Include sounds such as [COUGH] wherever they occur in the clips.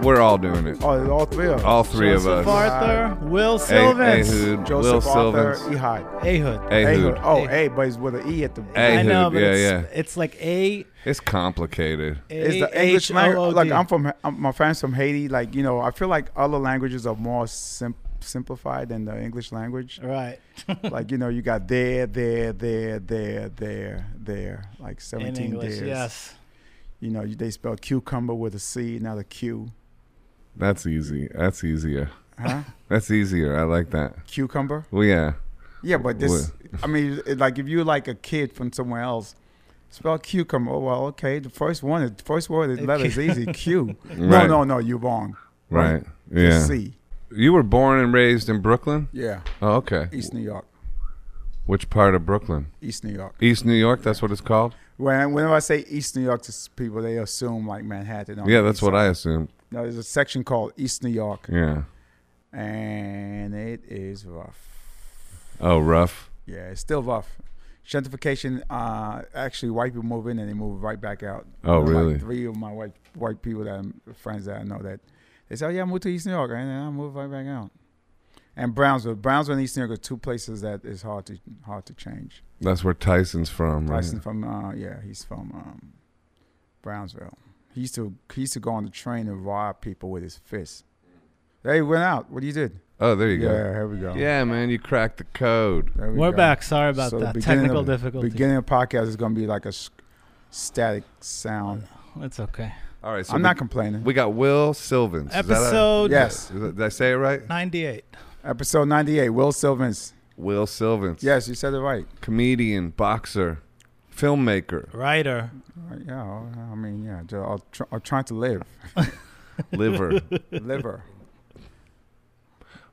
We're all doing it. Oh, all three of us. All three Joseph of us. Arthur, Will A- Silvins, Ehud, Will Joseph Arthur Silvins. Ehud. Ehud. Ehud. Ehud. Oh, Ehud. A, but it's with an E at the. Ehud. I know, but yeah, it's, yeah. it's like A. It's complicated. It's the English language. Like I'm from, I'm, my family's from Haiti. Like you know, I feel like other languages are more sim- simplified than the English [LAUGHS] language. Right. like you know, you got there, there, there, there, there, there. Like In seventeen English, days. yes. You know, you- they spell cucumber with a C, not a Q. That's easy. That's easier. [LAUGHS] Huh? That's easier. I like that. cucumber. Well, yeah. Yeah, but this, I mean, it- like if you're like a kid from somewhere else, spell cucumber. Oh, well, okay. The first one, the first word, the letter is easy. Q. Right. No, no, no. You're wrong. Right. It's Yeah. C. You were born and raised in Brooklyn? Yeah. Oh, okay. East New York. Which part of Brooklyn? East New York. East New York, that's what it's called? When whenever I say East New York to s- people, they assume like Manhattan. on Yeah, the that's east what side. I assumed. No, there's a section called East New York, Yeah. and it is rough. Oh, rough. Yeah, it's still rough. Gentrification. Uh, actually, white people move in and they move right back out. Oh, Like, really? three of my white white people that I'm, friends that I know that they say, "Oh yeah, I moved to East New York," and then I moved right back out. And Brownsville, Brownsville and East New York are two places that is hard to hard to change. That's where Tyson's from, right? Tyson from uh, yeah, he's from um, Brownsville. He used to he used to go on the train and rob people with his fist. They went out. What you did? Oh, there you yeah, go. here we go. Yeah, man, you cracked the code. There we We're go. back. Sorry about So the that. beginning Technical of- difficulties. Beginning of podcast is going to be like a s- static sound. it's okay. All right, so I'm we, not complaining. we got Will Sylvans. Is that a- Episode Yes. Is that- Did I say it right? 98. Episode 98, Will Sylvans. Will Sylvans. Yes, you said it right. Comedian, boxer, filmmaker, [LAUGHS] Writer. Right, Uh, Yeah, I- I mean, yeah, ju- I'll tr- I'm trying to live. liver, [LAUGHS] Liver.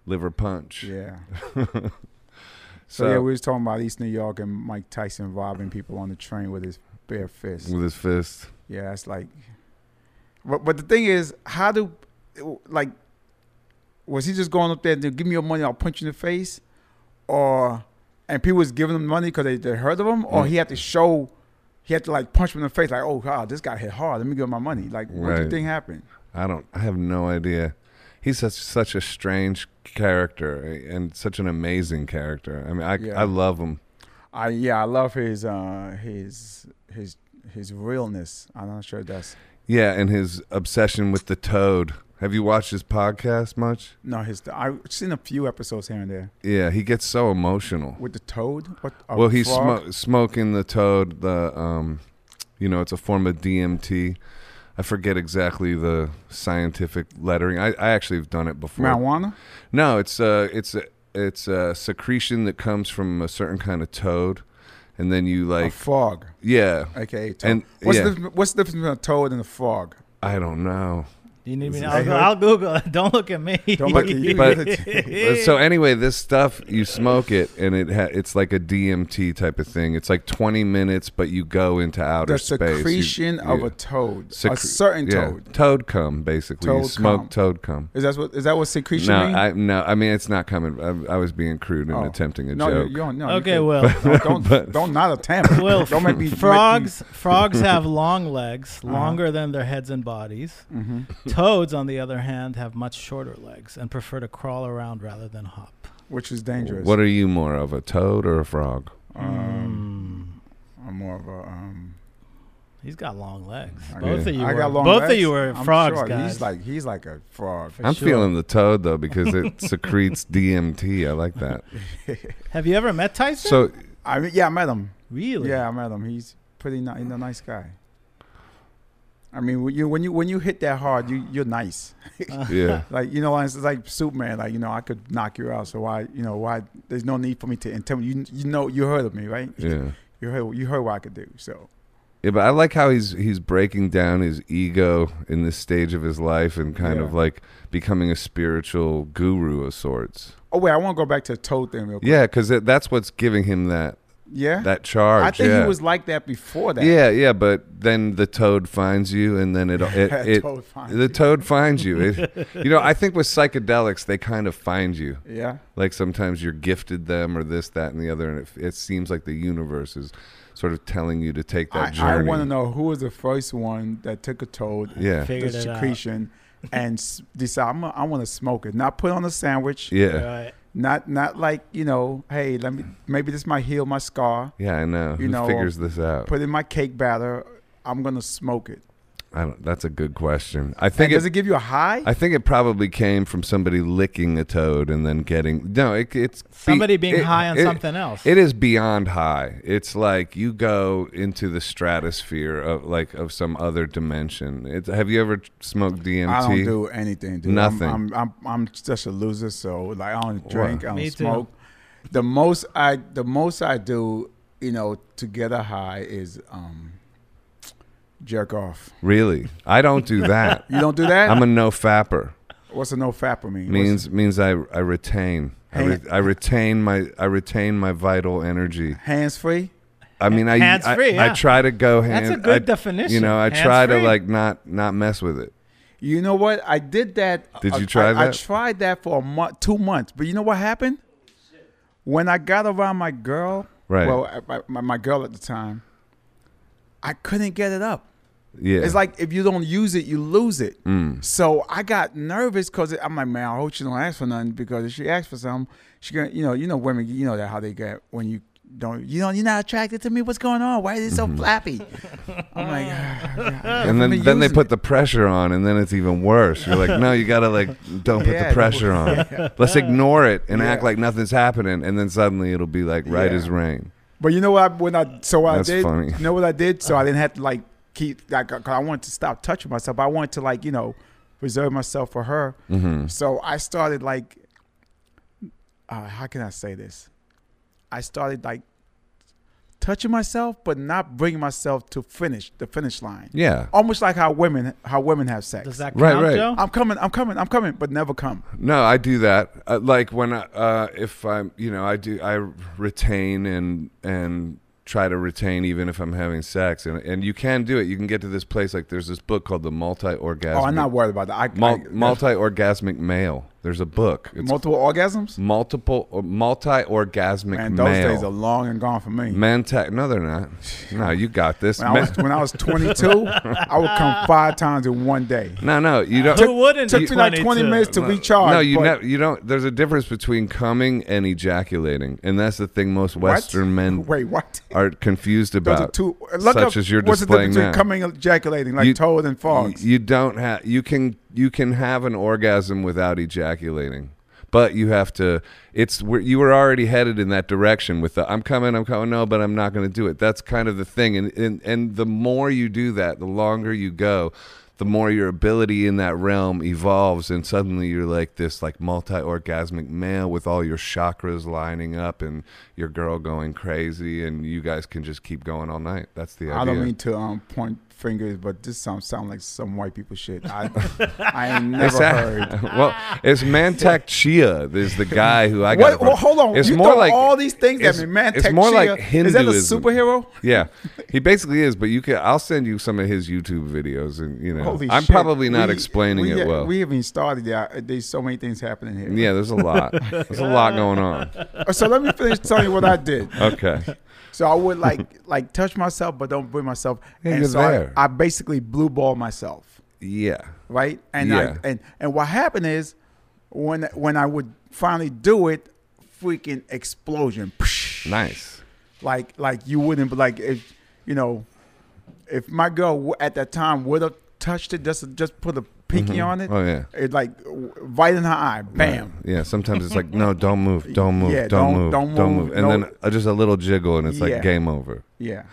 liver punch. Yeah. So, So, yeah, we was talking about East New York and Mike Tyson robbing people on the train with his bare fist. with his fist. Yeah, it's like. But, but the thing is, how do. Like, was he just going up there to give me your money, I'll punch you in the face? Or. And people was giving him money because they, they heard of him? Or Mm. he had to show. He had to, like, punch him in the face, like, oh, God, this guy hit hard. Let me give him my money. Like, what do Right. you think happened? I don't. I have no idea. He's such such a strange character and such an amazing character. I mean, I Yeah. I love him. I yeah, I love his uh his his his realness. I'm not sure that's Yeah, and his obsession with the toad. Have you watched his podcast much? no his. I've seen a few episodes here and there Yeah, he gets so emotional. with the toad. What? a well, he's frog? smo- smoking the toad. The um, you know, it's a form of DMT. I forget exactly the scientific lettering. I, I actually have done it before. marijuana. No, it's a it's a it's a secretion that comes from a certain kind of toad, and then you a like frog, yeah. aka toad. And what's yeah, the difference- what's the difference between a toad and a [LAUGHS] frog? I don't know. Do you need me? Is to- it I'll, go, Ehud? I'll Google. it. [LAUGHS] Don't look at me. Don't [LAUGHS] look at you. But- Uh, so anyway, this stuff you smoke it, and it ha- it's like a DMT type of thing. It's like twenty minutes, but you go into [LAUGHS] outer The space. You- secretion of yeah. a toad, a Secre- certain yeah. toad. Toad cum, basically. you Toad smoke cum. toad cum. Is that what is that what secretion No, mean? I no, I mean it's not coming. I, I was being crude and Oh. attempting a no, joke. You, you don't, no, you okay, can't. well. No, [LAUGHS] [LAUGHS] don't don't not attempt. [LAUGHS] Well, don't make me make me- Frogs [LAUGHS] frogs have long legs, longer than their heads and [LAUGHS] bodies. mm-hmm, Toads, on the other hand, have much shorter legs and prefer to crawl around rather than hop. which is dangerous. What are you more of, a toad or a frog? Um, I'm more of a um. He's got long legs. I Both got- of you I were, got long both of legs. you were I'm frogs, sure. guys. He's like he's like a frog. For I'm sure. feeling the toad though because [LAUGHS] it secretes DMT. I like that. Have you ever met Tyson? So I mean, yeah, I met him. really? [LAUGHS] Yeah, I met him. He's pretty nice. He's a nice guy. I mean, when you when you when you hit that hard, you you're nice. yeah, Like you know, it's like Superman. Like you know, I could knock you out. So why you know why? There's no need for me to intimidate you. You know, you heard of me, right? yeah, [LAUGHS] You heard you heard what I could do. So yeah. But I like how he's he's breaking down his ego in this stage of his life and kind of Yeah. like becoming a spiritual guru of sorts. oh wait, I want to go back to the toad thing real quick. Yeah, because that's what's giving him that Yeah. That charge. I think yeah. he was like that before [LAUGHS] that. Yeah, yeah, but then the toad finds you, and then [LAUGHS] it it, it Toad finds the you. toad finds you. It, [LAUGHS] you know, I think with psychedelics, they kind of find you. Yeah. Like sometimes you're gifted them, or this, that, and the other, and it, it seems like the universe is sort of telling you to take that I, I journey. want to know who was the first one that took a toad, Yeah, Figured the it out. secretion, and s- decided I'm gonna- I want to smoke it. Not put on a sandwich. yeah, Right. Not not like you know. Hey, let me. Maybe this might heal my scar. yeah. I know. You Who know, figures this out? Put it in my cake batter. I'm gonna smoke it. I don't. That's a good question. I And think does it, it give you a high? I think it probably came from somebody licking a toad and then getting no. It, it's be- Somebody being it- high on it- something else. It is beyond high. It's like you go into the stratosphere of like of some other dimension. It's, have you ever smoked DMT? I don't do anything, dude. Nothing. I'm, I'm, I'm, I'm such a loser. So like, I don't drink. I don't Me too. smoke. The most I, the most I do, you know, to get a high is um, jerk off. Really, I don't do that. [LAUGHS] You don't do that. I'm a no fapper. What's a no fap for me? Means means I I retain. I, re- Hang- I retain my I retain my vital energy. hands free. I mean, I I, Hands-free, I yeah. try to go hand. That's a I- good definition. You know, I try to Hands-free. like not not mess with it. You know what? I did that. Did I- you try I, I that? tried that for a month, two months. But you know what happened? When I got around my girl, Right. well, I- my, my, my girl at the time, I couldn't get it up. Yeah. It's like if you don't use it, you lose it. Mm. So I got nervous because I'm like, man, I hope she don't ask for nothing because if she asks for something, she gonna, you know, you know, women, you know that how they get when you don't, you know, you're not attracted to me. What's going on? Why is it so flappy? I'm like, ah, God, Mm-hmm. and I've been then, then they using put the pressure on, and then it's even worse. You're [LAUGHS] like, no, you gotta like, don't put [LAUGHS] Yeah, the pressure on. Let's ignore it and act Yeah. like nothing's happening, and then suddenly it'll be like right Yeah. as rain. But you know what? I, when I so what That's I did, funny. you know what I [LAUGHS] did, so I didn't have to like keep like uh, 'cause I wanted to stop touching myself. I wanted to like you know reserve myself for her. hmm So I started like, uh, how can I say this? I started like touching myself, but not bringing myself to finish the finish line. Yeah, Almost like how women how women have sex. Does that count, Right, right. Joe? I'm coming, I'm coming, I'm coming, but never come. no, I do that. Uh, like when I, uh, if I'm, you know, I do, I retain and and try to retain even if I'm having sex, and and you can do it. You can get to this place. Like there's this book called the multi-orgasmic Oh, I'm not worried about that. I, mul- I- multi-orgasmic male. There's a book. It's multiple orgasms. multiple uh, multi-orgasmic Man, male. those days are long and gone for me. Men tech? No, they're not. No, you got this. When I Men- was when I was 22, I would come five times in one day. no, no, you don't. Who wouldn't? Took be me like 20 22? minutes to no, recharge. No, you but never. You don't. There's a difference between coming and ejaculating, and that's the thing most Western men Wait, what? are confused Those are about. two. Look such up, as you're what's the displaying difference between now. coming and ejaculating, like You- toad and Y- frogs? you don't have. You can. You can have an orgasm without ejaculating. But you have to. It's where you were already headed in that direction with the "I'm coming, I'm coming." No, but I'm not going to do it. That's kind of the thing, and, and and the more you do that, the longer you go, the more your ability in that realm evolves, and suddenly you're like this like multi-orgasmic male with all your chakras lining up, and your girl going crazy, and you guys can just keep going all night. That's the idea. I don't mean to um, point fingers, but this sound sound like some white people shit. [LAUGHS] I, I ain't never It's a- heard. well, it's Mantak Chia is the guy who [LAUGHS] I got. it What, from. well, hold on. It's you more throw like all these things at it's- me, man. it's Tech more Chia. like Is that a Hinduism. superhero? Yeah, he basically is. But you can. I'll send you some of his YouTube videos, and you know, Holy I'm shit. probably not We- explaining we- it well. We haven't started yet. There's so many things happening here. Uh, yeah, there's a lot. There's a lot going on. So let me finish telling you what I did. Okay. So I would [LAUGHS] like like touch myself, but don't bring myself. Yeah, and you're so I- there. I, basically blue ball myself, Yeah. right? And Yeah. I and and what happened is when when I would finally do it, freaking explosion, Nice. like like you wouldn't, but like if you know, if my girl w- at that time would have touched it, just just put a pinky on it, Oh yeah. it like w- right in her eye, bam. Right. Yeah. Sometimes it's like, no, don't move, don't move, [LAUGHS] Yeah, don't, don't- move, don't move, and no- then uh, just a little jiggle, and it's Yeah. like game over. Yeah,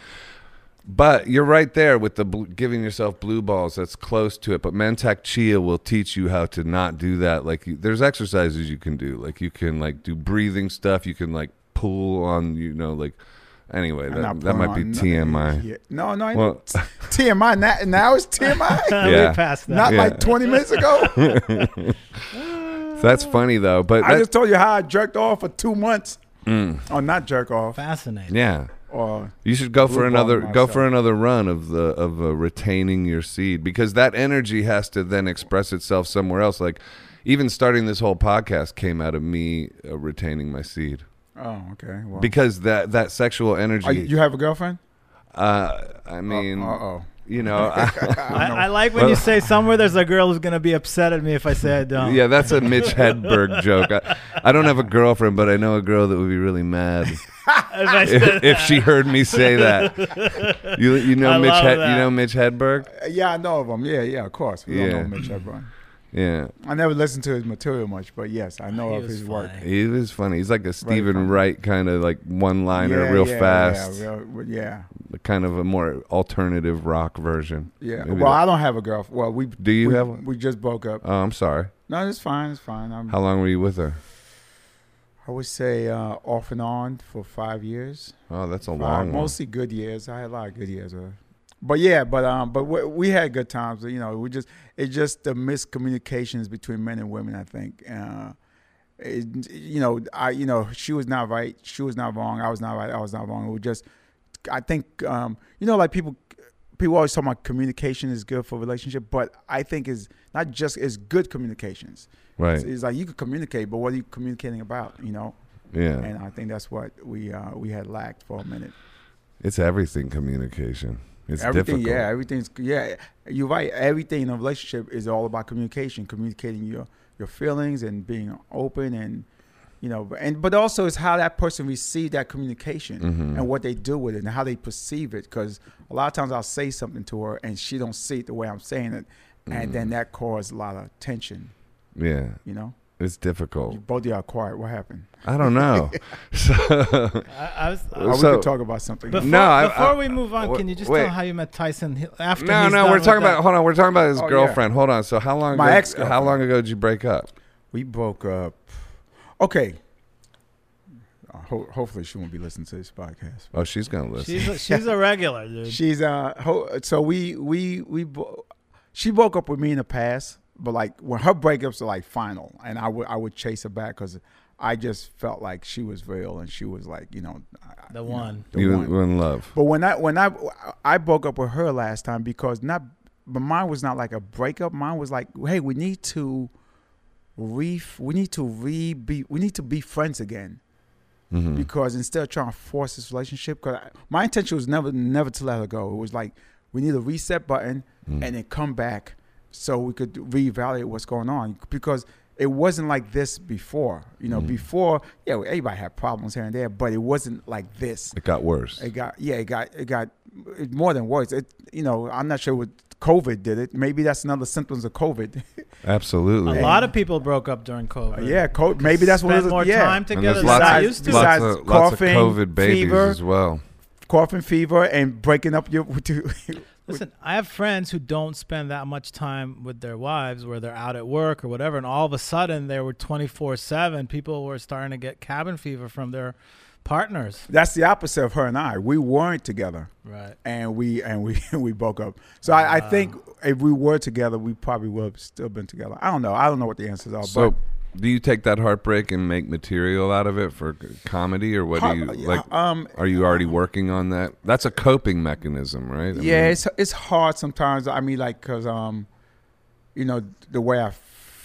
But you're right there with the bl- giving yourself blue balls. That's close to it. But Mantak Chia will teach you how to not do that. Like you, there's exercises you can do. Like you can like do breathing stuff. You can like pull on. You know like. Anyway, I'm that, not that might be pulling on TMI. yeah. No, no, ain't Well, TMI. Now, now [LAUGHS] it's TMI. Yeah. We passed that. Not Yeah. like 20 minutes ago. that's funny though. But [LAUGHS] I that- just told you how I jerked off for two months. Mm. or not jerk off, Oh, Fascinating. Yeah. or You should go for Lowball another go myself. for another run of the of uh, retaining your seed because that energy has to then express itself somewhere else. Like even starting this whole podcast came out of me uh, retaining my seed oh, okay. Well, because that that sexual energy. Are you, you have a girlfriend? uh, I mean, uh oh. you [LAUGHS] know, I, I, I like when you say somewhere there's a girl who's gonna be upset at me if I say I don't. yeah, that's a Mitch Hedberg joke. I, I don't have a girlfriend, but I know a girl that would be really mad [LAUGHS] If [LAUGHS] I said if, if she heard me say that. You you know [LAUGHS] I Mitch love Hed, you that. know Mitch Hedberg. Uh, yeah, I know of him. Yeah, yeah, of course. We Yeah. don't know Mitch Hedberg. Yeah. I never listened to his material much, but yes, I know He of was his work. funny. He was funny. He's like a funny. Stephen Wright kind of like one liner, Yeah, real yeah, fast, Yeah, real- yeah. kind of a more alternative rock version. yeah. Maybe Well, that- I don't have a girlfriend. Well, we Do you we, have one? we just broke up. Oh, I'm sorry. No, it's fine. It's fine. I'm, How long were you with her? I would say uh, off and on for five years. Oh, that's a Five, long one. mostly good years. I had a lot of good years. With her. But yeah, but um, but we, we had good times. You know, we just it's just the miscommunications between men and women. I think. Uh, it, you know, I you know she was not right. She was not wrong. I was not right. I was not wrong. It was just, I think um, you know, like people people always talk about communication is good for relationship, but I think is not just it's good communications. Right. It's, it's like you could communicate, but what are you communicating about? You know, Yeah. and I think that's what we uh, we had lacked for a minute. It's everything communication. It's everything, difficult. yeah, everything's yeah. You're right. Everything in a relationship is all about communication, communicating your your feelings and being open and you know, and but also it's how that person received that communication Mhm. and what they do with it and how they perceive it. Because a lot of times I'll say something to her and she don't see it the way I'm saying it, and Mm-hmm. then that caused a lot of tension. Yeah. You know, It's difficult. you both of y'all quiet. What happened? I don't [LAUGHS] know. so, I, I was. Uh, we So- could talk about something. before No, I- before I- we move on, wait, can you just wait. tell how you met Tyson Hill [LAUGHS] after? no, he's no, done we're with talking that? about. Hold on, we're talking about his Oh, yeah. girlfriend. Hold on. So how long? My ago, ex-girlfriend. How long ago did you break up? We broke up. Okay. Uh, ho- hopefully, she won't be listening to this podcast. Oh, she's gonna listen. She's a, she's a regular dude. She's uh, ho- so we we we bo- she broke up with me in the past, but like when her breakups are like final, and I would I would chase her back because I just felt like she was real and she was like you know I- The you know, one. the you one. were in love. But when I when I I broke up with her last time because not but mine was not like a breakup. Mine was like, hey, we need to re we need to re be we need to be friends again hmm because instead of trying to force this relationship, because my intention was never never to let her go. It was like we need a reset button Mm. and then come back so we could reevaluate what's going on because it wasn't like this before. You know, before yeah, everybody had problems here and there, but it wasn't like this. It got worse. It got yeah, it got it got it more than worse. It you know I'm not sure what COVID did it. Maybe that's another symptoms of COVID. a Absolutely. lot of people broke up during COVID. yeah, co- maybe that's what it Spent is. more yeah, time And together there's than lots I of- used to. Lots, Besides of, lots of coughing, COVID babies fever. as well. coughing fever and breaking up your. [LAUGHS] with your- Listen, I have friends who don't spend that much time with their wives where they're out at work or whatever, and all of a sudden they were 24 7. People were starting to get cabin fever from their partners. that's the opposite of her and I. We weren't together, Right. and we and we [LAUGHS] we broke up. So I, I think if we were together, we probably would have still been together. I don't know. I don't know what the answers are. So, but do you take that heartbreak and make material out of it for c- comedy, or what do you like? um, Are you already working on that? That's a coping mechanism, right? I yeah, mean, it's it's hard sometimes. I mean, like, cause um, you know, the way I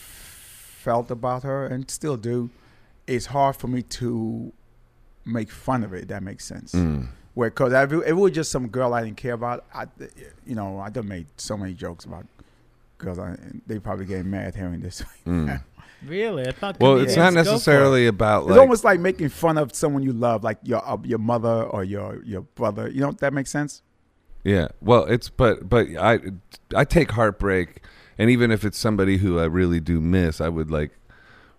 f- felt about her and still do, it's hard for me to make fun of it. if That makes sense. mm. Where, cause if it, if it was just some girl I didn't care about, I, you know, I done made so many jokes about girls. I, they probably getting mad hearing this. [LAUGHS] Mm. Really? I thought Well, it's not comedians go for it. necessarily about It's like. almost like making fun of someone you love, like your uh, your mother or your your brother. You know if that makes sense? Yeah. Well, it's but but I I take heartbreak, and even if it's somebody who I really do miss, I would like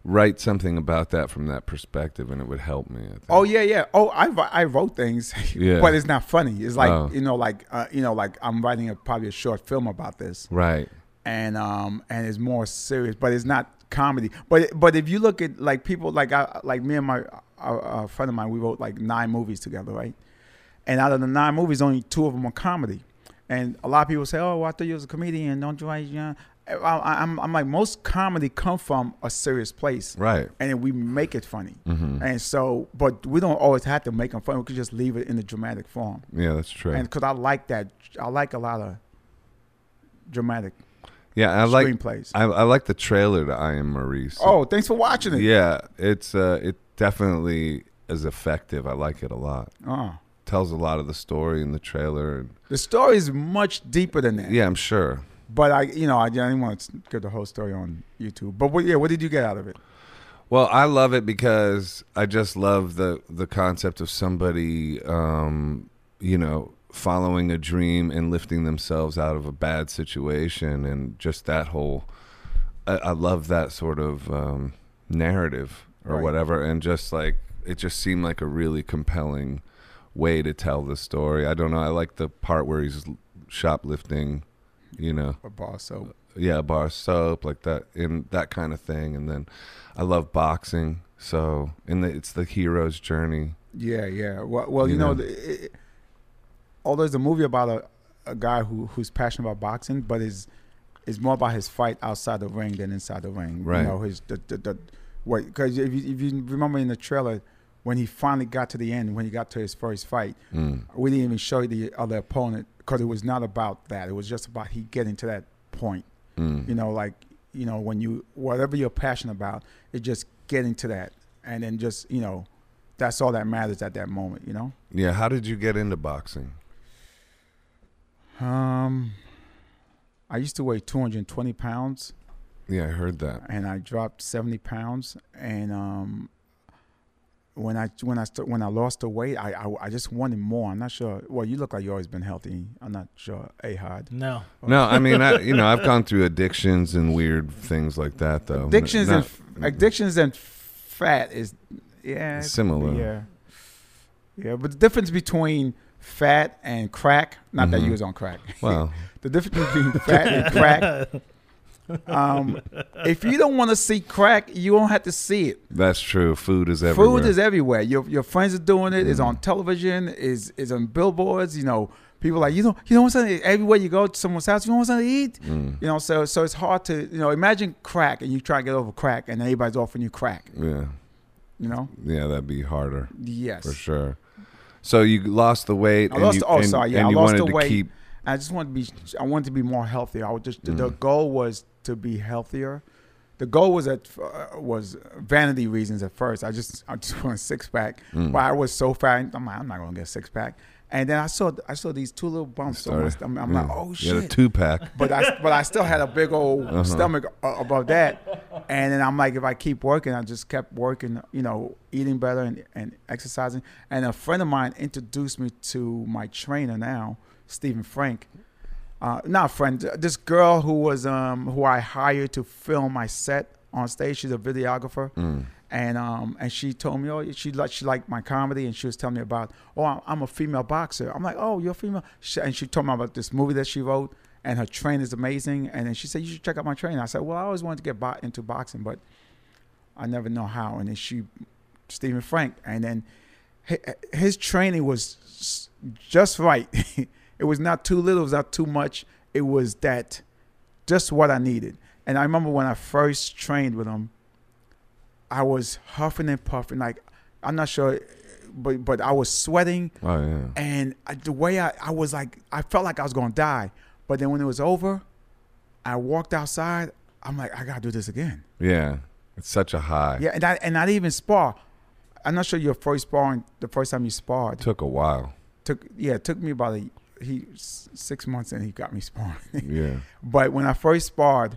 write something about that from that perspective, and it would help me. I think. Oh yeah, yeah. Oh, I wr- I wrote things, [LAUGHS] Yeah. but it's not funny. It's like Oh. you know, like uh, you know, like I'm writing a, probably a short film about this, Right. and um and it's more serious, but it's not comedy. But but if you look at like people like I like me and my a, a friend of mine, we wrote like nine movies together, right? And out of the nine movies, only two of them are comedy. And a lot of people say, "Oh, well, I thought you was a comedian. Don't you write?" your-" I, I'm, I'm like most comedy come from a serious place, Right. and then we make it funny. Mm-hmm. And so, but we don't always have to make them funny. We can just leave it in the dramatic form. Yeah, that's true. And because I like that, I like a lot of dramatic yeah, I like screenplays. I, I like the trailer to I Am Maurice. oh, thanks for watching it. yeah, it's uh, it definitely is effective. I like it a lot. Uh, Tells a lot of the story in the trailer. and- the story is much deeper than that. yeah, I'm sure. But I, you know, I, I didn't want to get the whole story on YouTube. But what, yeah, what did you get out of it? Well, I love it because I just love the the concept of somebody, um, you know, following a dream and lifting themselves out of a bad situation, and just that whole. I, I love that sort of um, narrative or Right. whatever, and just like it just seemed like a really compelling way to tell the story. I don't know. I like the part where he's l- shoplifting, you know A bar soap. yeah, a bar of soap, like that, and that kind of thing. And then I love boxing, so and the, it's the hero's journey. Yeah, yeah. Well, well you You know, know. the, it, oh, there's a movie about a, a guy who who's passionate about boxing, but is is more about his fight outside the ring than inside the ring. Right. You know, his the the, the what because if you, if you remember in the trailer when he finally got to the end when he got to his first fight, Mm. we didn't even show the other opponent because it was not about that. It was just about he getting to that point. Mm. you know like you know when you whatever you're passionate about it's just getting to that and then just you know that's all that matters at that moment you know Yeah, how did you get into boxing? um i used to weigh 220 pounds Yeah, I heard that. and i dropped 70 pounds and um when I when I st- when I lost the weight, I, I I just wanted more. I'm not sure. Well, you look like you always been healthy. I'm not sure. Ahad. No. No, [LAUGHS] I mean, I you know, I've gone through addictions and weird things like that, though. addictions Um, Not- and f- addictions and fat is yeah it's- Similar. yeah yeah but the difference between fat and crack not that Mhm. you was on crack [LAUGHS] well, the difference between fat and crack [LAUGHS] um, if you don't want to see crack you don't have to see it that's true. Food is everywhere. food is everywhere your, your friends are doing it it's Mhm. on television is is on billboards you know people like you don't you don't want something everywhere you go to someone's house you don't want something to eat Mm. you know, so so it's hard to you know imagine crack and you try to get over crack and everybody's offering you crack. Yeah, You know, yeah, that'd be harder yes. for sure. So you lost the weight. I and lost- you, oh, and- sorry, yeah, and I you lost wanted the to weight. keep- I just wanted to be I wanted to be more healthy. I was just the Mm. goal was to be healthier. The goal was at uh, was vanity reasons at first. I just I just [LAUGHS] want a six pack, Mm. but I was so fat. I'm like, I'm not gonna get a six pack. And then I saw I saw these two little bumps. on my Sorry. stomach. I'm like, Yeah. oh Mm. You had a shit. two pack. but I but I still had a big old Uh-huh. stomach uh, above that, and then I'm like, if I keep working, I just kept working, you know, eating better and, and exercising. And a friend of mine introduced me to my trainer now, Stephen Frank. Uh, not a friend, this girl who was um who I hired to film my set on stage. She's a videographer Mm. and um and she told me oh she like she liked my comedy and she was telling me about oh I'm, I'm a female boxer I'm like oh you're a female she, and she told me about this movie that she wrote and her train is amazing and then she said you should check out my train I said well I always wanted to get bo- into boxing but I never know how and then she Stephen Frank and then hi- his training was s- just right [LAUGHS] it was not too little it was not too much it was that just what I needed and I remember when I first trained with him I was huffing and puffing. Like I'm not sure, but but I was sweating, Oh yeah. and I, the way I I was like I felt like I was gonna die. But then when it was over, I walked outside. I'm like I gotta do this again. Yeah, it's such a high. Yeah, and I and I didn't even spar. I'm not sure your first sparring the first time you It sparred took a while. took yeah it took me about a he s- six months and he got me sparring. [LAUGHS] Yeah, But when I first sparred,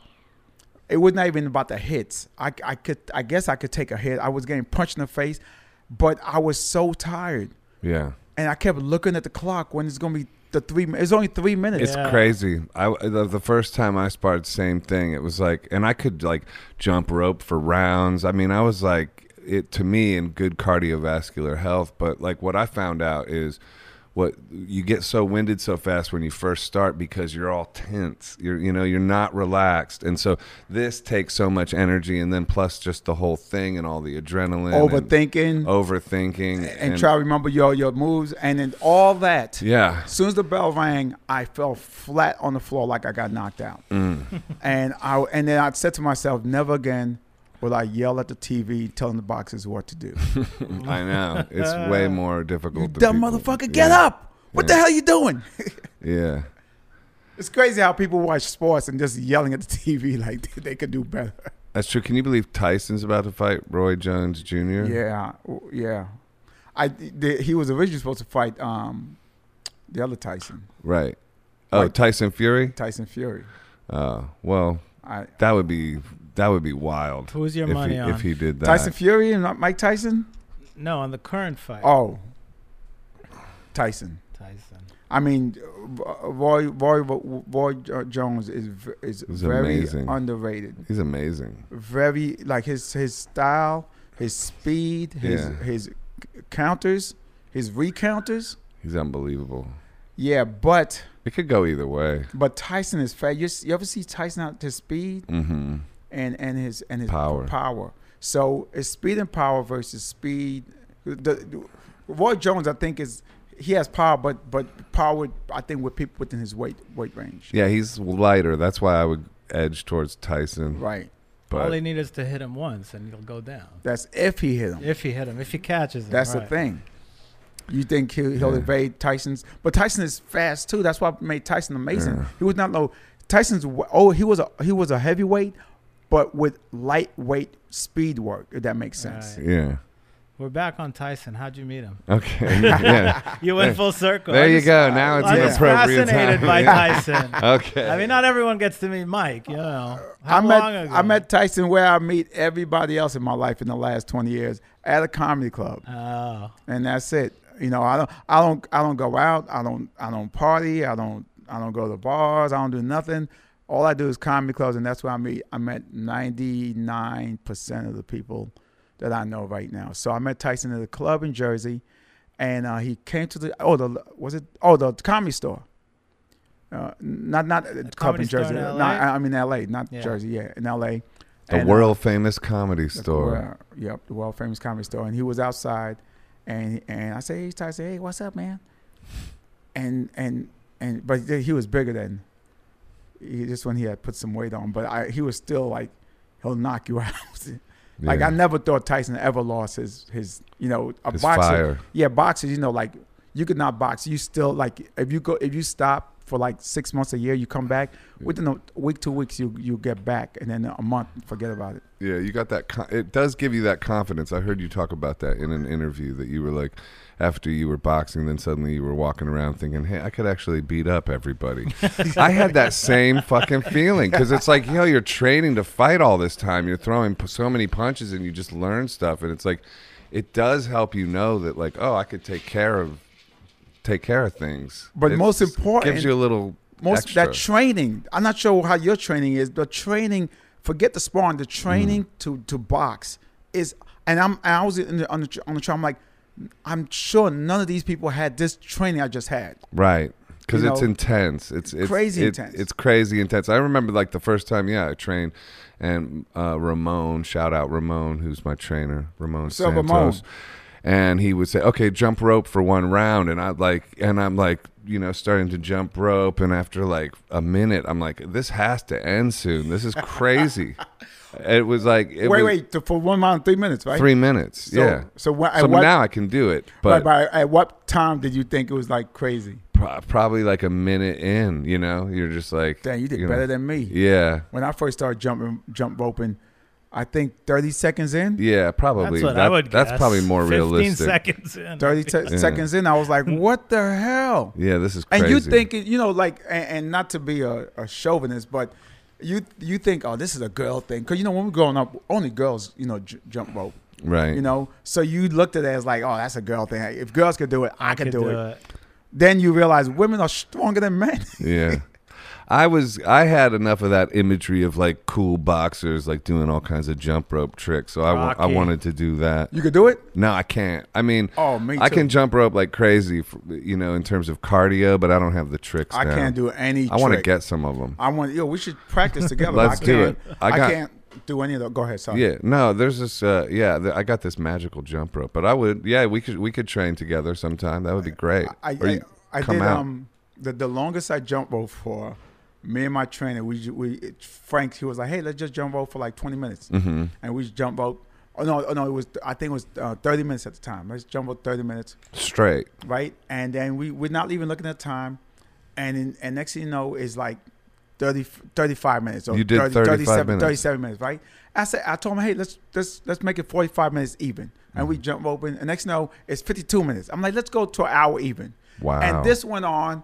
it was not even about the hits. I, I could, I guess, I could take a hit. I was getting punched in the face, but I was so tired, yeah. and I kept looking at the clock when it's gonna be the three. mi- It's only three minutes. It's Yeah. crazy. I the, the first time I sparred, same thing. It was like, and I could like jump rope for rounds. I mean, I was like, it to me in good cardiovascular health. But like, what I found out is what you get so winded so fast when you first start because you're all tense. You're you know you're not relaxed, and so this takes so much energy, and then plus just the whole thing and all the adrenaline, and Oh, Overthinking overthinking, and, try to remember your your moves and then all that. yeah, As soon as the bell rang, I fell flat on the floor like I got knocked out. Mm. and I and then I said to myself, never again will I yell at the TV telling the boxers what to do. [LAUGHS] I know it's way more difficult. you to dumb people. motherfucker, get Yeah. up. What the Yeah. hell you doing? Yeah. it's crazy how people watch sports and just yelling at the [LAUGHS] TV like they could do better. That's true. Can you believe Tyson's about to fight Roy Jones Jr.? Yeah, w- yeah. I the, he was originally supposed to fight um, the other Tyson, Right. Oh, Like- Tyson Fury. Tyson Fury. Oh, well, I, that would be that would be wild. Who's your if money he, on? If he did that, Tyson Fury and not Mike Tyson. no, on the current fight. Oh, Tyson. Tyson. I mean, uh, Roy Roy Roy Jo- Jones is v- is He's very amazing. underrated. he's amazing. Very like his his style, his speed, his Yeah. his c- counters, his recounters. He's unbelievable. Yeah, but It could go either way. but Tyson is fast. You, s- you ever see Tyson out to speed? Mm-hmm. and and his and his Power. power. So it's speed and power versus speed. The, the- Roy Jones, I think, is he has power, but but power, I think, with people within his weight weight range. Yeah, he's lighter. That's why I would edge towards Tyson. Right. All they But need is to hit him once, and he'll go down. That's if he hit him. If he hit him, if he catches him. That's the right. thing. You think he'll, he'll Yeah. evade Tyson's, but Tyson is fast too. That's what made Tyson amazing. Yeah. He was not low. Tyson's w- oh he was a he was a heavyweight, but with lightweight speed work. If that makes sense. Right. yeah. We're back on Tyson. How'd you meet him? [LAUGHS] Okay. yeah. You went full circle. There I you just- go. Now it's I'm an just appropriate fascinated time. by Yeah. Tyson. [LAUGHS] Okay. I mean, not everyone gets to meet Mike. You know, how I met long ago? I met Tyson where I meet everybody else in my life in the last twenty years at a comedy club, Oh, and that's it. You know, I don't, I don't, I don't go out. I don't, I don't party. I don't, I don't go to bars. I don't do nothing. All I do is comedy clubs, and that's where I meet. I met ninety nine percent of the people that I know right now. So I met Tyson at a club in Jersey, and uh, he came to the oh the was it oh the comedy store. Uh, not not the club Comedy in Store Jersey. in No, LA? I, I'm in L.A., not Yeah. Jersey. Yeah, in L.A. the And, uh, world famous comedy the store. world- yep, the world famous comedy store. And he was outside, and and I say, hey, Tyson, hey, what's up, man? And and and but th- he was bigger than. He, this one he had put some weight on, but I, he was still like, he'll knock you out. [LAUGHS] Like Yeah. I never thought Tyson ever lost his his you know a His boxer. fire. Yeah, boxers, you know, like you could not box. You still like if you go if you stop for like six months a year, you come back within a week, two weeks, you you get back, and then a month, forget about it. Yeah, you got that. Con- it does give you that confidence. I heard you talk about that in an interview that you were like, after you were boxing, then suddenly you were walking around thinking, hey, I could actually beat up everybody. [LAUGHS] I had that same fucking feeling because it's like, you know, you're training to fight all this time. You're throwing p- so many punches and you just learn stuff. And it's like, it does help you know that, like, oh, I could take care of. Take care of things, But It most just important- gives you a little Most extra. that training, I'm not sure how your training is, but training, forget the sparring, the training Mm-hmm. to to box is, and I'm and I was in the, on the on the trail. I'm like, I'm sure none of these people had this training I just had. Right. Because You it's know? intense. It's, it's Crazy it- intense. It's crazy intense. I remember like the first time, yeah, I trained, and uh, Ramon, shout out Ramon, who's my trainer, Ramon So, Santos, Ramon. and he would say, "Okay, jump rope for one round," and I like, and I'm like, you know, starting to jump rope, and after like a minute, I'm like, "This has to end soon. This is [LAUGHS] crazy." it was like, it wait, was wait, to, for one round, three minutes, right? three minutes, So, yeah. So, what, at So what, now I can do it, but right, but at what time did you think it was like crazy? pro- probably like a minute in, you know, you're just like, Damn, you did know, better than me. Yeah, When I first started jumping, jump roping, I think 30 seconds in, yeah, that's probably. what That- I would. That's guess. probably more 15 realistic. seconds in. 30 te- Yeah. seconds in, I [LAUGHS] was like, what the hell? Yeah, this is crazy. And you think, it- you know, like, and, and not to be a, a chauvinist, but you you think, oh, this is a girl thing. Because, you know, when we were growing up, only girls, you know, j- jump rope, right? you know? So you looked at it as like, oh, that's a girl thing. If girls could do it, I, could, do, it. it. Then you realize women are stronger than men. [LAUGHS] yeah. I was I had enough of that imagery of like cool boxers like doing all kinds of jump rope tricks. So I wa- I Rocky. wanted to do that. You could do it. No, I can't. I mean, Oh, me I too. can jump rope like crazy, f you know, in terms of cardio, but I don't have the tricks. I down. can't do any. I want to trick. get some of them. I want. Yo, we should [LAUGHS] practice together. but Let's I do can't- it. I I, got- can't do any of that. Go ahead. Sorry. Yeah, no, there's this. Uh, yeah, th- I got this magical jump rope, but I would. Yeah, we could we could train together sometime. That would be great. I, Or I, you I come did out. um the, the longest I jump rope for me and my trainer we ju- we it- Frank he was like hey let's just jump rope for like 20 minutes mm-hmm, and we jump rope oh no oh no it was I think it was uh, 30 minutes at the time let's jump rope 30 minutes straight. right and then we we're not even looking at time and in, and next thing you know is like 30 35 minutes or You did 35 37 minutes. 37 minutes right I said I told him hey let's let's let's make it 45 minutes even and Mm-hmm. we jump rope and next thing you know it's 52 minutes I'm like let's go to an hour even Wow. and this went on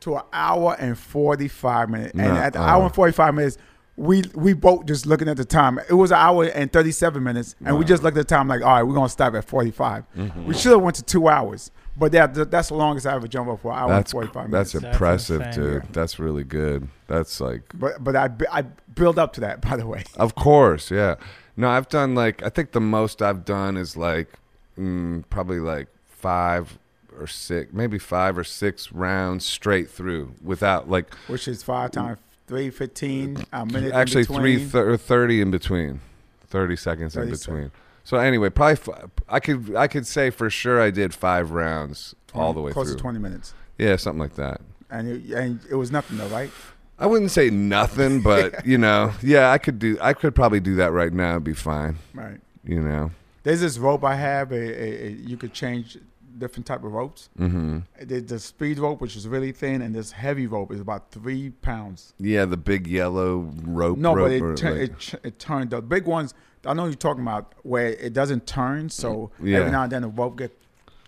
to an hour and 45 minutes. And Nuh-uh. at the hour and 45 minutes, we we both just looking at the time. It was an hour and 37 minutes. And we just looked at the time like, all right, we're going to stop at 45. Mm-hmm. We should have went to two hours. But that that's the longest I ever jumped up for, an hour That's and 45 minutes. that's That's impressive, insane. dude. That's really good. That's like but but I, bu- I build up to that, [LAUGHS] by the way. Of course, yeah. No, I've done like I think the most I've done is like mm, probably like five or six, maybe five or six rounds straight through without like Which is five times 315, a minute in actually three between. th- or thirty in between, thirty seconds 30 in sec- between. So anyway, probably fi- I could I could say for sure I did five rounds all the way Close through. to 20 minutes. Yeah, something like that. And it, and it was nothing, though, right? I wouldn't say [LAUGHS] nothing, but you know, yeah, I could do. I could probably do that right now. It'd be fine. Right. You know. There's this rope I have. It, it, it- you could change different type of ropes. Mm-hmm. There's the speed rope, which is really thin, and this heavy rope is about three pounds. Yeah, the big yellow rope. No, rope but it or, tur- like- it, ch- it turned. The big ones, I know you're talking about, where it doesn't turn, so Yeah. every now and then the rope get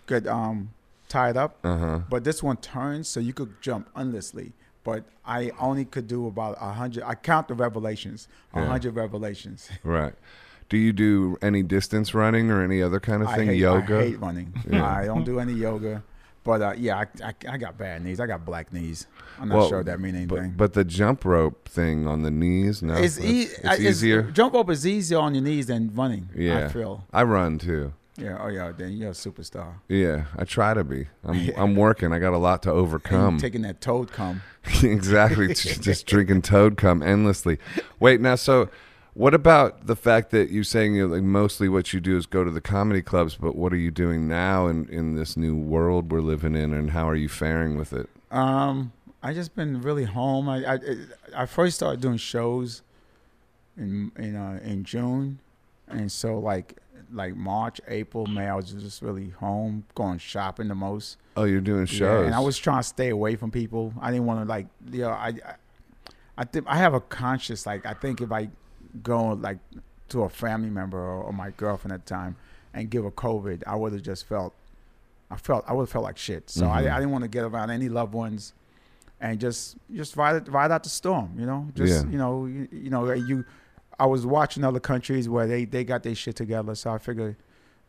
get um tied up. uh-huh. But this one turns, so you could jump endlessly. But I only could do about a hundred. I count the revelations, a Yeah. hundred revelations. Right. Do you do any distance running or any other kind of I thing? hate, Yoga. I hate running. Yeah. I don't do any yoga. But uh, yeah, I, I, I got bad knees. I got black knees. I'm not Well, sure if that means anything. but but the jump rope thing on the knees, no, it's, that's- ea- it's I- it's- easier. jump rope is easier on your knees than running. Yeah. I feel. I run too. Yeah. Oh yeah. Then you're a superstar. Yeah, I try to be. I'm [LAUGHS] Yeah. I'm working. I got a lot to And you overcome. taking that toad cum. [LAUGHS] [LAUGHS] exactly. Just just drinking toad cum endlessly. Wait, now so. What about the fact that you're saying you like mostly what you do is go to the comedy clubs, but what are you doing now in, in this new world we're living in, and how are you faring with it? Um, I just been really home. I I, I first started doing shows in in uh, in June, and so like like March, April, May, I was just really home, going shopping the most. Oh, you're doing Yeah, shows. and I was trying to stay away from people. I didn't want to like, you know, I, I, I think I have a conscious like I think if I go like to a family member or, or my girlfriend at the time and give her COVID, I would have just felt, I felt I would have felt like shit. So Mhm. I, I didn't want to get around any loved ones, and just just ride it- ride out the storm, you know. Just Yeah. you know you, you know you, I was watching other countries where they they got their shit together, so I figured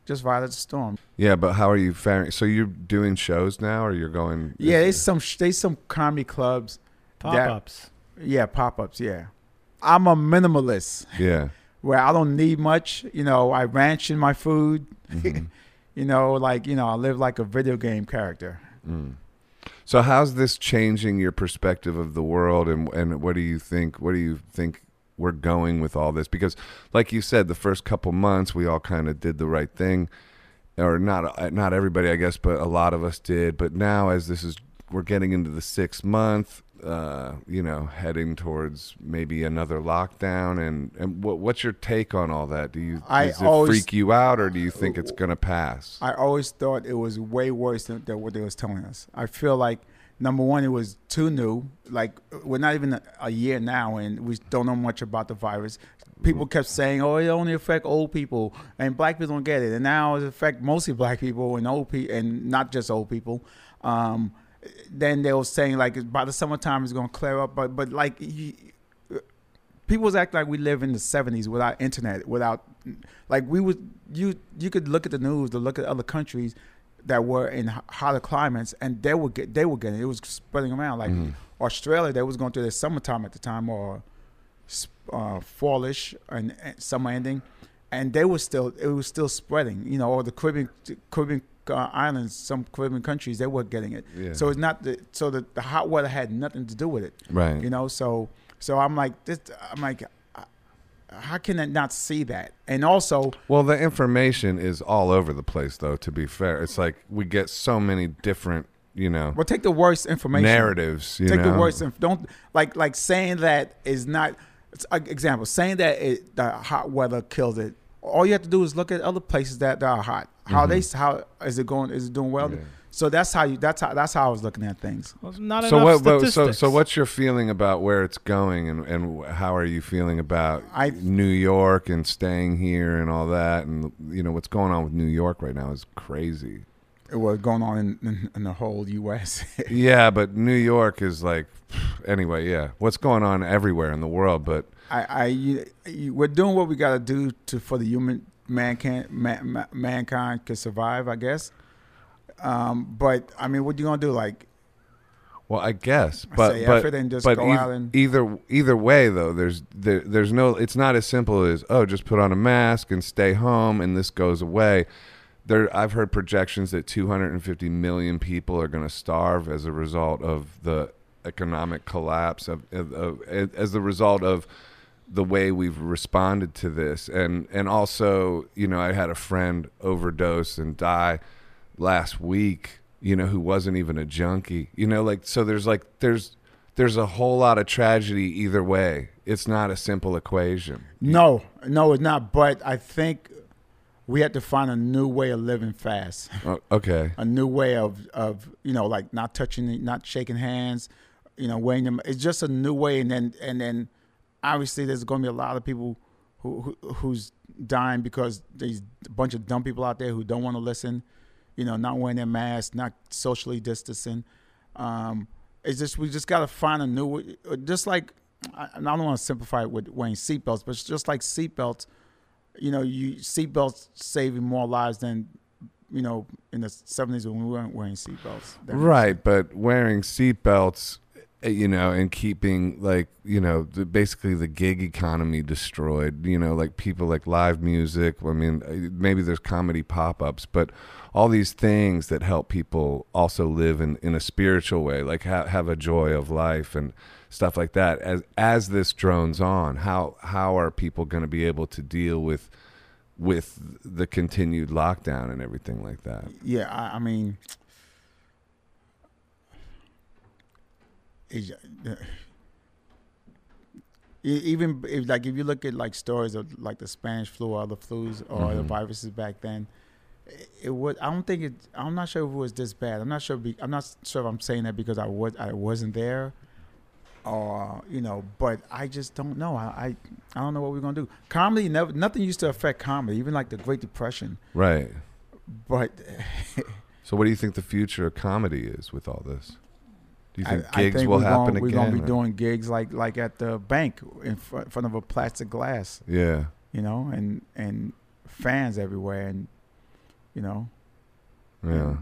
just ride out the storm. yeah, but how are you faring? So you're doing shows now, or you're going? Yeah, there's some sh- there's some comedy clubs Pop ups. Yeah, pop ups. Yeah, I'm a minimalist yeah. where I don't need much. You know, I ranch in my food. Mhm. [LAUGHS] You know, like you know, I live like a video game character. Mm. So how's this changing your perspective of the world, and and what do you think? What do you think we're going with all this? Because, like you said, the first couple months we all kind of did the right thing, or not uh, not everybody, I guess, but a lot of us did. But now, as this is we're getting into the sixth month, uh, you know, heading towards maybe another lockdown, and and what, what's your take on all that? Do you I does it always- freak you out, or do you think it's gonna pass? I always thought it was way worse than, than what they was telling us. I feel like number one, it was too new. Like we're not even a, a year now, and we don't know much about the virus. People kept saying, "Oh, it only affect old people, and black people don't get it." And now it affect mostly black people and old people, and not just old people. Um, then they were saying like by the summertime it's gonna clear up, but but like. You, People's act like we live in the 70s without internet, without like we would you you could look at the news to look at other countries that were in h- hotter climates, and they were get they were getting it was spreading around like Mhm. Australia. They was going through their summertime at the time, or s- uh, fallish and, and summer ending, and they were still it was still spreading. You know, or the Caribbean Caribbean uh, islands, some Caribbean countries, they were getting it. Yeah. So it's not the so the, the hot weather had nothing to do with it. right. You know, so so I'm like this. I'm like, uh, how can I not see that? And also, Well, the information is all over the place, though. To be fair, it's like we get so many different, you know, well, take the worst information. narratives. You take know? the worst and don't like like saying that is not. It's an example saying that it, the hot weather killed it. All you have to do is look at other places that, that are hot. How they how is it going? Is it doing well? Mm-hmm. Yeah. So that's how you. That's how that's how I was looking at things. Well, not So enough what? what- So statistics. so [LAUGHS] what's your feeling about where it's going, and and how are you feeling about I- New York and staying here and all that, and you know what's going on with New York right now is [LAUGHS] crazy. What's going on in, in, in the whole U.S. yeah, but New York is like, anyway, yeah, what's going on everywhere in the world, but I, I you, you, we're doing what we got to do to for the human mankind man, ma- mankind can survive, I guess. Um, but I mean, what you gonna do? Like, Well, I guess, I but say but, effort and just but go out and- either either way though, there's there, there's no. It's not as simple as oh, just put on a mask and stay home and this goes away. There, I've heard projections that 250 million people are going to starve as a result of the economic collapse of, of, of as the result of the way we've responded to this and and also you know I had a friend overdose and die last week, you know, who wasn't even a junkie. You know, like so there's like there's there's a whole lot of tragedy either way. It's not a simple equation. no, no, it's not. But I think we have to find a new way of living fast, Oh, okay. a new way of of you know, like not touching, not shaking hands, you know, wearing them. It's just a new way, and then and then obviously there's gonna be a lot of people who, who who's dying because there's a bunch of dumb people out there who don't want to listen. you know, not wearing their masks, not socially distancing. Um, it's just we just gotta find a new, way- just like I, I don't want to simplify it with wearing seatbelts, but it's just like seatbelts, you know, you seatbelts saving more lives than you know in the seventies when we weren't wearing seatbelts. That makes Right, but wearing seatbelts, eh, you know, and keeping like you know the, basically the gig economy destroyed. You know, like people like live music. I mean, eh, maybe there's comedy pop ups, but all these things that help people also live in in a spiritual way, like ha- have a joy of life and stuff like that. As as this drones on, how how are people going to be able to deal with with the continued lockdown and everything like that? yeah, I, I mean, it, e- even if like if you look at like stories of like the Spanish flu or other flus or the Mhm. viruses back then, it, it would. I don't think it. I'm not sure if it was this bad. I'm not sure. Be, I'm not sure if I'm saying that because I was I wasn't there. Or you know, but I just don't know. I, I I don't know what we're gonna do. Comedy never nothing used to affect comedy, even like the Great Depression. Right. But So, what do you think the future of comedy is with all this? Do you think I, gigs I think will we're happen gonna, again? We're gonna be or- doing gigs like like at the bank in fr- front of a plastic glass, yeah, you know, and and fans everywhere, and you know, yeah.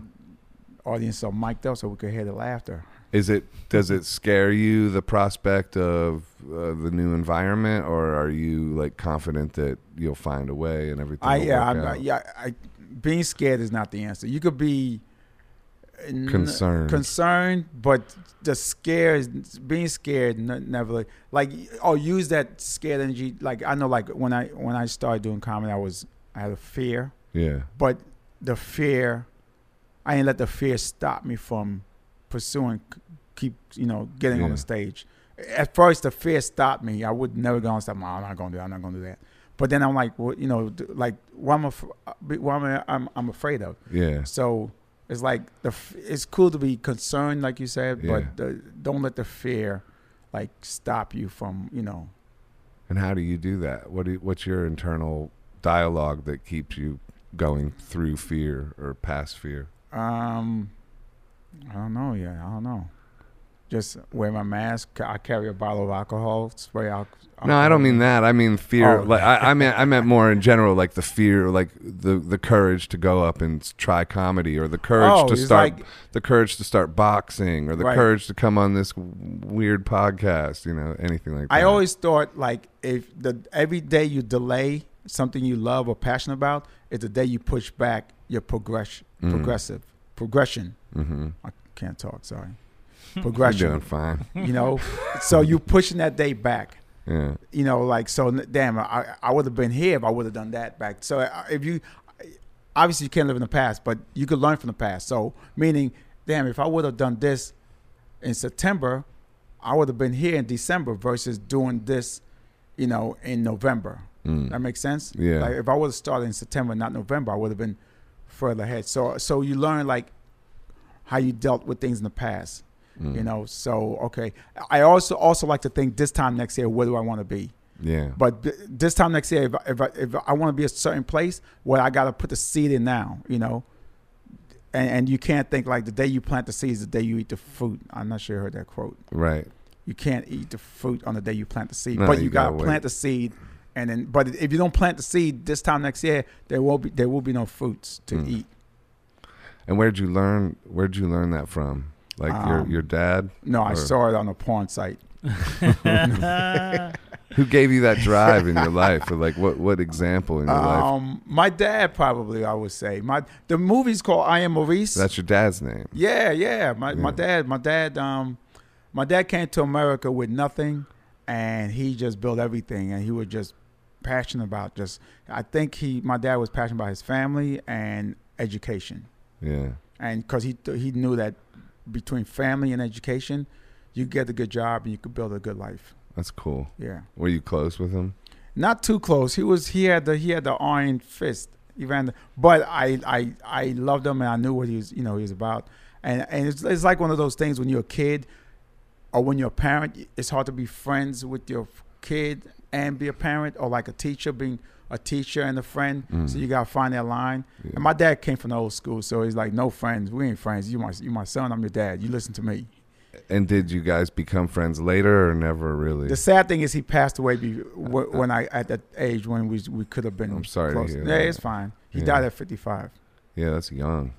audience are mic'd up so we could hear the laughter. Is it does it scare you the prospect of uh, the new environment, or are you like confident that you'll find a way and everything? I will yeah work I'm, I, out? yeah I being scared is not the answer. You could be n- Concerned. concerned, but the scare is being scared. N- never like or use that scared energy. Like I know, like when I when I started doing comedy, I was I had a fear. yeah, but the fear i didn't let the fear stop me from pursuing c- keep you know getting on Yeah. the stage at first the fear stopped me i would never go on stage "Oh, i'm not gonna do that i'm not gonna do that but then i'm like well, you know d- like what i'm af- uh, what I'm, I'm, I'm afraid of yeah, so it's like the f- it's cool to be concerned like you said Yeah. but the, don't let the fear like stop you from you know And how do you do that? What do you, what's your internal dialogue that keeps you going through fear or past fear? um i don't know yeah i don't know just wear my mask. ca- I carry a bottle of alcohol, spray alcohol. No, I don't mean that. I mean fear. Oh. Like I, I meant, I meant more in general, like the fear, like the the courage to go up and s- try comedy, or the courage Oh, to it's start, like- the courage to start boxing, or the Right. courage to come on this w- weird podcast. You know, anything like that. I always thought like if the every day you delay something you love or passionate about is the day you push back your progression, Mhm. progressive progression. Mm-hmm. I can't talk. [LAUGHS] Sorry, You're doing progression. fine. you know, so you pushing that day back. Yeah. You know, like so. n- Damn, I I would have been here if I would have done that back. So uh, if you obviously you can't live in the past, but you could learn from the past. So meaning, damn, if I would have done this in September, I would have been here in December versus doing this, you know, in November. Mm. That makes sense. Yeah. Like if I would have started in September, not November, I would have been further ahead. So so you learn like how you dealt with things in the past. You Mm. know. So okay. I also also like to think this time next year, where do I want to be? Yeah. But th- this time next year, if I, if I, if I want to be a certain place, well, I got to put the seed in now, you know. And, and you can't think like the day you plant the seed is the day you eat the fruit. I'm not sure you heard that quote. right. You can't eat the fruit on the day you plant the seed, No, but you you, gotta, gotta wait. plant the seed. And then, but if you don't plant the seed this time next year, there will be there will be no fruits to Mm. eat. And where'd you learn? Where'd you learn that from? Like your Um, your dad, No, I Or- saw it on a porn site. who gave you that drive in [LAUGHS] your life, or like what what example in your life? Um, my dad probably I would say my the movie's called I Am Maurice. That's your dad's name. Yeah, yeah. My my Yeah. dad, my dad, um, my dad came to America with nothing, and he just built everything, and he was just passionate about just. I think he, my dad, was passionate about his family and education, Yeah. and because he th- he knew that between family and education, you get a good job and you could build a good life. That's cool. Yeah, Were you close with him? not too close. He was he had the he had the iron fist. He ran, the, but I I I loved him and I knew what he was you know he was about. And and it's it's like one of those things when you're a kid, or when you're a parent, it's hard to be friends with your kid and be a parent, or like a teacher being a teacher and a friend. Mm. So you gotta find that line. Yeah. And my dad came from the old school, so he's like, no friends, we ain't friends. You my you my son, I'm your dad. You listen to me. And did you guys become friends later or never really? The sad thing is he passed away be, wh- when I at that age when we we could have been. I'm sorry to Close. hear Yeah, that. it's fine. He Yeah. died at 55. yeah, that's young.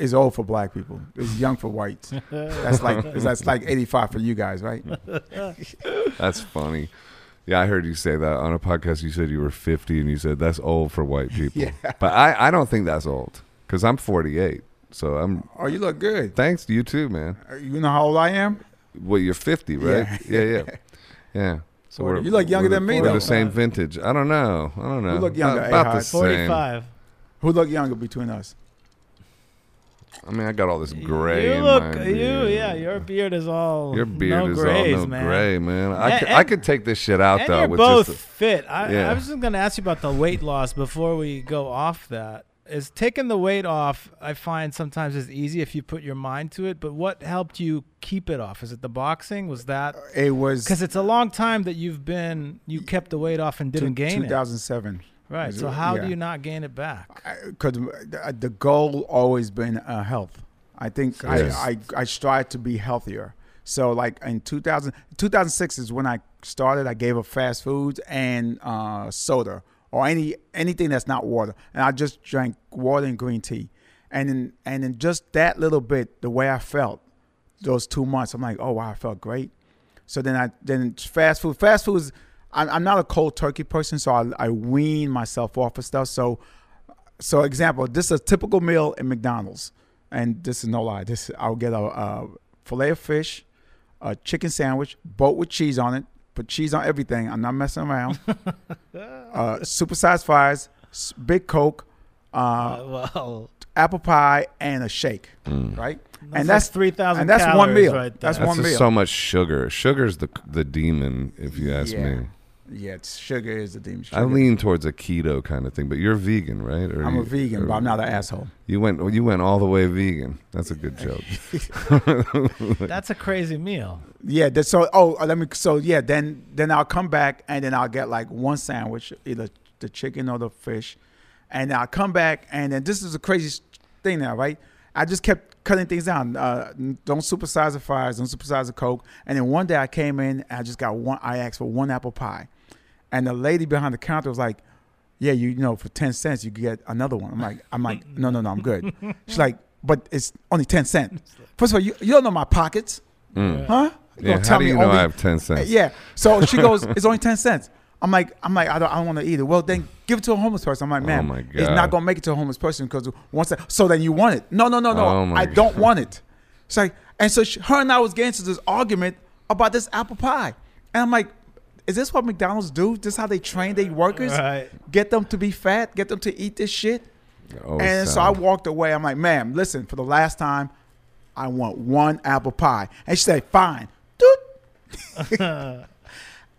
It's old for black people. It's young for whites. That's like that's like 85 for you [LAUGHS] guys, right? That's funny. Yeah, I heard you say that on a podcast. You said you were 50 and you said that's old for white people. Yeah. But I, I don't think that's old because I'm 48. So I'm. Oh, you look good. Thanks to you too, man. Uh, You know how old I am? Well, you're 50, right? Yeah, yeah, [LAUGHS] yeah. So we're- you look younger we're the- than me, we're though. the same vintage. I don't know. I don't know. look younger, About, about Ahad. the same. 45. Who look younger between us? I mean, I got all this gray. You in look, my you, beard. yeah, your beard is all. [LAUGHS] Your beard no is grays, all no man. gray, man. I, And- could, I and- could take this shit out And though. you're with both just fit. I, Yeah. I was just going to ask you about the weight loss before we go off that. Is taking the weight off, I find sometimes is easy if you put your mind to it, but what helped you keep it off? Is it the boxing? Was that. It was Because it's a long time that you've been, you kept the weight off and didn't two- gain it. 2007. Right. Is So it- how yeah. do you not gain it back? Because the uh, the goal always been uh, health. I think Yes. I, I, I strive to be healthier. So like in 2000, 2006 is when I started. I gave up fast foods and uh, soda or any anything that's not water, and I just drank water and green tea. And in and in just that little bit, the way I felt those two months, I'm like, oh wow, I felt great. So then I then fast food. Fast food is I'm, I'm not a cold turkey person, so I, I wean myself off of stuff. So so example, this is a typical meal at McDonald's, and this is no lie. This I'll get a, a fillet of fish, a chicken sandwich, boat with cheese on it. Put cheese on everything. I'm not messing [LAUGHS] around. uh, supersized fries, s- big coke, uh, Uh, [LAUGHS] well, apple pie, and a shake. Right, That's and that's like 3,000 and that's one calories meal. right that's there. Mm. That's one just meal. so much sugar. Sugar's the the demon, if you ask Yeah. me. yeah, it's sugar is the demon. Sugar. I lean towards a keto kind of thing, but you're vegan, right? Or I'm you, a vegan, or- but I'm not an asshole. You went you went all the way vegan. That's a good [LAUGHS] joke. That's a crazy meal. Yeah, that, so oh uh, let me so yeah, then then I'll come back and then I'll get like one sandwich, either the chicken or the fish. And I'll come back and then this is a crazy s- thing now, right? I just kept cutting things down. Uh, don't supersize the fries. Don't supersize the coke. And then one day I came in and I just got one. I asked for one apple pie, and the lady behind the counter was like, "Yeah, you, you know, for ten cents you could get another one." I'm like, I'm like, no, no, no, I'm good. She's like, but it's only ten cents. First of all, you, you don't know my pockets, Mm. huh? You Yeah, gonna how do you know only- I [LAUGHS] have 10 cents? yeah. So [LAUGHS] she goes, it's only ten cents. I'm like, I'm like, I don't, I don't want to eat it. Well, then give it to a homeless person. I'm like, Oh man, my it's God. not gonna make it to a homeless person because once. I, so then you want it? No, no, no, no. Oh my I don't want it. It's like, and so she, her and I was getting into this argument about this apple pie, and I'm like, is this what McDonald's do? This how they train their workers? Right. Get them to be fat. Get them to eat this shit. Oh, And so son. I walked away. I'm like, ma'am, listen, for the last time, I want one apple pie. And she said, fine. Doot. [LAUGHS]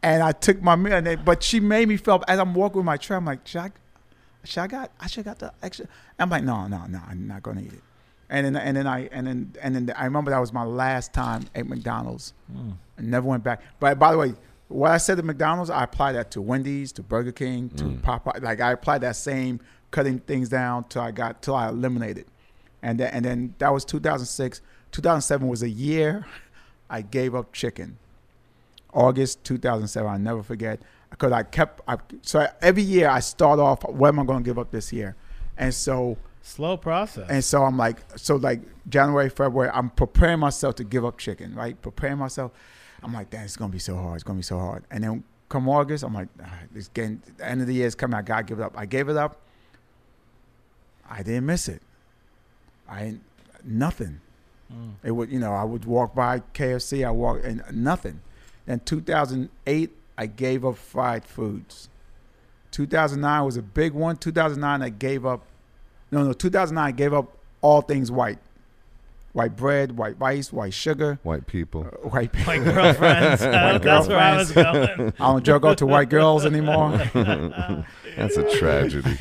and I took my meal. And they, but she made me feel, as I'm walking with my tray, I'm like, should I, should I got, I should got the extra. I'm like, no, no, no, I'm not going to eat it. And then, and then I, and then, and then I remember that was my last time at McDonald's. I never went back. But by the way, what I said to McDonald's, I applied that to Wendy's, to Burger King, to Popeye. Like I applied that same cutting things down till I got till I eliminated, and then and then that was 2006. 2007 was a year I gave up chicken. August 2007, I never forget because I kept. I, so every year I start off, what am I going to give up this year? And so Slow process. and so I'm like, so like January, February, I'm preparing myself to give up chicken, right? Preparing myself. I'm like, damn, it's gonna be so hard. It's gonna be so hard. And then come August, I'm like, ah, it's getting the end of the year is coming. I gotta give it up. I gave it up. I didn't miss it. I ain't nothing. Mm. [LAUGHS] It would, you know, I would walk by KFC. I walk and nothing. In 2008, I gave up fried foods. 2009 was a big one. 2009, I gave up. No, no, 2009, I gave up all things white. White bread, white rice, white sugar, White people. [LAUGHS] [LAUGHS] uh, white. [LAUGHS] My girlfriends. That's where I was going. I don't jerk off to white [LAUGHS] girls anymore. That's a tragedy.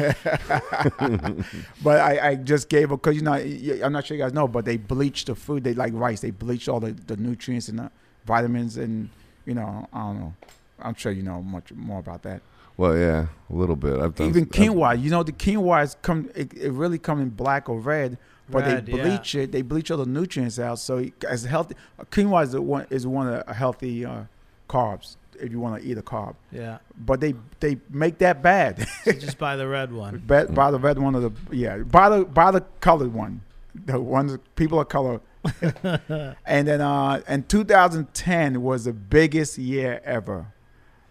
But I, I just gave up because you know y- I'm not sure you guys know, but they bleach the food. They like rice. They bleach all the, the nutrients and the vitamins and you know I don't know. I'm sure you know much more about that. Well, yeah, a little bit. I've done Even I've- quinoa, you know, the quinoa is come. It, it really come in black or red, but Red, they yeah. bleach it. They bleach all the nutrients out. So it- as healthy, uh, quinoa is the one is one of the healthy uh, carbs if you want to eat a carb. Yeah. But they they make that [LAUGHS] bad. So just buy the red one. Bet- buy the red one or the yeah, buy the buy the colored one, the ones people of [LAUGHS] color. and then uh, and 2010 was the biggest year ever.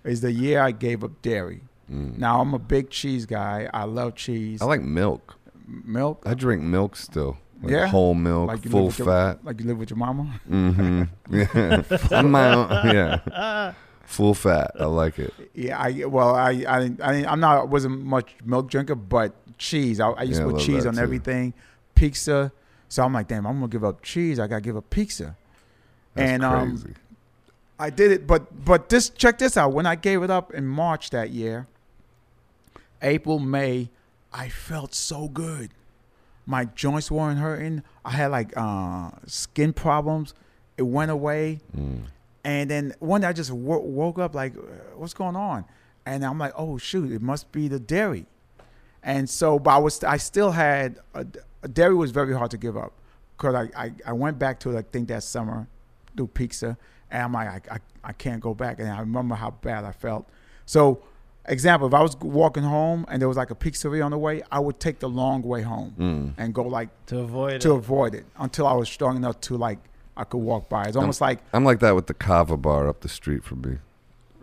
Is the year I gave up dairy. Mm. Now I'm a big cheese guy. I love cheese. I like milk. milk. I drink milk still. Like Yeah? Whole milk, Like you full live with your- fat. Like you live with your mama. hmm Yeah. [LAUGHS] I'm my own. Yeah. Full fat. I like it. Yeah. I well, I I didn't, I didn't, I'm not I wasn't much milk drinker, but cheese. I, I used Yeah, I to put love cheese that on too. everything, pizza. So I'm like, damn, I'm gonna give up cheese. I gotta give up pizza. That's And, um, crazy. I did it, but but this check this out. When I gave it up in March that year, April, May, I felt so good. My joints weren't hurting. I had like uh, skin problems. It went away, Mm. and then one day I just wo- woke up like, uh, what's going on? And I'm like, oh shoot, it must be the dairy. And so, but I was I still had a, a dairy was very hard to give up because I, I I went back to it I think that summer, do pizza, and I'm like I, I I can't go back, and I remember how bad I felt. So, example, if I was walking home and there was like a pizzeria on the way, I would take the long way home Mm. and go like To avoid to it. avoid it until I was strong enough to like I could walk by. It's almost like I'm like that with the kava bar up the street from me.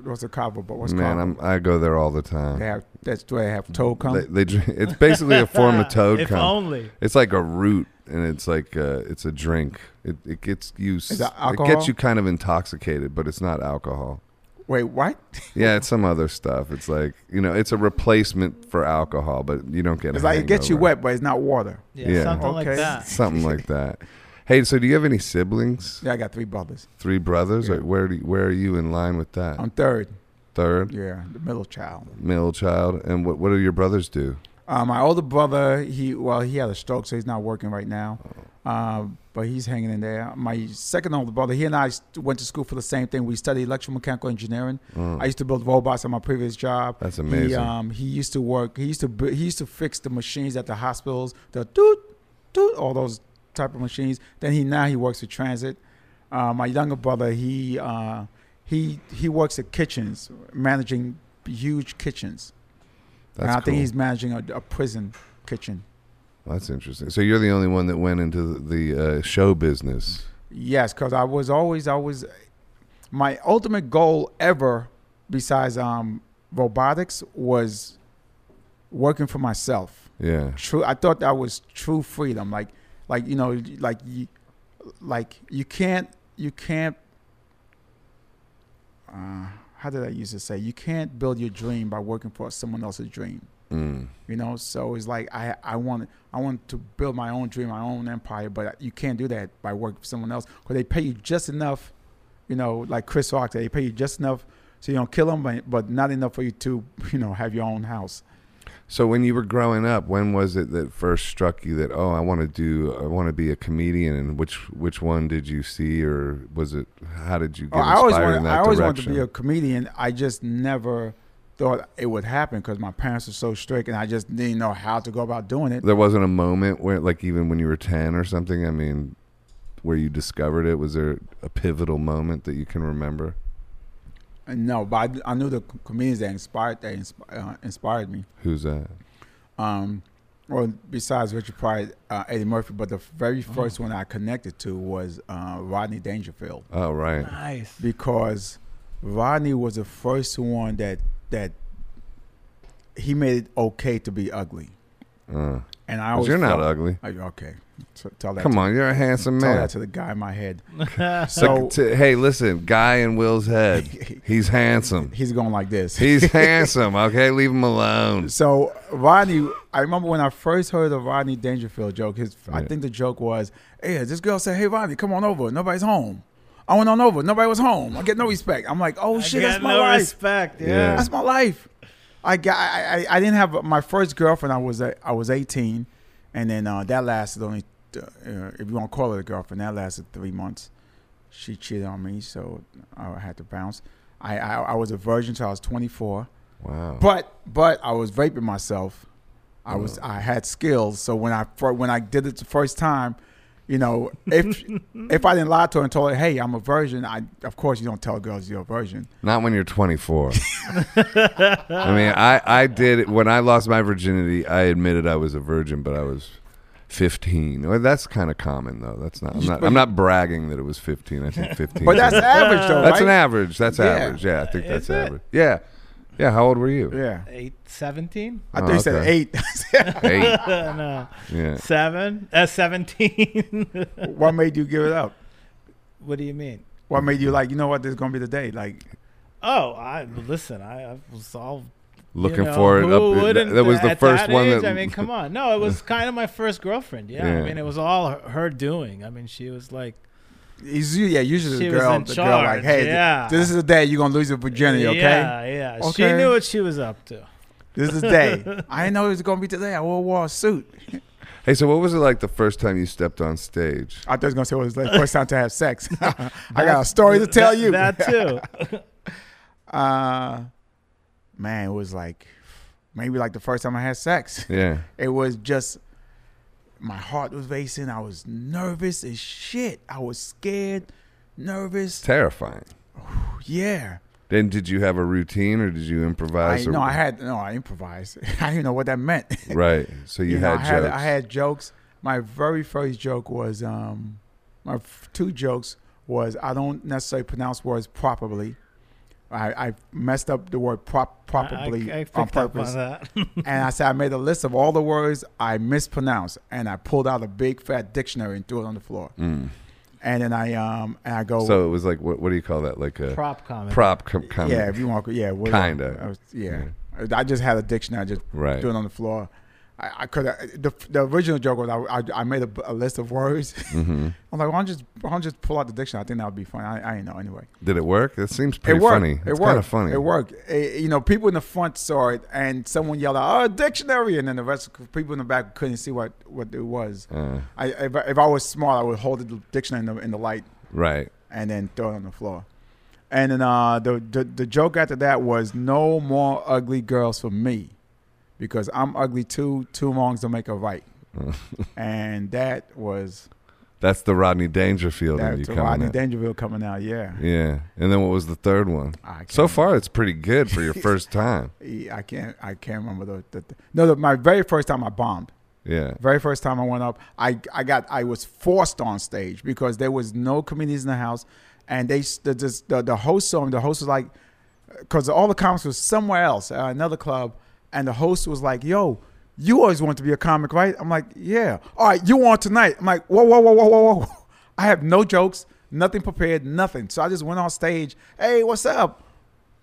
what's a cava, but what's Man, cava? I'm, uh, I go there all the time. They have that's where they have toe cum. They, they drink, it's basically a form [LAUGHS] of toad If cum. only. It's like a root, and it's like uh it's a drink. It it gets you. s- Is that It alcohol? gets you kind of intoxicated, but it's not alcohol. Wait, what? Yeah, it's some other stuff. It's like you know, it's a replacement for alcohol, but you don't get. a It's like it gets you hangover. wet, but it's not water. Yeah, Yeah. something like Okay. that. Something like that. Hey, so do you have any siblings? Yeah, I got three brothers. Three brothers? Yeah. Um, Like, where do you, where are you in line with that? I'm third. Third, Yeah, the middle child. middle child, and what what do your brothers do? Uh, my older brother, he well, he had a stroke, so he's not working right now. Oh. Uh, but he's hanging in there. My second older brother, he and I s- went to school for the same thing. We studied electromechanical engineering. Mm, I used to build robots at my previous job. that's He, amazing. um, he used to work. He used to bu- he used to fix the machines at the hospitals. The doot doot, all those type of machines. Then he now he works with transit. Uh, my younger brother, he uh, he he works at kitchens, managing huge kitchens. That's and I cool. think he's managing a, a prison kitchen. That's interesting. So you're the only one that went into the, the uh, show business. Yes, because I was always I was my ultimate goal ever, besides um, robotics, was working for myself. Yeah. true i thought that was true freedom like like you know like you like you can't you can't uh, how did i used to say you can't build your dream by working for someone else's dream Mm. you know so it's like i i want i want to build my own dream my own empire but you can't do that by working for someone else because they pay you just enough you know like chris rock they pay you just enough so you don't kill them but, but not enough for you to [LAUGHS] you know have your own house So when you were growing up, when was it that first struck you that oh, I want to do, I want to be a comedian? And which which one did you see, or was it? How did you get Oh, I inspired always in wanted, that I always wanted to direction? be a comedian. I just never thought it would happen because my parents were so strict, and I just didn't know how to go about doing it. there wasn't a moment where, like, even when you were ten or something. I mean, where you discovered it. Was there a pivotal moment that you can remember? And no, but I, I knew the c- comedians that inspired that insp- uh, inspired me. Who's that? Um, well, besides Richard Pryor, uh, Eddie Murphy, but the very Oh. first one I connected to was uh, Rodney Dangerfield Oh, right. Nice. because Rodney was the first one that that he made it okay to be ugly. Uh, And I 'cause always you're not felt- ugly. Are you okay? T- tell that. Come to, on, you're a handsome Tell man. that to the guy in my [LAUGHS] head. So, So hey, listen, guy in Will's head. He's [LAUGHS] handsome. he's going like this. He's handsome. Okay, leave him alone. so Rodney, I remember when I first heard the Rodney Dangerfield joke. His, I Yeah. think the joke was, "Hey, this girl said, hey Rodney, come on over. Nobody's home. I went on over. Nobody was home. I get no respect. I'm like, oh I shit, get that's my no life. respect. Yeah. Yeah. That's my life. I got. I, I, I didn't have my first girlfriend. I was. I was 18, and then uh, that lasted only. Uh, if you want to call it a girlfriend, that lasted three months. She cheated on me, so I had to bounce. I I, I was a virgin till I was 24. Wow. But but I was raping myself. I was I had skills. So when I fir- when I did it the first time, you know, [LAUGHS] if if I didn't lie to her and told her, hey, I'm a virgin, I of course you don't tell girls you're a virgin. Not when you're 24. I mean, I, I did it when I lost my virginity. I admitted I was a virgin, but I was 15. Well, that's kind of common though. That's not. I'm not. I'm not bragging that it was 15. I think 15. But that's average [LAUGHS] though, That's right? an average. That's Yeah. average. Yeah, I think that's Is it? average. Yeah, yeah. How old were you? Yeah. Eight seventeen? [LAUGHS] I Oh, thought you said okay. eight. [LAUGHS] Eight. no. [LAUGHS] Yeah. Seven? Uh, seventeen. [LAUGHS] what made you give it up? what do you mean? What made you like, you know what, this is gonna be the day? Like Oh, I listen. I, I was all you Looking know, for it. who Up, that, wouldn't that was at the first that one. age? That, I mean, come on. No, it [LAUGHS] was kind of my first girlfriend. Yeah, Yeah. I mean, it was all her, her doing. I mean, she was like, is you yeah, usually She the was girl in the girl like, charge, hey, th- yeah. this is the day you're gonna lose your virginity, okay? yeah, yeah. She Okay. knew what she was up to. This is the [LAUGHS] day. I didn't know it was gonna be today. I wore, wore a suit. Hey, so what was it like the first time you stepped on stage? I thought I was gonna say it was the first time to have sex. [LAUGHS] I got a story to tell That- you. [LAUGHS] That too. uh man, it was like maybe like the first time I had sex. Yeah. It was just my heart was racing. I was nervous as shit. I was scared, nervous. terrifying. Yeah. Then did you have a routine or did you I, improvise? or, no, I had no. I improvised. [LAUGHS] I didn't know what that meant. right. So you, know, had I jokes. I had jokes. My very first joke was um, my f- two jokes was I don't necessarily pronounce words properly. I, I messed up the word prop properly I, I on picked up purpose, on that. [LAUGHS] and I said I made a list of all the words I mispronounced, and I pulled out a big fat dictionary and threw it on the floor. Mm. And then I um and I go So it was like what? What do you call that? Like a prop, Prop comment. com- comedy. yeah if you want yeah what- Kinda. I was- yeah. I just had a dictionary I just Right. doing on the floor. I, I could the the original joke was I I, I made a, a list of words. [LAUGHS] hmm I'm like, why don't just why don't just pull out the dictionary? I think that would be funny. I, I didn't know anyway. Did it work? It seems pretty it worked. funny. It it's worked. kind of funny. It worked. It- you know, people in the front saw it, and someone yelled out, "Oh, dictionary!" And then the rest of the people in the back couldn't see what what it was. Uh, I if, I- if I was smart, I would hold the dictionary in the, in the light right. and then throw it on the floor. And then uh, the, the the joke after that was no more ugly girls for me, [LAUGHS] because I'm ugly too. Two wrongs don't make a right, Uh, and that was That's the Rodney Dangerfield in you That's coming Rodney in. Dangerfield coming out. Yeah. yeah. And then what was the third one? I can't So far, it's pretty good [LAUGHS] for your first time. remember. I can't. I can't remember the. the, the no, the, my very first time I bombed. Yeah. Very first time I went up, I I got I was forced on stage because there was no comedians in the house, and they the the, the, the host saw him. The host was like, because all the comics was somewhere else, uh, another club, and the host was like, "Yo, you always want to be a comic, right?" I'm like, "Yeah." All right, you on tonight? I'm like, "Whoa, whoa, whoa, whoa, whoa, [LAUGHS] whoa!" I have no jokes, nothing prepared, nothing. So I just went on stage. Hey, what's up?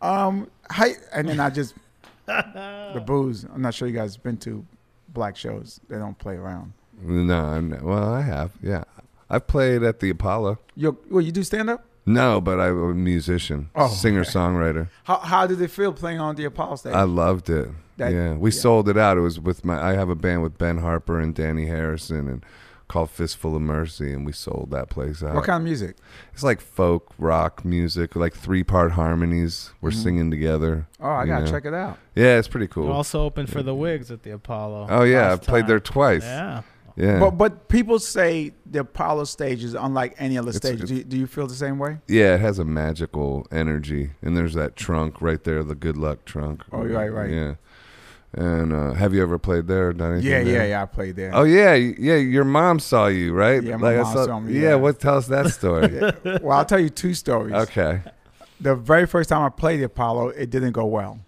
Um, hi, and then I just [LAUGHS] the booze. I'm not sure you guys been to black shows. They don't play around. No, I'm not. well, I have. Yeah. I've played at the Apollo. You well, you do stand up. No, but I'm a musician, Oh, singer songwriter. How how did it feel playing on the Apollo stage? I loved it. That- yeah, we yeah. sold it out. It was with my. I have a band with Ben Harper and Danny Harrison, and called Fistful of Mercy, and we sold that place out. what kind of music? It's like folk rock music, like three part harmonies. We're Mm-hmm. singing together. Oh, I you gotta know. check it out. Yeah, it's pretty cool. Mm-hmm. You also opened for the Wigs at the Apollo. oh yeah, I last played there time. twice. Yeah, Yeah. yeah. But but people say the Apollo stage is unlike any other It's- stage. Do, you- do you feel the same way? it has a magical energy, and there's that trunk right there, the good luck trunk. Oh, right, right. Yeah. And uh, have you ever played there? Or done anything Yeah, there? yeah, yeah. I played there. Oh yeah, y- yeah. Your mom saw you, right? Yeah, my I mom saw me, Yeah, yeah. what? Tell us that [LAUGHS] story. Well, I'll tell you two stories. okay. The very first time I played the Apollo, it didn't go well.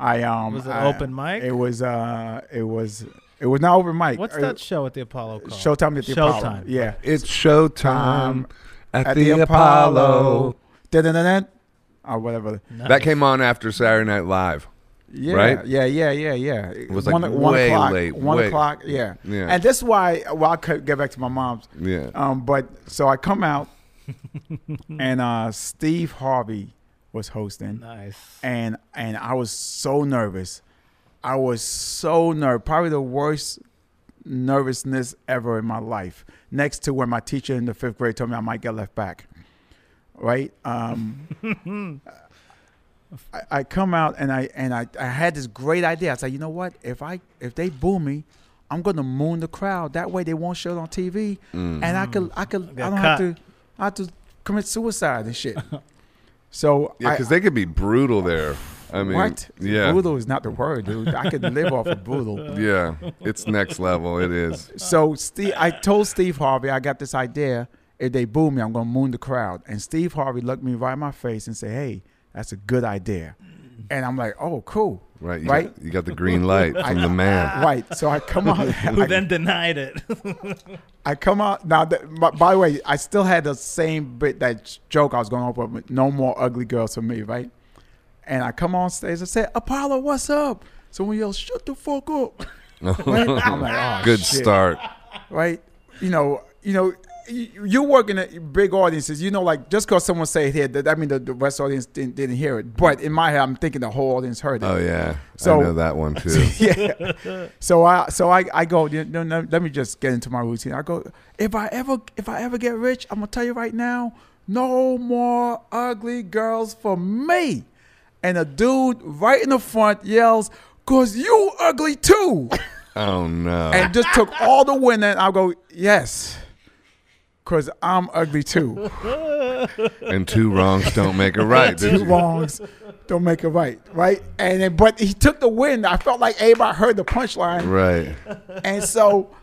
I um Was it I- open mic? It was uh it was it was not open mic. What's It- that show at the uh, Apollo called? Showtime at the Apollo. Showtime. Yeah. Um, It's showtime Time at, the, Apollo. Dun-dun-dun-dun. Or whatever. Nice. That came on after Saturday Night Live. Yeah, Right? yeah, yeah, yeah, yeah. It was, like, way o'clock, late, One way- o'clock, yeah. Yeah. And that's why, well, I'll cut- get back to my mom's. Yeah. Um, but so I [LAUGHS] come out, and uh, Steve Harvey was hosting, Nice. and and I was so nervous. I was so nervous. Probably the worst nervousness ever in my life. Next to when my teacher in the fifth grade told me I might get left back. Right. Um, [LAUGHS] I, I come out and I and I, I had this great idea. I said, you know what? If I if they boo me, I'm gonna moon the crowd. That way they won't show it on TV, mm. and I could I could I Get don't have cut. to I have to commit suicide and shit. [LAUGHS] So Yeah, I- because they could be brutal there. I mean, what? Yeah. Brutal is not the word, dude. I could live off of brutal. Yeah. It's next level. It is. So Steve, I told Steve Harvey I got this idea. If they boo me, I'm gonna moon the crowd. And Steve Harvey looked me right in my face and said, "Hey, that's a good idea." And I'm like, "Oh, cool." Right. You Right. Got, you got the green light from the [LAUGHS] man. Right. So I come out. [LAUGHS] Who I, then denied [LAUGHS] it? I come out. Now, th- by, by the way, I still had the same bit that joke I was going to open up with no more ugly girls for me, right? And I come on stage. I said, "Apollo, what's up?" Someone yells, "Shut the fuck up!" [LAUGHS] Right? I'm like, [LAUGHS] "Oh, Good shit." start. right? You know, you know, y- you work in a big audiences. You know, like just because someone say it here, that I mean the, the West audience didn't, didn't hear it. But in my head, I'm thinking the whole audience heard it. Oh yeah. So- I know that one too. [LAUGHS] yeah. So I so I, I go. You know, no, let me just get into my routine. I go. If I ever if I ever get rich, I'm gonna tell you right now, no more ugly girls for me. And a dude right in the front yells, "Cause you ugly too." [LAUGHS] Oh no. and just took all the women. I'll go, yes, because I'm ugly too. And two wrongs don't make a right. did [LAUGHS] Two you? wrongs don't make it right, right? And then, but he took the win. I felt like everybody heard the punchline, Right. and so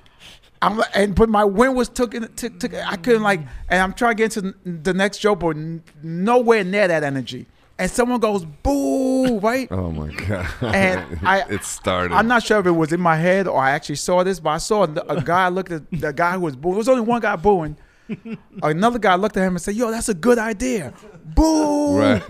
I'm like- and but my win was taken. Took, took, I couldn't like, and I'm trying to get into the next joke, but n- nowhere near that energy. And someone goes, boo, right? Oh my god. And I, [LAUGHS] it started. I'm not sure if it was in my head or I actually saw this, but I saw a a [LAUGHS] guy look at the guy who was booing. There was only one guy booing. Another guy looked at him and said, "Yo, that's a good idea, boo!" [LAUGHS] Right.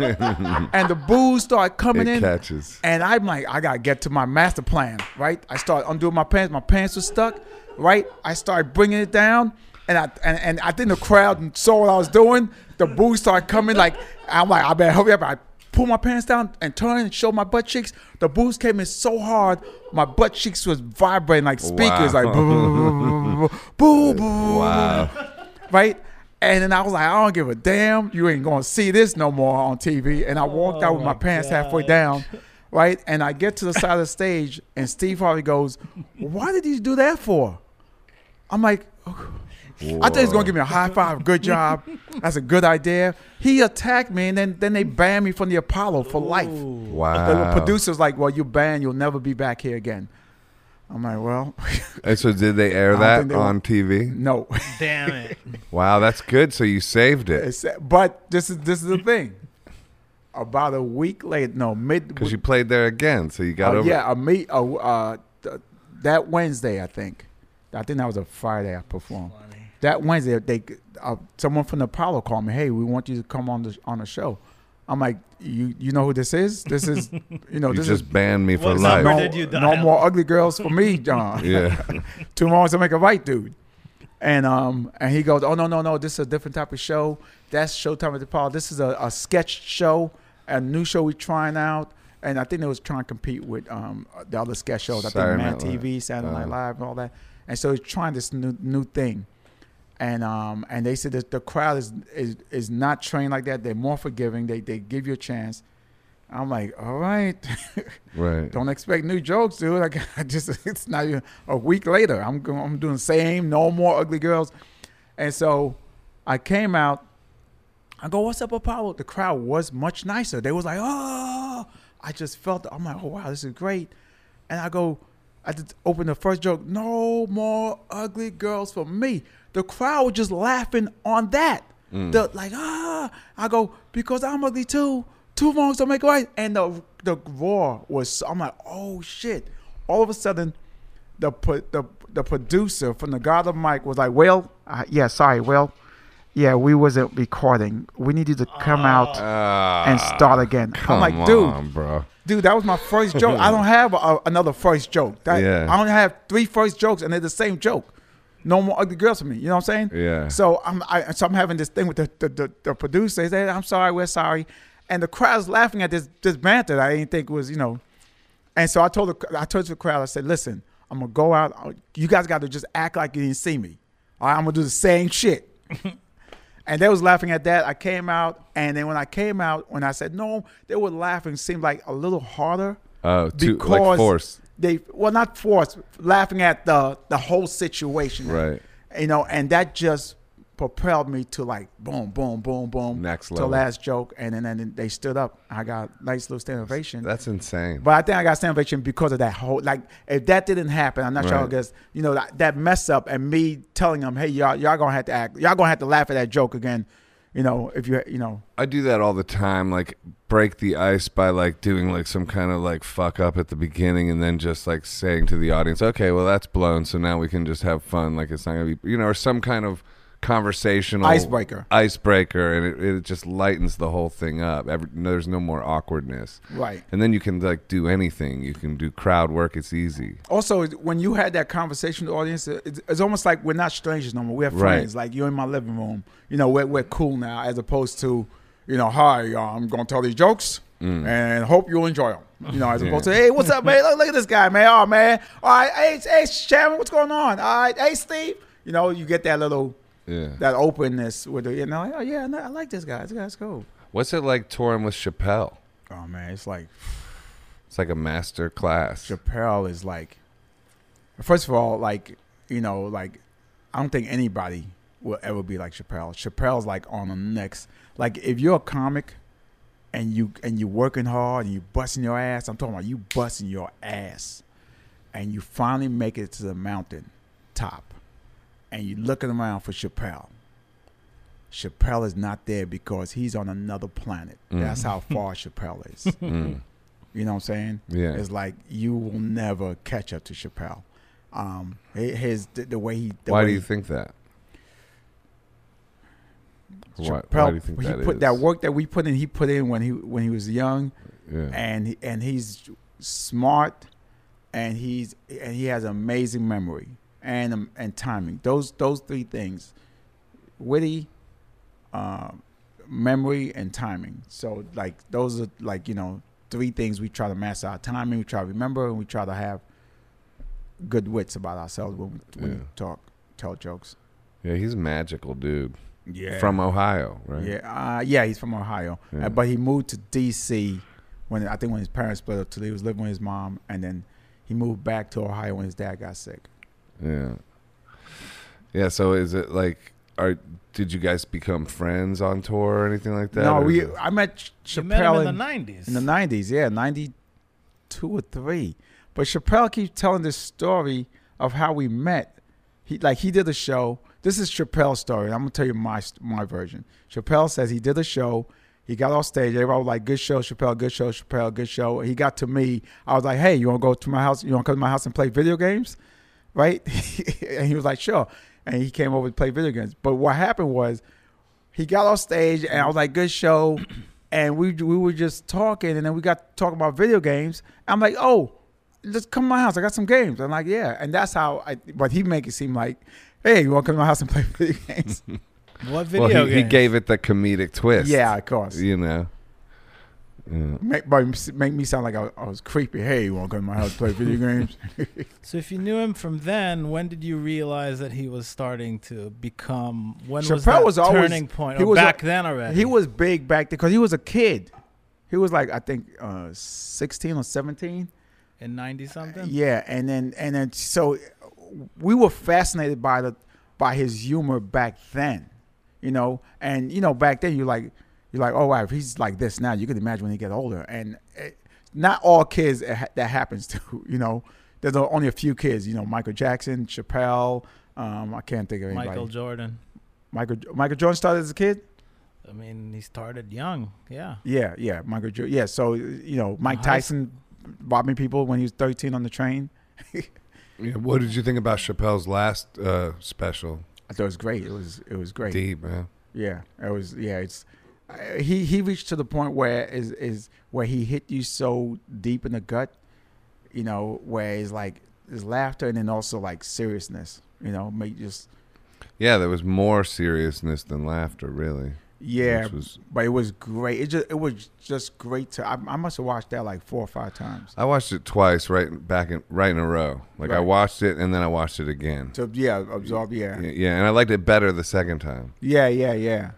And the boos started coming it in, catches. and I'm like, "I gotta get to my master plan, right?" I started undoing my pants. My pants were stuck, right? I started bringing it down, and I and, and I think the crowd saw what I was doing. The boos started coming. Like I'm like, "I better hurry up!" I pull my pants down and turn and show my butt cheeks. The boos came in so hard, my butt cheeks was vibrating like speakers, Wow. [LAUGHS] like boo, boo, boo, boo, boo, boo, boo, Wow. right? And then I was like, I don't give a damn. You ain't gonna see this no more on TV. And I walked out with my, my pants halfway God. down, right? And I get to the side of the stage, and Steve Harvey goes, "Why did you do that for?" I'm like, I thought he was gonna give me a high five. Good job. That's a good idea. He attacked me, and then then they banned me from the Apollo for life. Wow. The producer's like, "Well, you banned. You'll never be back here again." I'm like, "Well, [LAUGHS] And so did they air don't that think they on will. TV? no." [LAUGHS] Damn it. Wow, that's good. So you saved it It's- but this is this is the thing. About a week later, no mid. because you played there again. So you got uh, over. yeah, a meet. Uh, uh, th- that Wednesday, I think. I think that was a Friday I performed. That Wednesday, they uh, someone from the Apollo called me. Hey, we want you to come on the on the show. I'm like, you you know who this is? This is [LAUGHS] you know You this just is banned me for What life. number no, did you no dial? more ugly girls for me, John. Yeah. [LAUGHS] two mornings to make a white dude. And um and he goes, Oh no, no, no, this is a different type of show. That's Showtime at the Paul. This is a, a sketch show, a new show we're trying out. And I think they was trying to compete with um the other sketch shows. I Saturday think Night Man Live. TV, Saturday Night Uh-huh. Live, and all that. And so he's trying this new new thing. And um and they said that the crowd is is, is not trained like that. They're more forgiving. They they give you a chance. I'm like, all right. [LAUGHS] Right. Don't expect new jokes, dude. Like [LAUGHS] I just it's not even a week later. I'm go- I'm doing same, no more ugly girls. And so I came out. I go, what's up, Apollo? The crowd was much nicer. They was like, oh, I just felt. I'm like, oh wow, this is great. And I go, I just opened the first joke. No more ugly girls for me. The crowd was just laughing on that. The like ah, I go because I'm ugly too. Two wrongs don't make a right. And the the roar was. I'm like, oh shit. All of a sudden, the pro- the the producer from the God of Mike was like, well, uh, yeah, sorry, well, yeah, we wasn't recording. We need you to come out and start again. Ah. Come I'm like, dude, on, bro. dude, that was my first joke. I don't have a, another first joke. That, Yeah. I only have three first jokes, and they're the same joke. No more ugly girls for me. You know what I'm saying? Yeah. So I'm I, so I'm having this thing with the the, the, the producer. He said, "I'm sorry, we're sorry," and the crowd's laughing at this this banter. That I didn't think was you know, and so I told the I told the crowd. I said, "Listen, I'm gonna go out. You guys got to just act like you didn't see me. All right, I'm gonna do the same [LAUGHS] shit." And they was laughing at that. I came out, and then when I came out, when I said no, they were laughing. Seemed like a little harder. Oh, too like force. They well, not forced, laughing at the the whole situation. Right. You know, and that just propelled me to like boom, boom, boom, boom. Next To level. last joke, and then and then they stood up. I got a nice little standing ovation. That's insane. But I think I got standing ovation because of that whole like if that didn't happen, I'm not sure. I Right. guess you know that, that mess up and me telling them, hey, y'all, y'all gonna have to act, y'all gonna have to laugh at that joke again. You know, if you you know, I do that all the time, like break the ice by like doing like some kind of like fuck up at the beginning and then just like saying to the audience, okay, well that's blown, so now we can just have fun. Like it's not gonna be, you know, or some kind of conversational Icebreaker. icebreaker, and it, it just lightens the whole thing up. Every, no, there's no more awkwardness, right. and then you can like do anything. You can do crowd work. It's easy. Also, when you had that conversation with the audience, it's, it's almost like we're not strangers no more. We're Right. friends. Like you're in my living room. You know, we're, we're cool now, as opposed to, you know, hi, uh, I'm gonna tell these jokes and hope you'll enjoy them. You know, as opposed to, hey, what's up, man? Look, look at this guy, man. Oh man, all right, hey, hey, Sharon, what's going on? All right, hey, Steve. You know, you get that little Yeah. that openness with the, you know, like, oh yeah, no, I like this guy. This guy's cool. What's it like touring with Chappelle? Oh man, it's like It's like a master class. Chappelle is like, first of all, like you know, like I don't think anybody will ever be like Chappelle. Chappelle's like on the next. Like if you're a comic and you and you working hard and you busting your ass, I'm talking about you busting your ass, and you finally make it to the mountain top, and you looking around for Chappelle. Chappelle is not there because he's on another planet. Mm. That's how far [LAUGHS] Chappelle is. [LAUGHS] Mm. You know what I'm saying? Yeah. It's like you will never catch up to Chappelle. Um, hi- his the, the way he. The Why way do you he- think that? Why, Chappelle, why do you think he that put is? that work that we put in. He put in when he when he was young, Yeah. and he, and he's smart, and he's and he has amazing memory and um, and timing. Those those three things, witty, uh, memory, and timing. So like those are like you know three things we try to master our timing. We try to remember, and we try to have good wits about ourselves when we, when Yeah. we talk, tell jokes. Yeah, he's a magical dude Yeah. from Ohio, right? Yeah, uh, yeah, he's from Ohio, Uh, Yeah. but he moved to D.C. when I think when his parents split up. Till he was living with his mom, and then he moved back to Ohio when his dad got sick. Yeah. Yeah. So is it like, are did you guys become friends on tour or anything like that? no, or is we. it- I met Ch- You met him Chappelle in in- the 90s. in the nineties, yeah, ninety two or three. But Chappelle keeps telling this story of how we met. He like he did a show. This is Chappelle's story. I'm gonna tell you my my version. Chappelle says he did a show. He got off stage. Everybody was like, "Good show, Chappelle. Good show, Chappelle. Good show." He got to me. I was like, "Hey, you wanna go to my house? You wanna come to my house and play video games?" Right? [LAUGHS] and he was like, "Sure." And he came over to play video games. But what happened was, he got off stage, and I was like, "Good show." and we we were just talking, and then we got talking about video games. I'm like, oh, let's come to my house. I got some games. I'm like, yeah, and that's how I. But he make it seem like, hey, you want to come to my house and play [LAUGHS] video games? What video Well, he, he games? gave it the comedic twist. yeah, of course. You know. Yeah. Make, but make me sound like I was, I was creepy. Hey, you want to come to my house and play video games? So if you knew him from then, when did you realize that he was starting to become? When was Chappelle that was always- turning point? he Or was back al- then already. He was big back then because he was a kid. He was like I think uh, 16 or 17. in ninety something. Yeah, and then and then so we were fascinated by the by his humor back then, you know, and you know back then you're like you're like oh wow if he's like this now you can imagine when he gets older and it, not all kids it ha- that happens to [LAUGHS] you know there's only a few kids you know Michael Jackson Chappelle um, I can't think of anybody Michael Michael Jordan. Michael, Michael Jordan started as a kid I mean, he started young. Yeah. yeah yeah Michael Jordan yeah so you know Mike High Tyson robbing people when he was 13 on the train Yeah, What did you think about Chappelle's last uh, special? I thought it was great it was it was great Deep, man. Yeah, it was. Yeah, it's uh, he he reached to the point where is is where he hit you so deep in the gut, you know, where it's like there's laughter and then also like seriousness, you know, make just Yeah, there was more seriousness than laughter, really. yeah. Which was, But it was great. It just it was just great to. I, I must have watched that like four or five times. I watched it twice, right back in right in a row. Like I Right. watched it and then I watched it again. So yeah, absorb. Yeah, Yeah, yeah, and I liked it better the second time. yeah, yeah, yeah.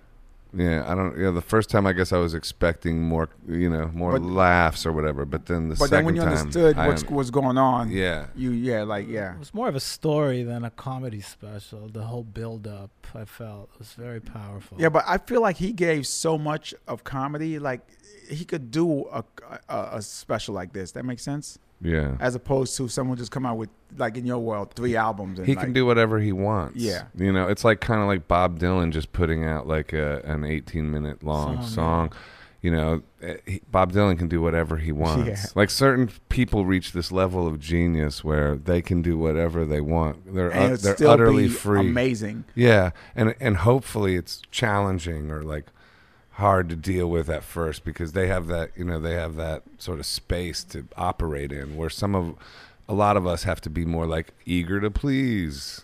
Yeah, I don't. Yeah, the first time I guess I was expecting more, you know, more But- laughs or whatever. But then the But then second when you time, understood I what's un- what's going on, yeah, you yeah, like yeah, It was more of a story than a comedy special. The whole build up, I felt, was very powerful. Yeah, but I feel like he gave so much of comedy. Like he could do a a, a special like this. That makes sense. yeah. As opposed to someone just come out with like in your world three albums. And He like, can do whatever he wants. Yeah. you know, it's like kind of like Bob Dylan just putting out like a an 18 minute long Song, song. You know, eh, he, Bob Dylan can do whatever he wants. [LAUGHS] Yeah. Like certain people reach this level of genius where they can do whatever they want. They're and ut- it'd they're still utterly be free. Amazing. Yeah, and and hopefully it's challenging or like hard to deal with at first because they have that you know they have that sort of space to operate in where some of a lot of us have to be more like eager to please.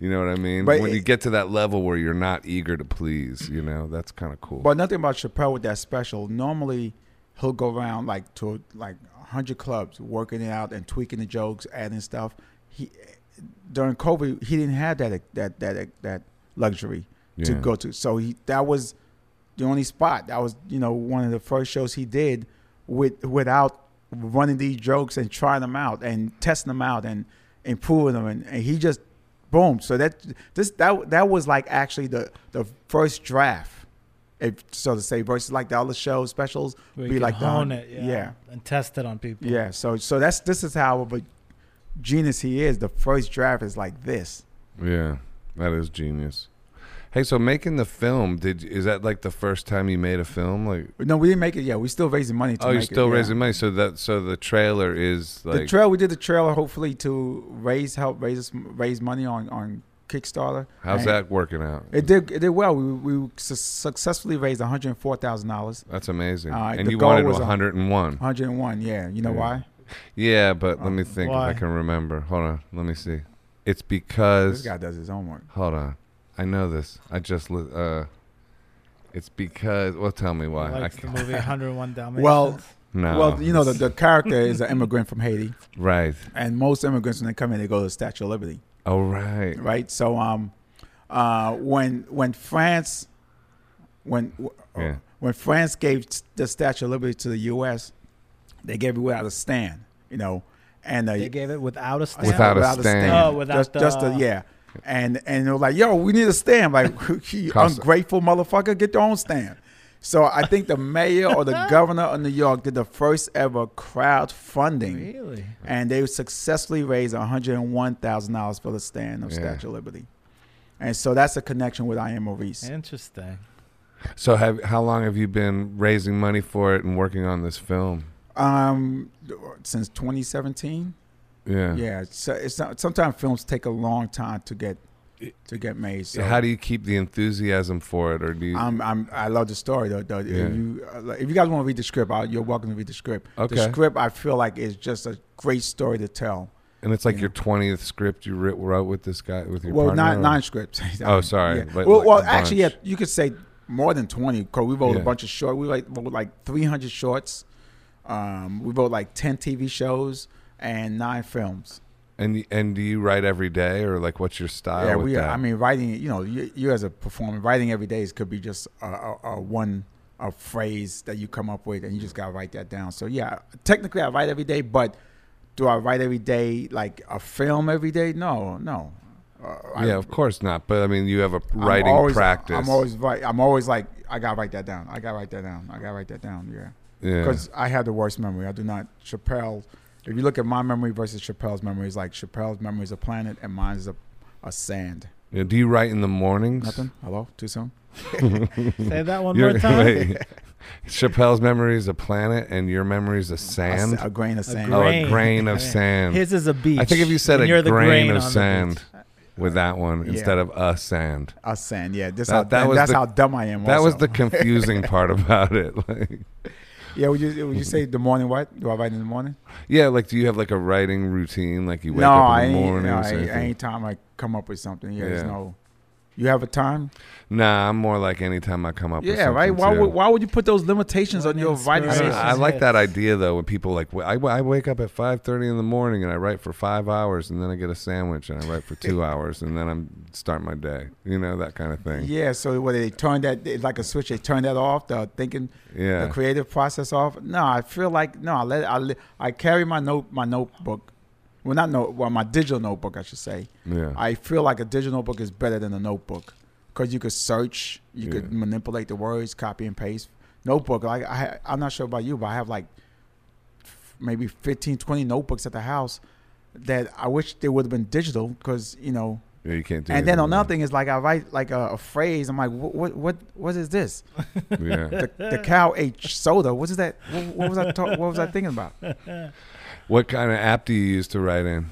You know what I mean? But when it- you get to that level where you're not eager to please, you know that's kind of cool. But nothing about Chappelle with that special. Normally, he'll go around like to like hundred clubs, working it out and tweaking the jokes, adding stuff. He during COVID, he didn't have that that that that luxury. to Yeah. go to. So he that was the only spot. That was you know one of the first shows he did with without running these jokes and trying them out and testing them out and improving them and, and he just boom. So that this that that was like actually the the first draft. If, so to say, versus like the other show specials, Where you be could like the hone hun- it, yeah, yeah. and test it on people. yeah. So, so that's this is how of a genius he is. The first draft is like this. yeah, that is genius. Hey, so making the film did is that like the first time you made a film? Like, No, we didn't make it yet. We're still raising money. To oh, you're make it, still yeah. raising money, so that so the trailer is like the trail we did the trail hopefully to raise help raise us- raise money on on Kickstarter. how's And that working out? It did it did well. We we su- successfully raised one hundred four thousand dollars. That's amazing. Uh, and the you goal wanted was a- 101. One hundred and one. Yeah, you know Yeah. why? Yeah, but let me Uh, think why? if I can remember. Hold on. Let me see. It's This because. guy does his homework. Hold on. I know this. I just. li- Uh, it's because. Well, tell me why. I Like the can't. [LAUGHS] movie 101 Dalmatians. Well, No. well, you know the, the character is an immigrant from Haiti, Right. and most immigrants when they come in, they go to the Statue of Liberty. Oh, right. right? So um, uh, when when France, when uh, Yeah. when France gave the Statue of Liberty to the U.S., they gave it without a stand, you know, and uh, they gave it without a stamp. Without a stand. Oh, without just, the- just the yeah. and and they were like, "Yo, we need a stand." Like, [LAUGHS] you Costa. ungrateful motherfucker, get your own stand. So I think the mayor or [LAUGHS] the governor of New York did the first ever crowdfunding, Really? and they successfully raised one hundred and one thousand dollars for the stand of Yeah. Statue of Liberty. And so that's a connection with I am Maurice. Interesting. So, have how long have you been raising money for it and working on this film? Um, since 2017, Yeah. yeah. So it's not, sometimes films take a long time to get to get made. So Uh, how do you keep the enthusiasm for it, or do you? I'm, I'm, I love the story though. though. Yeah. If you uh, if you guys want to read the script, I, you're welcome to read the script. Okay. The script I feel like is just a great story to tell. and it's like yeah. your twentieth script you writ- wrote with this guy with your well, partner. not or- nine [LAUGHS] scripts. Oh, sorry, Yeah. but well, like well a actually, yeah, bunch. you could say more than twenty. Cause we wrote Yeah. a bunch of short. We like wrote like three hundred shorts. Um, we wrote like ten TV shows and nine films. And y- and do you write every day, or like what's your style? yeah, with we. uh, That? I mean, writing. You know, you, you as a performer, writing every day is, could be just a, a, a one a phrase that you come up with, and you just gotta write that down. So yeah, technically I write every day, but do I write every day like a film every day? No, no. Uh, I- yeah, of course not. But I mean, you have a I'm writing always- practice. I'm always write. I'm always like, I gotta write that down. I gotta write that down. I gotta write that down. Yeah, yeah. because I have the worst memory. I do not Chappelle. If you look at my memory versus Chappelle's memory, it's like Chappelle's memory is a planet and mine is a, a sand. Yeah, Do you write in the mornings? Nothing. [LAUGHS] Hello. Too soon. Hmm. Say that one Your- more [LAUGHS] time. wait. Chappelle's memory is a planet, and your memory is a A s- sand. A, grain of sand. oh, Grain. a grain [LAUGHS] of Grain. sand. His is a beach. um, I think if you said and a you're the grain, grain of on the sand beach. with that one Yeah. instead of a sand, A sand. Yeah. This That- how, that was that's the- how dumb I am. that was also. the confusing part [LAUGHS] about it. Like, Yeah. Would you would you say the morning what? Do I write in the morning? yeah, like do you have like a writing routine? Like you wake no, up I in the ain't. morning? No, or I, something? ain't- anytime I come up with something, yeah, there's Yeah. no. You have a time? Nah, I'm more like anytime I come up. with yeah. Right. something, Why too. would Why would you put those limitations on Morning your writing? I, don't know, inspiration. sessions? I like Yes. that idea though. When people like, w- I, I wake up at five thirty in the morning and I write for five hours, and then I get a sandwich and I write for [LAUGHS] two hours, and then I'm start my day. You know that kind of thing. Yeah. So whether they turn that it's like a switch, they turn that off. The thinking, the Yeah, creative process off. No, I feel like no. I let I let- I carry my note my notebook. Well, not note. Well, my digital notebook, I should say. yeah. I feel like a digital notebook is better than a notebook because you could search, you could Yeah. manipulate the words, copy and paste. Notebook, like I, ha- I'm not sure about you, but I have like f- maybe 15, 20 notebooks at the house that I wish they would have been digital because you know. yeah you can't do. and then anything another thing is like I write like a, a phrase. I'm like, what, what, what, what is this? with it. Yeah. [LAUGHS] [LAUGHS] The, the cow ate soda. What is that? What, what was I? Ta- what was I thinking about? What kind of app do you use to write in?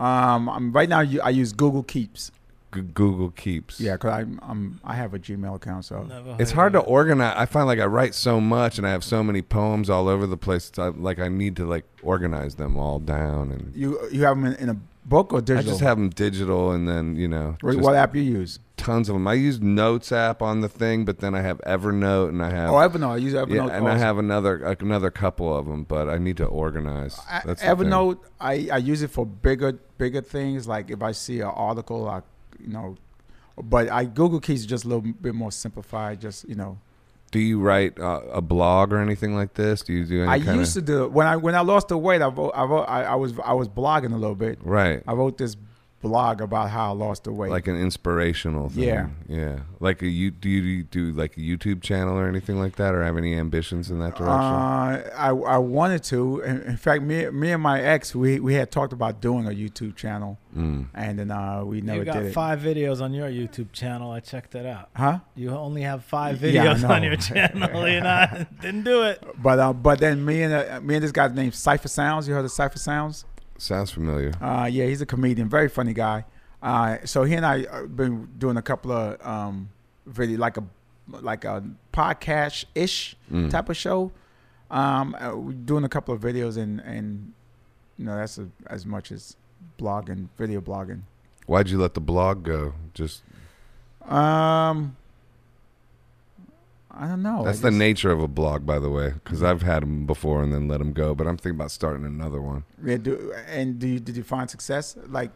Um, I'm, right now you- I use Google Keeps. G- Google Keeps. Yeah, because I'm, I'm I have a Gmail account, so. Never It's hard heard to of organize. I find like I write so much and I have so many poems all over the place. It's, uh, like I need to like organize them all down and You you have them in, in a book or digital? I just have them digital and then you know What, just what app you use? tons of them. I use Notes app on the thing, but then I have Evernote and I have oh, Evernote. I use Evernote. yeah, and I also. have another like, another couple of them, but I need to organize. I- That's the thing. Evernote. I, I use it for bigger bigger things. Like if I see an article, I you know, but I Google Keys is just a little bit more simplified. Just you know, Do you write uh, a blog or anything like this? Do you do any I kind used of to do when I when I lost the weight. I wrote, I, wrote, I I was I was blogging a little bit. right? I wrote this blog about how I lost the weight. like an inspirational thing. Yeah. yeah. Like a you do you do like a YouTube channel or anything like that, or have any ambitions in that Uh, direction? I I wanted to. In, in fact, me me and my ex, we we had talked about doing a YouTube channel, mm. and then uh, we it. never You did got it. five videos on your YouTube channel. I checked it out. Huh? You only have five Yeah, I videos on know. your channel. You're not [LAUGHS] didn't do it. But uh, but then me and uh, me and this guy named Cipher Sounds. You heard of Cipher Sounds? Sounds familiar. Uh, yeah, he's a comedian, very funny guy. Uh, so he and I have been doing a couple of um, video like a like a podcast ish Mm. type of show. Um, uh, we're doing a couple of videos and and you know that's a, as much as blogging, video blogging. Why'd you let the blog go? Just Um, I don't know. Oh, I that's the just- nature of a blog, by the way, because I've had them before and then let them go. But I'm thinking about starting another one. Yeah, do, and do you, did you find success? Like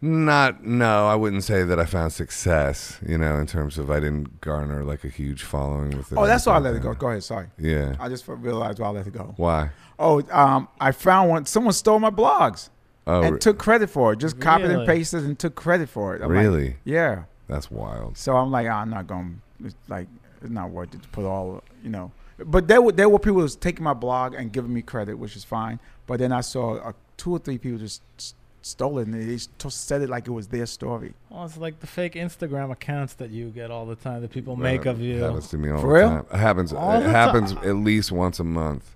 Not no, I wouldn't say that I found success. You know, in terms of I didn't garner like a huge following with it. oh, or that's why I let it anything go. like Go ahead. Sorry. that. Yeah. I just realized why I let it go. Why? Oh, um, I found one. Someone stole my blogs. Oh, and re- took credit for it. Just copied and Really? pasted and took credit for it. I'm like, really? yeah. That's wild. So I'm like, "Ah, I'm not going. It's like it's not worth it to put all you know. But there were there were people who's taking my blog and giving me credit, which is fine. But then I saw uh two or three people just s- stole it and they just said it like it was their story. Well, it's like the fake Instagram accounts that you get all the time that people That make of you. happens to me all For the real? time. It happens. it All the happens at least once a month.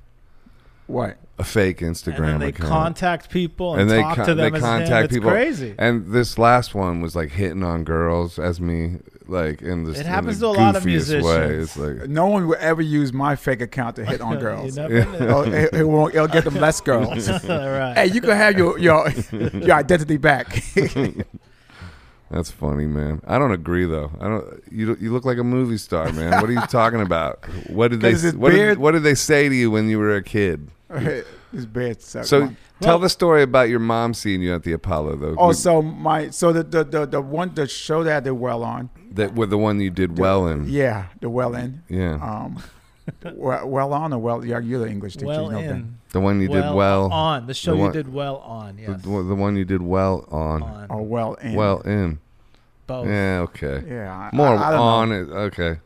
What? A fake Instagram and then they account. contact people and, And they talk con- to they them. as them. contact It's people. crazy. and this last one was like hitting on girls as me, like in this. It in happens the to a lot of goofiest musicians. Way. It's like No one will ever use my fake account [LAUGHS] to hit on girls. you It'll- never [LAUGHS] know. it, it won't. It'll get [LAUGHS] them less girls. right. hey, you can have your your your identity back. [LAUGHS] that's funny, man. I don't agree though. I don't. You don't- you look like a movie star, man. What are you talking about? What did they [LAUGHS] 'Cause his what did, beard- what did they say to you when you were a kid? His bed sucks. So uh, tell Well- the story about your mom seeing you at the Apollo though. Oh, with- so my so the the the, the one the show that I did well on. that with the one you did well in. Yeah, the well in. Yeah. Um, well, well on or well? Yeah, you're the English teacher. well you know that. in. the one you did well on the show The one- you did well on. The, Yes. the one you did well on. on. Or Oh, well in. Well in. both. Yeah, okay. Oh. Yeah. I- More I, I don't on Know. is okay.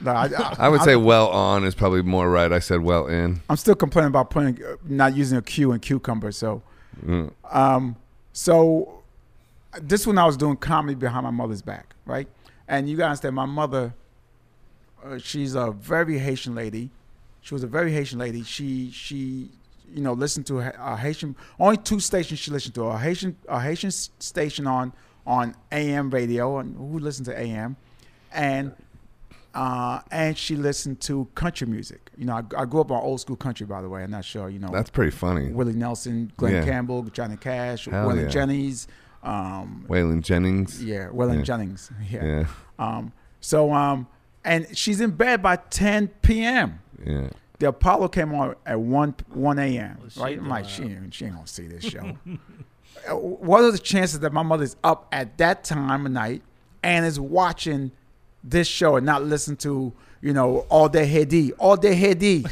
No, I, I, I would I'm- say well on is probably more right. I said well in. I'm still complaining about putting uh, not using a Q in cucumber. So, Mm. um, so this one I was doing comedy behind my mother's back, right? And you gotta understand, my mother, uh, she's a very Haitian lady. She was a very Haitian lady. She she you know listened to a, a Haitian only two stations she listened to a Haitian a Haitian s- station on on AM radio and who listened to AM, and uh, and she listened to country music. You know, I, I grew up on old school country, by the way. I'm not sure you know That's pretty funny. Willie Nelson, Glenn Yeah. Campbell, Johnny Cash, Hell Waylon yeah. Jennings. Um, Waylon Jennings. yeah, Waylon Yeah. Jennings. [LAUGHS] Yeah. Yeah. Um, so, um, and she's in bed by 10 p.m. Yeah. The Apollo came on at 1 1 a.m. Well, she right? I'm doing like, that. she, ain't- she ain't going to see this show. [LAUGHS] Uh, what are the chances that my mother's up at that time of night and is watching this show and not listen to, you know, All Day Hedi? All Day [LAUGHS] Hedi.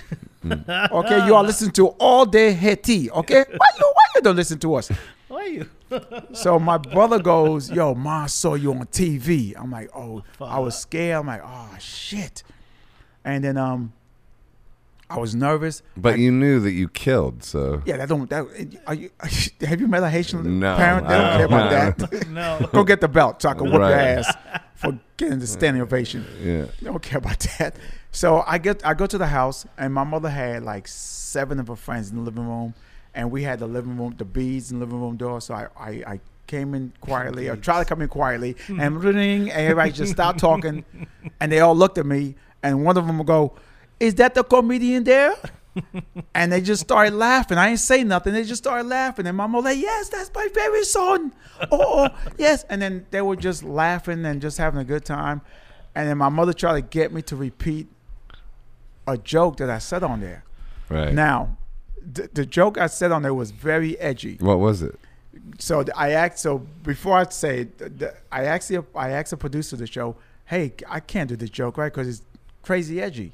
okay, you all listen to All Day Hedi. Okay? Why you, why you don't listen to us? Why you? So my brother goes, "Yo, ma I saw you on TV." I'm like, "Oh, I was scared." I'm like, "Oh shit," and then um, I was nervous. But I- you knew that you killed, so yeah, that don't that. Are you, have you [LAUGHS] met a Haitian No, parent? They don't I care don't about know. that. [LAUGHS] No. Go get the belt so I can whoop your Right. ass for getting the standing ovation. yeah. They don't care about that. So I get I go to the house and my mother had like seven of her friends in the living room and we had the living room the beads in the living room door. So I I, I came in quietly or tried to come in quietly and ring and everybody just stopped talking and they all looked at me and one of them would go, Is that the comedian there? And they just started laughing. I ain't say nothing. They just started laughing. And mama was like, yes, that's my favorite son. Oh, [LAUGHS] oh, yes. And then they were just laughing and just having a good time. And then my mother tried to get me to repeat a joke that I said on there. Right. Now, the, the joke I said on there was very edgy. what was it? So th- I asked, so before I say, it, th- th- I asked the, I asked the producer of the show, hey, I can't do the joke, right? Because it's crazy edgy.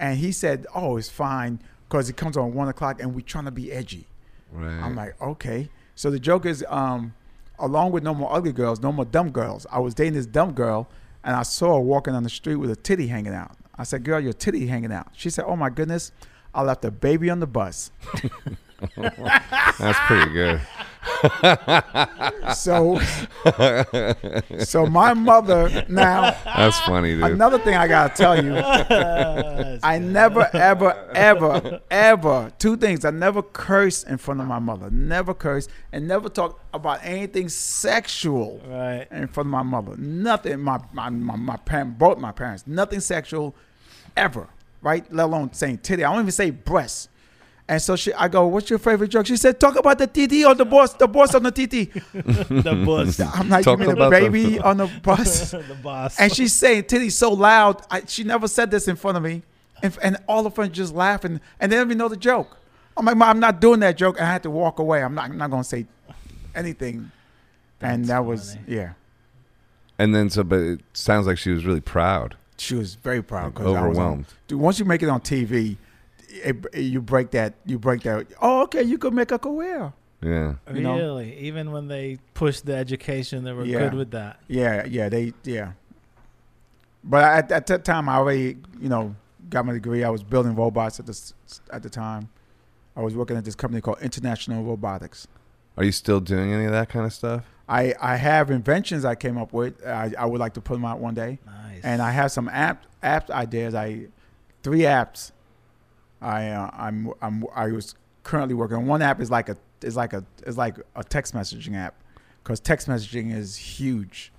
And he said, oh, it's fine because it comes on one o'clock and we're trying to be edgy. Right. I'm like, okay. So the joke is, um, along with no more ugly girls, no more dumb girls. I was dating this dumb girl, and I saw her walking on the street with a titty hanging out. I said, "Girl, your titty hanging out." She said, "Oh my goodness, I left a baby on the bus." That's pretty good. So, [LAUGHS] so my mother. Now, That's funny, dude. another thing I gotta tell [LAUGHS] you. I never, ever, ever, ever, two things. I never cursed in front of my mother. Never cursed and never talked about anything sexual. [LAUGHS] right. in front of my mother. Nothing. My my my, my parent, both my parents. Nothing sexual, ever. Right? Let alone saying titty. I don't even say breasts. And so she, I go, "What's your favorite joke?" She said, "Talk about the TT or the boss, the boss on the TT." The bus. I'm like, Talk "You mean the about the- [LAUGHS] baby on the bus?" [LAUGHS] the boss. and she's saying titty so loud. I, she never said this in front of me, and, and all of them just laughing, and they don't even know the joke. I'm like, "Mom, I'm not doing that joke." And I had to walk away. I'm not, I'm not gonna say anything. and That's that was funny. yeah. and then so but it sounds like she was really proud. She Oh, was very proud because Overwhelmed. dude, once you make it on TV, it, it- you break that. You break that. Oh, okay, you could make a career. Yeah. You know? Really, even when they pushed the education, they were Yeah. good with that. Yeah, yeah, they, yeah. But at, at that time, I already, you know, got my degree. I was building robots at this at the time. I was working at this company called International Robotics. Are you still doing any of that kind of stuff? I, I have inventions I came up with. I, I would like to put them out one day. Nice. And I have some app app ideas. I three apps. I uh, I'm I'm I was currently working. on. One app is like a is like a is like a text messaging app because text messaging is huge.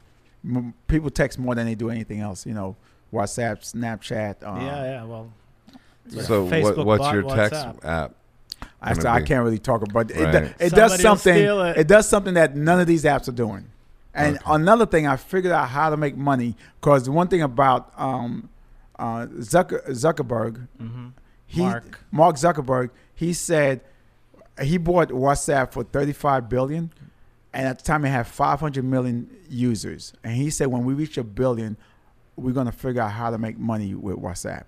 M- people text more than they do anything else. You know, WhatsApp, Snapchat. Um, yeah, yeah. Well, Yeah. So what, Facebook what's bought your text WhatsApp. app? I, gonna I be- can't really talk about it. Right. It, do- it Somebody will does something. steal it. It. does something that none of these apps are doing. And Okay. another thing, I figured out how to make money because the one thing about um, uh, Zucker, Zuckerberg, Mm-hmm. hmm he, Mark. Mark Zuckerberg, he said he bought WhatsApp for thirty-five billion, and at the time it had five hundred million users. And he said when we reach a billion, we're gonna figure out how to make money with WhatsApp.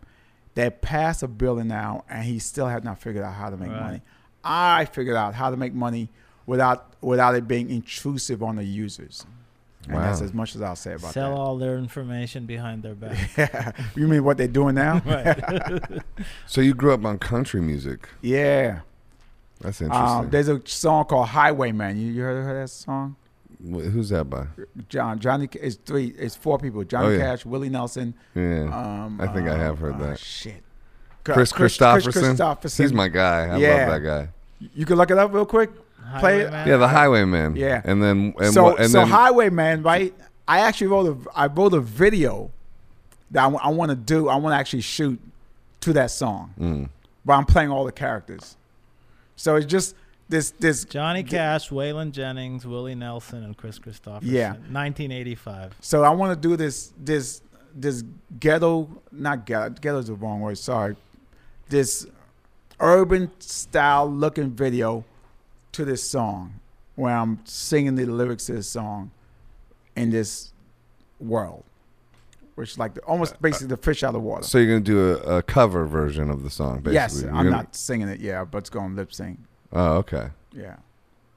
They passed a billion now, and he still had not figured out how to make Right. money. I figured out how to make money without without it being intrusive on the users. And Wow. that's as much as I'll say about sell all their information behind their back. [LAUGHS] that. Yeah. you mean what they're doing [LAUGHS] now? [LAUGHS] right. So you grew up on country music. yeah. That's Um, interesting. there's a song called Highwayman. You, you heard, heard that song? Wh- Who's that by? John Johnny it's three it's four people. Johnny Oh, yeah. Cash, Willie Nelson. Yeah. Um, I think I have heard uh, that. Shit. Chris Christopherson? Christopherson. He's my guy. I Yeah. love that guy. You can look it up real quick. Play it. Highwayman. Yeah, the Highwayman. Yeah. And then and, so wha- and so then Highwayman, right? I actually wrote a I wrote a video that I want to do. I want to actually shoot to that song, Mm. but I'm playing all the characters. So it's just this this Johnny Th- Cash, Waylon Jennings, Willie Nelson, and Chris Christopherson. Yeah. 1985. So I want to do this this this ghetto not ghetto ghetto's the wrong word. Sorry, this urban style looking video to this song where I'm singing the lyrics to this song in this world, which is like the, Uh, almost basically the fish out of water. so you're gonna do a, a cover version of the song, basically. yes, You're I'm gonna- not singing it. Yeah, but it's going lip sync. Oh, okay. Yeah.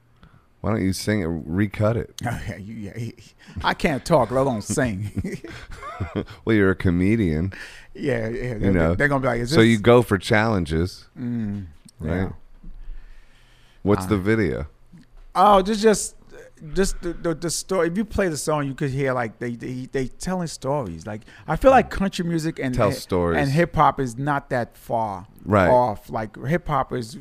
[LAUGHS] Why don't you sing it? Recut it. yeah, you- yeah, I can't talk, let alone sing. [LAUGHS] Well, you're a comedian, yeah, yeah. You know. They're, they're gonna be like, "Is this?" so you go for challenges. Mm, Right. yeah. What's Uh, the video? Oh, just just just the, the, the story. If you play the song, you could hear like they they they telling stories. Like I feel like country music and Tell hi- stories. and hip hop is not that far Right. off. Like hip hop is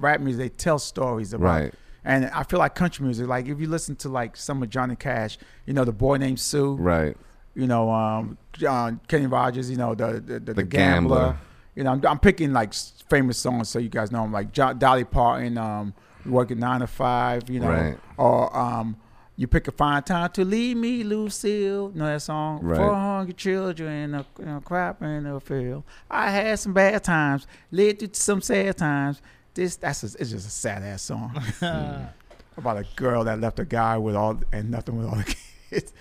rap music. They tell stories about. Right. And I feel like country music. Like if you listen to like some of Johnny Cash, you know the boy named Sue. Right. You know um, John Kenny Rogers. You know the the, the, the Gambler. gambler. You know I'm, I'm picking like s- famous songs so you guys know them. Like John, Dolly Parton. Um, working nine to five. You know Right. or um, you pick a fine time to leave me, Lucille. Know that song? Right. Four hungry children, a, a crop in the field. I had some bad times, lived through some sad times. This that's a, it's just a sad ass [LAUGHS] song Hmm. [LAUGHS] about a girl that left a guy with all and nothing with all the kids.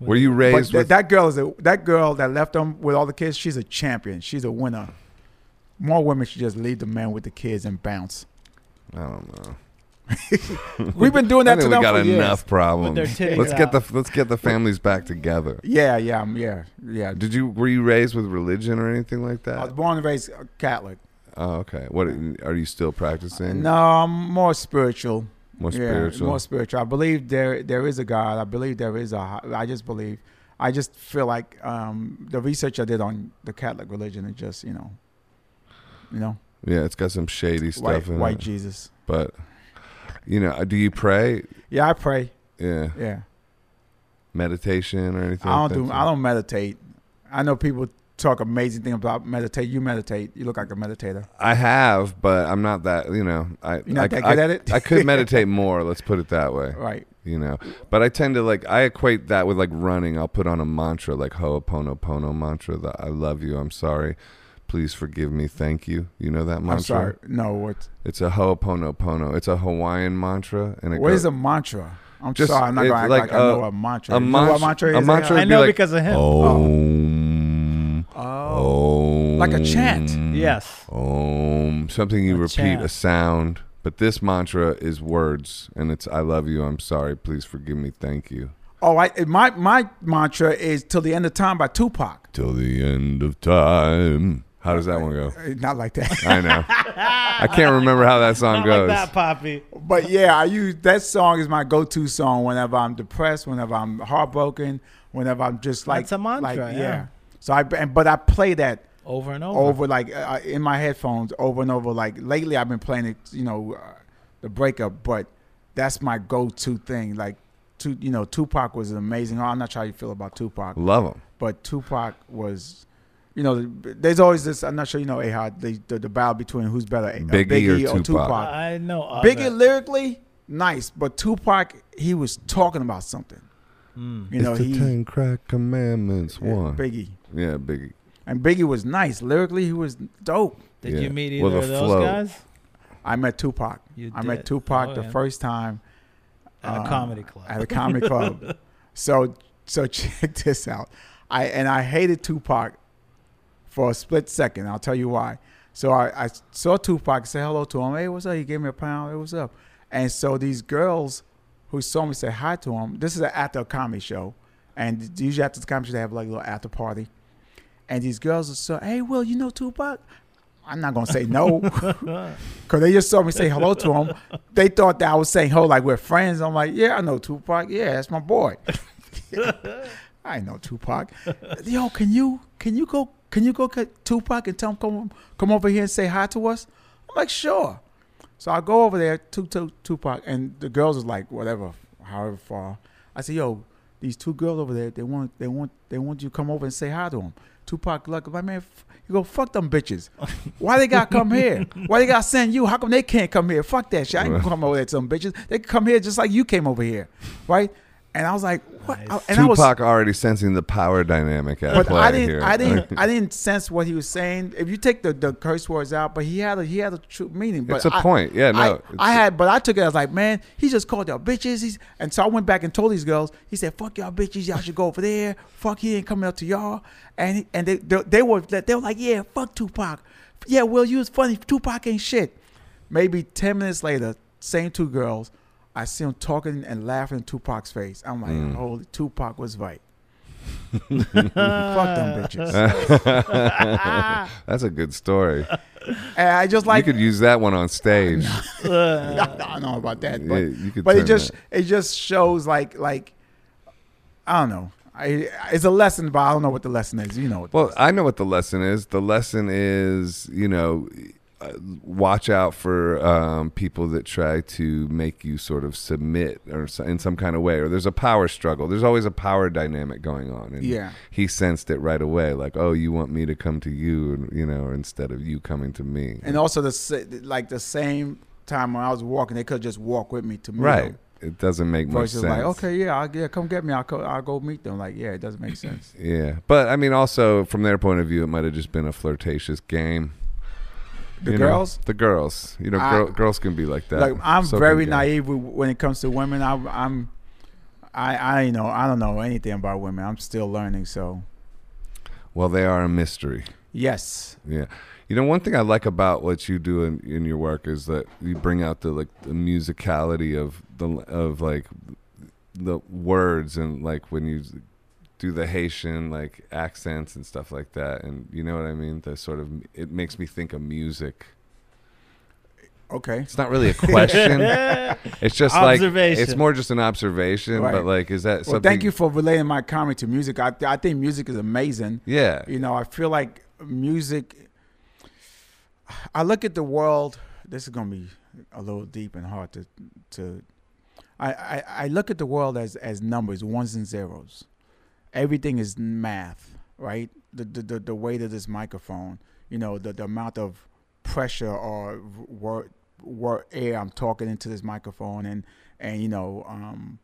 Were you But raised that- with? that girl is a, that girl that left them with all the kids. She's a champion. She's a winner. More women should just leave the man with the kids [LAUGHS] and bounce. I don't know. We've been doing I that think to we them got for years. enough problems. With their titties Let's get the out. let's get the families back together. Yeah, yeah, yeah, yeah. Did you were you raised with religion or anything like I was that? born and raised uh, Catholic. Oh, okay. What are you still practicing? No, I'm more spiritual. more Yeah, spiritual. More spiritual. I believe there there is a God. I believe there is a. hi- I just believe. I just feel like um, the research I did on the Catholic religion is just you know, you know, yeah, it's got some shady white stuff in white it. Jesus. but you know, do you pray? Yeah, I pray. Yeah, Yeah, meditation or anything. I like don't do. that? I don't meditate. I know people talk amazing thing about meditate. You meditate. You look like a meditator. I have, but I'm not that. You know, I You're not I, that I- good at it. I [LAUGHS] could meditate more. Let's put it that way. right. You know, but I tend to like I equate that with like running. I'll put on a mantra like Ho'oponopono mantra that I love you, I'm sorry, please forgive me, thank you. You know that mantra? I'm sorry. No. What? It's a Ho'oponopono. It's a Hawaiian mantra, and it What goes, is a mantra? I'm Just- sorry. I'm not it's gonna act like like, I a- know a mantra. a You know mantra- what mantra a is? mantra- I It'd be know like, oh, because of him. Om, Oh. Om, Like a chant. Yes. hmm. Om, something you A repeat chant. a sound. But this mantra is words, and it's "I love you, I'm sorry, please forgive me, thank you." Oh, I my my mantra is "Till the End of Time" [LAUGHS] by Tupac. Till the end of time. How does that one go? Uh, Not like that, I know. I [LAUGHS] can't remember how that song Not like goes. that, Poppy. but yeah, I use that song is my go-to song whenever I'm depressed, whenever I'm heartbroken, whenever I'm just like That's a mantra, like, yeah. So I and, but I play that Over and over. over like uh, in my headphones over and over. Like lately, I've been playing it, you know, uh, the breakup, but that's my go-to thing. Like, tu you know, Tupac was amazing. I'm not sure how you feel about Tupac, Love them. but Tupac was, you know, there's always this. I'm not sure you know, Ahad, the the, the battle between who's better, uh, Biggie or Tupac? I know. of Biggie it. lyrically nice, but Tupac he was talking about something. Hmm. You know, it's the he Ten Crack Commandments yeah, one. Biggie yeah, Biggie. and Biggie was nice lyrically. He was dope. Did Yeah. you meet either With a of those flow. guys? I met Tupac. You I met did. Tupac Oh, the yeah. first time At uh, a comedy club. at a comedy club. [LAUGHS] So so check this out. I and I hated Tupac for a split second. I'll tell you why. So I, I saw Tupac say hello to him. Hey, what's up? He gave me a pound. Hey, what's up? And so these girls who saw me say hi to him. This is after a comedy show, and usually after the comedy show they have like a little after party. And these girls are so, hey, Will, you know Tupac? I'm not gonna say [LAUGHS] no, [LAUGHS] cause they just saw me say hello to him. They thought that I was saying hello like we're friends. I'm like, yeah, I know Tupac. Yeah, that's my boy. I know Tupac. [LAUGHS] Yo, can you can you go can you go get Tupac and tell him come come over here and say hi to us? I'm like, sure. So I go over there to, to Tupac, and the girls is like, whatever, however far. I say, yo, these two girls over there, they want, they want, they want you to come over and say hi to them. Tupac, look, my man, f- you go fuck them bitches. Why they gotta come here? Why they gotta send you? How come they can't come here? Fuck that shit. I ain't gonna come over there to them bitches. They can come here just like you came over here, right? And I was like, what? Nice. I- and I was, Tupac already sensing the power dynamic at but play I didn't, here. I didn't, I didn't sense what he was saying. If you take the, the curse words out, but he had a he had a true meaning. [LAUGHS] But it's a I- point. Yeah, no. I- it's- I, had, but I took it as like, man, he just called y'all bitches. He's, and so I went back and told these girls. He said, "Fuck y'all bitches. Y'all should go over there. Fuck he ain't coming up to y'all." And he, and they, they they were they were like, "Yeah, fuck Tupac. Yeah, Will, you was funny. Tupac ain't shit." Maybe ten minutes later, same two girls, I see them talking and laughing in Tupac's face. I'm like, Mm. "Holy, Tupac was right. Fuck them [LAUGHS] Uh. [LAUGHS] bitches." That's a good story. And I just like you could use that one on stage. [LAUGHS] [LAUGHS] I don't- I don't know about that, but, Yeah, you could but it turn just it just shows like like I don't know. I, it's a lesson, but I don't know what the lesson is. You know, what the Well, lesson- I know what the lesson is. The lesson is, you know, uh, watch out for um, people that try to make you sort of submit or so, in some kind of way. Or there's a power struggle. There's always a power dynamic going on. And Yeah. he sensed it right away. Like, oh, you want me to come to you, and you know, instead of you coming to me. and also the sa- like the same time when I was walking, they could just walk with me to meet right. them. It doesn't make much Versus sense. like, okay, yeah, I'll, yeah, come get me. I'll co- I'll go meet them. Like, yeah, it doesn't [LAUGHS] make sense. Yeah, but I mean, also from their point of view, it might have just been a flirtatious game. The You know, girls? the girls, you know, I- girl, girls can be like that. Like, I'm So can very guys. naive with, when it comes to women. I, I'm, I, I, you know, I don't know anything about women. I'm still learning. So, Well, they are a mystery. yes, Yeah, you know, one thing I like about what you do in, in your work is that you bring out the like the musicality of the of like the words and like when you do the Haitian like accents and stuff like that, and you know what I mean. The sort of it makes me think of music. okay. It's not really a question. [LAUGHS] It's just like Observation. it's more just an observation, Right. but like is that Well, something? thank you for relating my comedy to music. I, I think music is amazing. Yeah, You know, I feel like music. I look at the world. This is gonna be a little deep and hard to to. I, I, I look at the world as as numbers, ones and zeros. Everything is math, right? The the the, the weight of this microphone. You know, the the amount of pressure or word, word air I'm talking into this microphone, and and you know, um,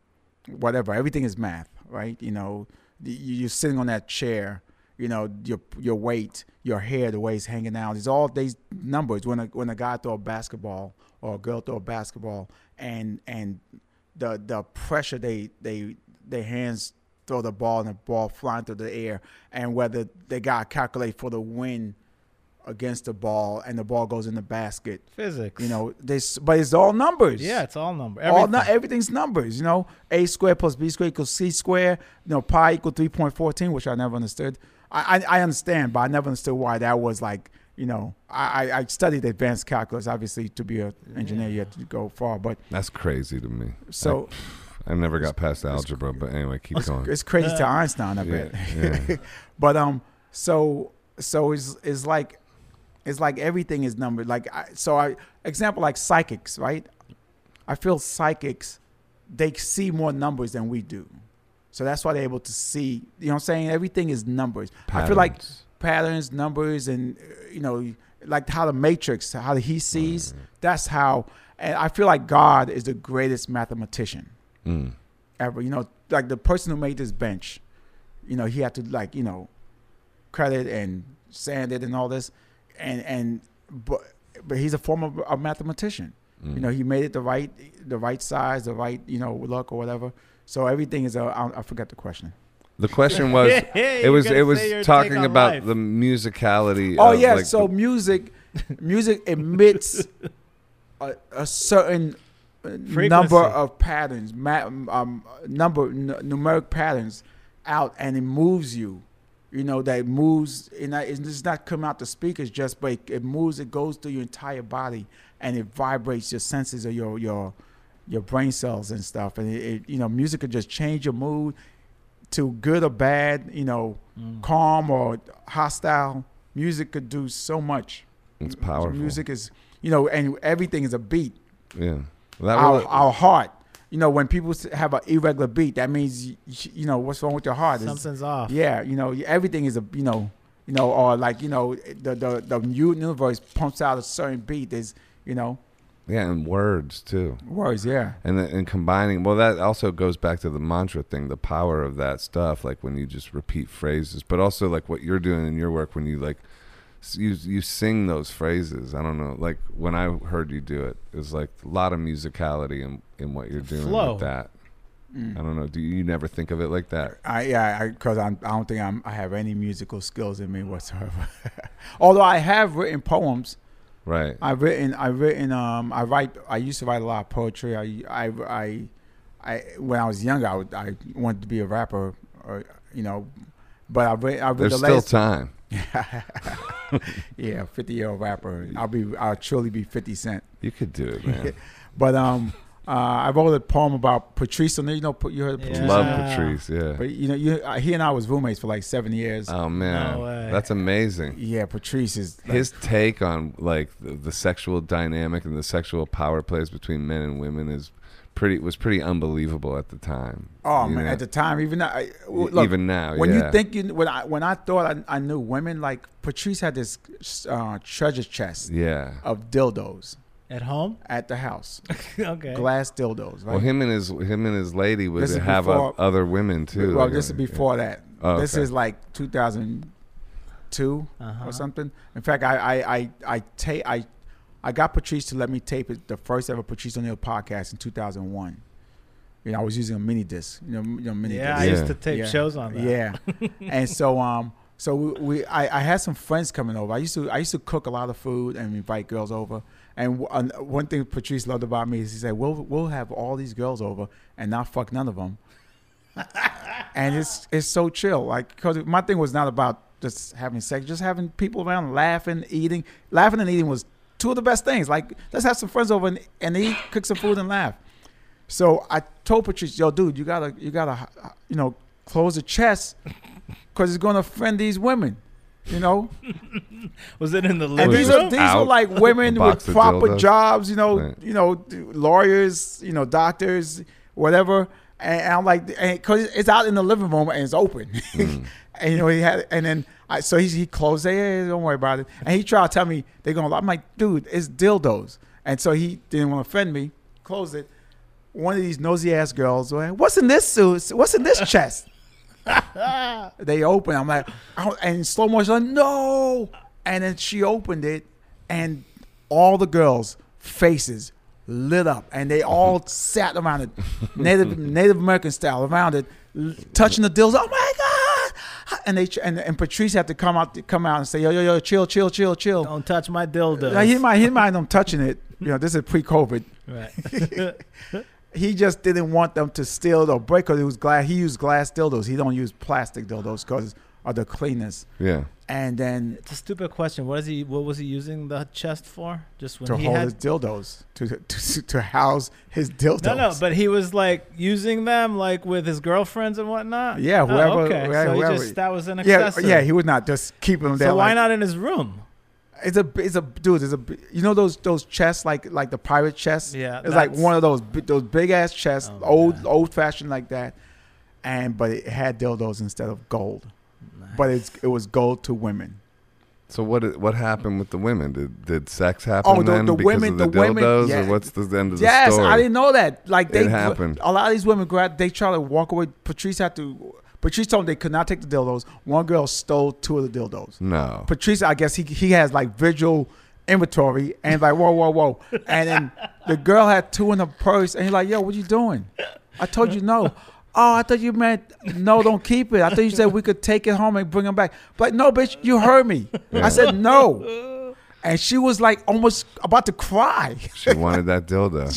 whatever. Everything is math, right? You know, the- you- you're sitting on that chair. You know your your weight, your hair, the way it's hanging out. It's all these numbers. When a when a guy throw a basketball or a girl throw a basketball, and and the the pressure they they their hands throw the ball and the ball flying through the air, and whether they got to calculate for the wind against the ball and the ball goes in the basket. [LAUGHS] Physics. You know, this but it's all numbers. Yeah, it's all number. All everything. not everything's numbers, you know. A squared plus B squared equals C squared. You know, pi equal three point fourteen, which I never understood. I, I I understand, but I never understood why that was like. You know, I I I studied advanced calculus. Obviously, to be an engineer, you have to go far. But That's crazy to me. so I never got past algebra, but anyway, keep going. it's crazy to Einstein. I Yeah, bet. yeah. [LAUGHS] But um, so so it's it's like it's like everything is numbered. Like I, so, I example like psychics, right? I feel psychics, they see more numbers than we do, so that's why they're able to see. You know what I'm saying? Everything is numbers. I feel like Patterns. patterns, numbers, and uh, you know, like how the matrix, how he sees. That's how. And I feel like God is the greatest mathematician Mm. ever. You know, like the person who made this bench, you know, he had to like you know, credit and sand it and all this, and and but but he's a form of a mathematician. mm. You know, he made it the right the right size, the right you know look or whatever. So everything is a I, I forgot the question. The question [LAUGHS] [LAUGHS] [LAUGHS] was, it You was gotta it was say your take talking on about life. the musicality. Oh of, yeah, like, so the- music, music emits a, a certain uh, Frequency. number of patterns, ma- um, number n- numeric patterns out, and it moves you. You know that it moves, and I- it's just not coming out the speakers just, but it, it moves. It goes through your entire body, and it vibrates your senses or your your your brain cells and stuff. And it, it you know, music could just change your mood to good or bad. You know, calm or hostile. Music could do so much. it's powerful. Music is, you know, and everything is a beat. yeah. That Our, will- our heart, you know, when people s- have an irregular beat, that means, y- y- you know, what's wrong with your heart? It's- Something's off. yeah, you know, everything is a, you know, you know, or like, you know, the the the universe pumps out a certain beat. There's, you know, yeah, and words too. words. Yeah, and then and combining well that also goes back to the mantra thing the power of that stuff like when you just repeat phrases but also like what you're doing in your work when you like s- you you sing those phrases i don't know like when i heard you do it it was like a lot of musicality in in what you're doing Flow. with that i don't know do you, you never think of it like that I yeah, I because I'm I don't think I'm I have any musical skills in me whatsoever. [LAUGHS] Although I have written poems. right I've written, I've written, um, I write, I used to write a lot of poetry. I, I, I, I when I was younger, I, would, I wanted to be a rapper, or, you know, but I've written, I've there's the still last, time [LAUGHS] yeah, 50 year [LAUGHS] old rapper. I'll be, I'll truly be 50 Cent. you could do it man But, um, uh, I wrote a poem about Patrice. And you know, you heard of Patrice. Yeah. love Yeah. patrice yeah But, you know, you, uh, he and I was roommates for like seven years. oh man No way. that's amazing yeah, Patrice is like, his take on like the, the sexual dynamic and the sexual power plays between men and women is pretty was pretty unbelievable at the time. Oh you man! know? At the time, even now, I, E- look, even now, when yeah. you think you when I when I thought I, I knew women, like Patrice had this uh, treasure chest yeah. of dildos At home? [LAUGHS] at the house, okay. glass dildos. Right? Well, him and his him and his lady would This is have before- o- other women too. well, like, this is uh, before that. Oh, This okay. is like 2002 Uh-huh. or something. In fact, I I I I, ta- I I got Patrice to let me tape it, the first ever Patrice O'Neill podcast in 2001. You know, I was using a mini disc. You know, m- you know mini Yeah, disc. I used Yeah. to tape Yeah. shows on that. Yeah, and [LAUGHS] so um, so we, we I, I had some friends coming over. I used to I used to cook a lot of food and invite girls over. And w- uh, one thing Patrice loved about me is he said, "We'll we'll have all these girls over and not fuck none of [LAUGHS] them." and it's it's so chill, like because my thing was not about just having sex, just having people around, laughing, eating, laughing and eating was two of the best things. Like let's have some friends over and, and eat, cook some food, and laugh. So I told Patrice, "Yo, dude, you gotta, you gotta, you know, close the chest, cause it's gonna offend these women, you know." Was it in the And living these room? are these are Out. like women Box with of proper dildos. jobs, you know, Right. you know, d- lawyers, you know, doctors, whatever. And, and I'm like, and, cause it's out in the living room and it's open, [LAUGHS] Mm. and you know he had, and then I, so he he closed, it, yeah, yeah, don't worry about it, and he tried to tell me they're gonna. lie. I'm like, dude, it's dildos, and so he didn't want to offend me, closed it. One of these nosy ass girls, went, what's in this suit? What's in this chest? they open. I'm like, oh, and slow motion, like, no. And then she opened it, and all the girls' faces lit up, and they all sat around it, Native Native American style, around it, l- touching the dills. Oh my god! and they and, and Patrice had to come out come out and say yo yo yo chill chill chill chill. [LAUGHS] Don't touch my dildo. Like, he might he mind them touching it. You know this is pre-COVID. [LAUGHS] Right. [LAUGHS] He just didn't want them to steal or break because it was glass. He used glass dildos. He don't use plastic dildos because of the cleanest. Yeah. And then it's a stupid question. What is he? What was he using the chest for? Just when to he hold had his dildos to, to to house his dildos. No, no, but he was like using them like with his girlfriends and whatnot. Yeah, Oh, whoever- okay, whoever- so he whoever- just that was an yeah, accessory. yeah, he was not just keeping them there. so why like- not in his room? It's a it's a dude. It's a you know those those chests like like the pirate chests. Yeah, it's like that's- one of those bi- those big ass chests, Oh, old man. old fashioned like that. And but it had dildos instead of gold. But it's it was gold to women. So what did- what happened with the women? Did did sex happen Oh, the- then the because women- of the, the dildos, women- yeah. or what's the end of yes, the story? I didn't know that. Like they It happened. A lot of these women grab. They try to walk away. Patrice had to. Patrice told them they could not take the dildos. One girl stole two of the dildos. [LAUGHS] No. Patrice, I guess he he has like visual inventory and like whoa whoa whoa, and then the girl had two in her purse and he's like yo what you doing? I told you no. Oh, I thought you meant no, don't keep it. I thought you said we could take it home and bring them back. But no, bitch, you heard me. I said no, and she was like almost about to cry. She wanted that [LAUGHS] dildo.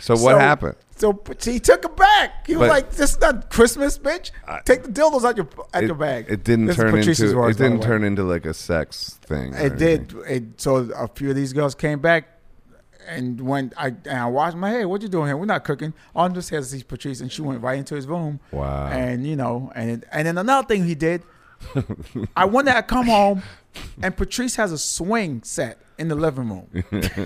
So what So- happened? So he took it back. He was But- like, "This is not Christmas, bitch. I- Take the dildos out your out your bag." It didn't This is turn Patrice's into words, it by the didn't way. turn into like a sex thing. or It did. anything. It, so a few of these girls came back, and when I and I watched my hey, what you doing here? We're not cooking. All I'm just here to see Patrice, and she went right into his room. Wow. And you know, and and then another thing he did, [LAUGHS] I one day I come home, and Patrice has a swing set in the living room.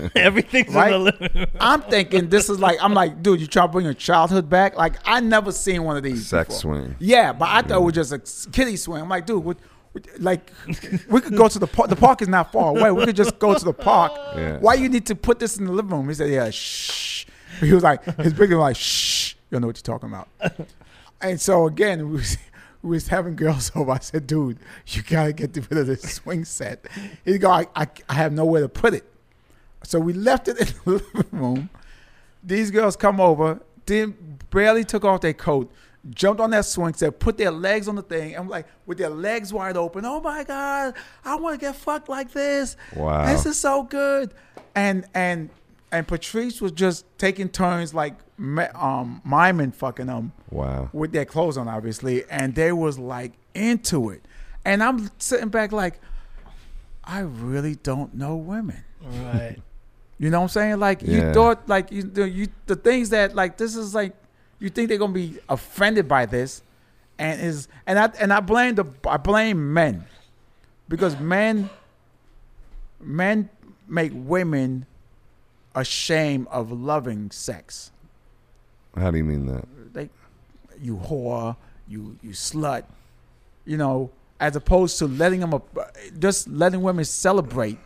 [LAUGHS] Everything's Right? in the living room. I'm thinking this is like I'm like, dude, you trying to bring your childhood back? Like I never seen one of these. Sex before. swing. Yeah, but I thought it was just a kiddie swing. I'm like, dude, what, what- like we could go to the park. The park is not far away. We could just go to the park. Yeah. Why you need to put this in the living room? He said, yeah, shh. He was like, his big was like, shh. You don't know what you're talking about. And so again, we was, we was having girls [LAUGHS] over. I said, dude, you gotta get rid of this swing set. He go, I, I, I have nowhere to put it. So we left it in the [LAUGHS] living room. These girls come over, then barely took off their coat, jumped on that swing set, put their legs on the thing, and like with their legs wide open, oh my God, I wanna get fucked like this. Wow. This is so good. And and and Patrice was just taking turns like me- um miming fucking them Wow. with their clothes on, obviously, and they was like into it. And I'm sitting back like, I really don't know women. Right. You know what I'm saying? Like you Yeah. thought, like you, the, you, the things that like this is like, you think they're gonna be offended by this, and is and I and I blame the I blame men, because men, men make women ashamed of loving sex. How do you mean that? like you whore, you you slut, you know, as opposed to letting them up, just letting women celebrate.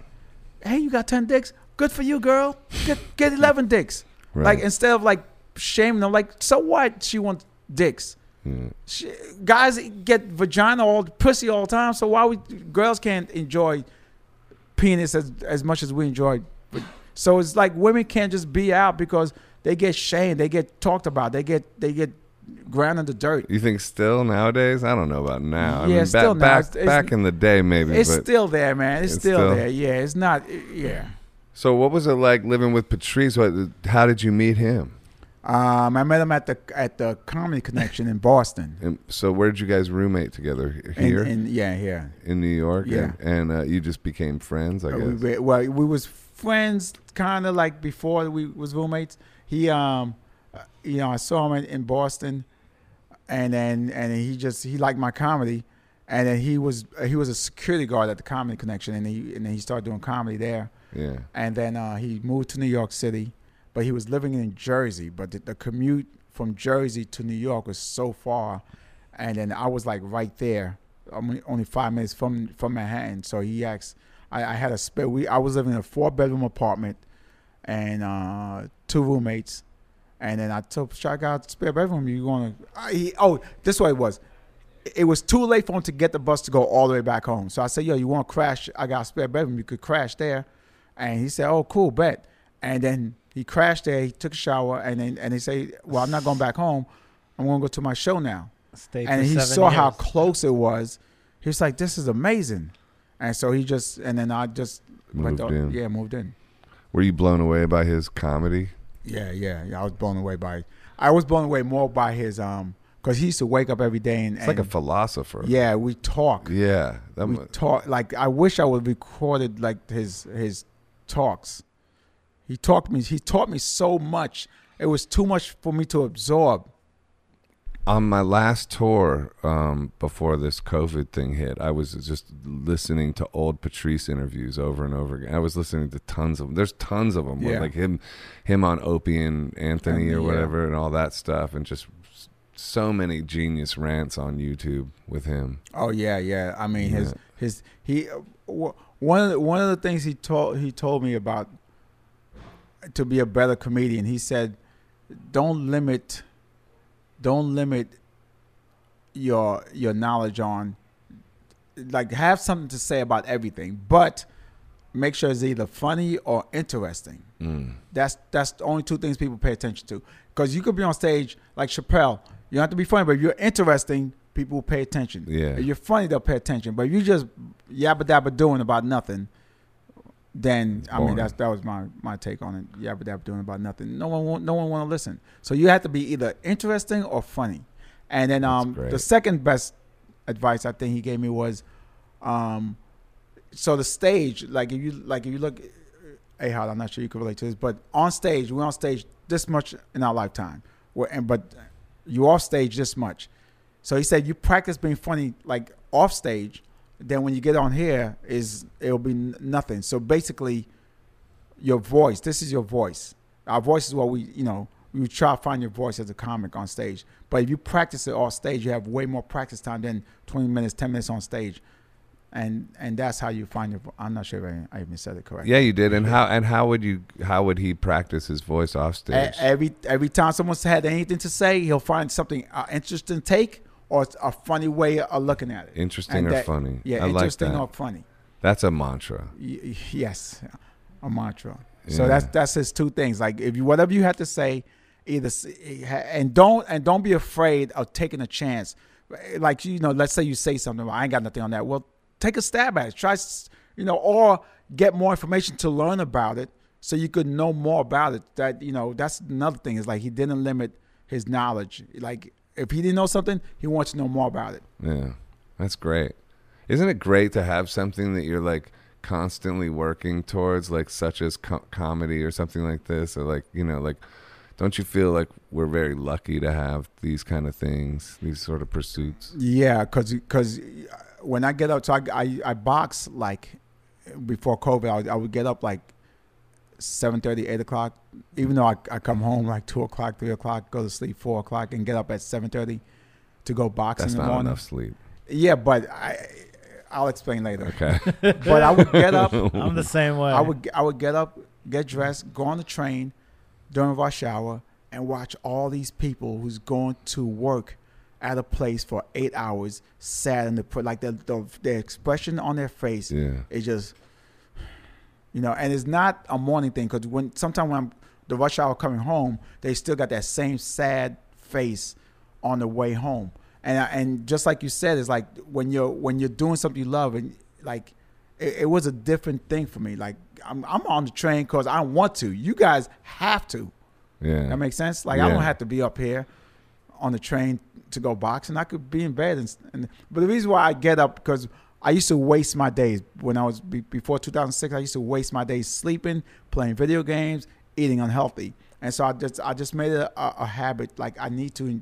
Hey, you got ten dicks. Good for you, girl. Get get eleven dicks. Right. Like instead of like shaming them, like so what? She wants dicks. Yeah. She, guys get vagina all pussy all the time. So why we girls can't enjoy penis as as much as we enjoy? But, so it's like women can't just be out because they get shamed, they get talked about, they get they get ground in the dirt. You think still nowadays? I don't know about now. I Yeah, mean, still back, now, back, it's- it's- back in the day, maybe. It's but, still there, man. It's, It's still, still- there. Yeah, it's not. Yeah. so, what was it like living with Patrice? What, how did you meet him? Um, I met him at the at the Comedy Connection in Boston. And so, where did you guys roommate together? And- Here in, and yeah, here. New York? Yeah. And, and uh, you just became friends, I Uh, guess. we, we- well, we was friends kind of like before we was roommates. He, um, uh, you know, I saw him in, in Boston, and then and then he just he liked my comedy, and then he was uh, he was a security guard at the Comedy Connection, and he and then he started doing comedy there, yeah. and then uh, he moved to New York City, but he was living in Jersey, but the, the commute from Jersey to New York was so far, and then I was like right there, I'm only five minutes from from Manhattan. So he asked, I, I had a spare. We I was living in a four bedroom apartment, and uh, two roommates, and then I told Chuck out spare bedroom. You going to? I, he, oh, this way it was. It was too late for him to get the bus to go all the way back home. So I said, "Yo, you want to crash? I got a spare bedroom. You could crash there." And he said, "Oh, cool, bet." And then he crashed there. He took a shower, and then and they say, "Well, I'm not going back home. I'm going to go to my show now." stay. and for he seven saw how years. close it was. He was like, "This is amazing," and so he just and then I just went Moved to, in. yeah moved in. Were you blown away by his comedy? Yeah, yeah, yeah. I was blown away by. I was blown away more by his um because he used to wake up every day and, It's like a and- philosopher. yeah we talk Yeah. That we mu- talk like I wish I would recorded like his his talks. He talked me. He taught me so much. It was too much for me to absorb. on my last tour um, before this COVID thing hit, I was just listening to old Patrice interviews over and over again. I was listening to tons of them. There's tons of them, with Yeah. like him, him on Opie and Anthony And the, or uh, whatever, and all that stuff, and just s- so many genius rants on YouTube with him. Oh yeah, yeah. I mean his Yeah. his he uh, w- one of the, one of the things he told he told me about to be a better comedian. He said, "Don't limit, don't limit your your knowledge on like have something to say about everything, but make sure it's either funny or interesting." Mm. That's that's the only two things people pay attention to. Because you could be on stage like Chappelle. You don't have to be funny, but if you're interesting, people will pay attention. Yeah. If you're funny, they'll pay attention. But if you just yabba dabba doing about nothing, then It's I mean boring. that's that was my my take on it. Yabba dabba doing about nothing. No one want, no one want to listen. So you have to be either interesting or funny. And then That's um great. the second best advice I think he gave me was, um, so the stage like if you like if you look, hey Howard, I'm not sure you can relate to this, but on stage we're on stage this much in our lifetime. We're, and but you off stage this much. So he said you practice being funny like off stage, then when you get on here is it'll be n- nothing. So basically, your voice. This is your voice. Our voice is what we you know we try to find your voice as a comic on stage. But if you practice it off stage, you have way more practice time than twenty minutes, ten minutes on stage, and and that's how you find your. vo- I'm not sure if I, I even said it correctly. Yeah, you did. And how and how would you how would he practice his voice off E- stage? Every every time someone's had anything to say, he'll find something uh, interesting take or a funny way of looking at it. interesting and or that- funny? Yeah, I like interesting that. or funny. That's a mantra. Y- y- yes, a mantra. So Yeah. that's that's his two things. Like if you whatever you have to say, either s- and don't and don't be afraid of taking a chance. Like you know, let's say you say something, well, I ain't got nothing on that. Well, take a stab at it. Try, s- you know, or get more information to learn about it, so you could know more about it. That you know, that's another thing. Is like he didn't limit his knowledge. Like if he didn't know something, he wants to know more about it. Yeah, that's great. Isn't it great to have something that you're like constantly working towards, like such as co- comedy or something like this, or like you know, like don't you feel like we're very lucky to have these kind of things, these sort of pursuits? Yeah, because when I get up, so I, I, I box like before COVID, I would, I would get up like 7.30, 8 o'clock, even though I, I come home like 2 o'clock, 3 o'clock, go to sleep 4 o'clock and get up at 7.30 to go box That's in the not morning. enough sleep. Yeah, but I, I'll explain later. [LAUGHS] Okay, [LAUGHS] But I would get up. [LAUGHS] I'm the same way. I would I would get up, get dressed, go on the train during rush hour, and watch all these people who's going to work at a place for eight hours, sad in the pr- like the, the the expression on their face yeah, is just, you know, and it's not a morning thing because when sometimes when I'm, the rush hour coming home, they still got that same sad face on the way home, and I- and just like you said, it's like when you're when you're doing something you love and like. It, it was a different thing for me. Like I'm, I'm on the train because I want to. You guys have to. yeah. That makes sense. Like I Yeah. don't have to be up here on the train to go boxing. I could be in bed. And, and but the reason why I get up because I used to waste my days when I was be, before 2006. I used to waste my days sleeping, playing video games, eating unhealthy. And so I just I just made it a, a, a habit. Like I need to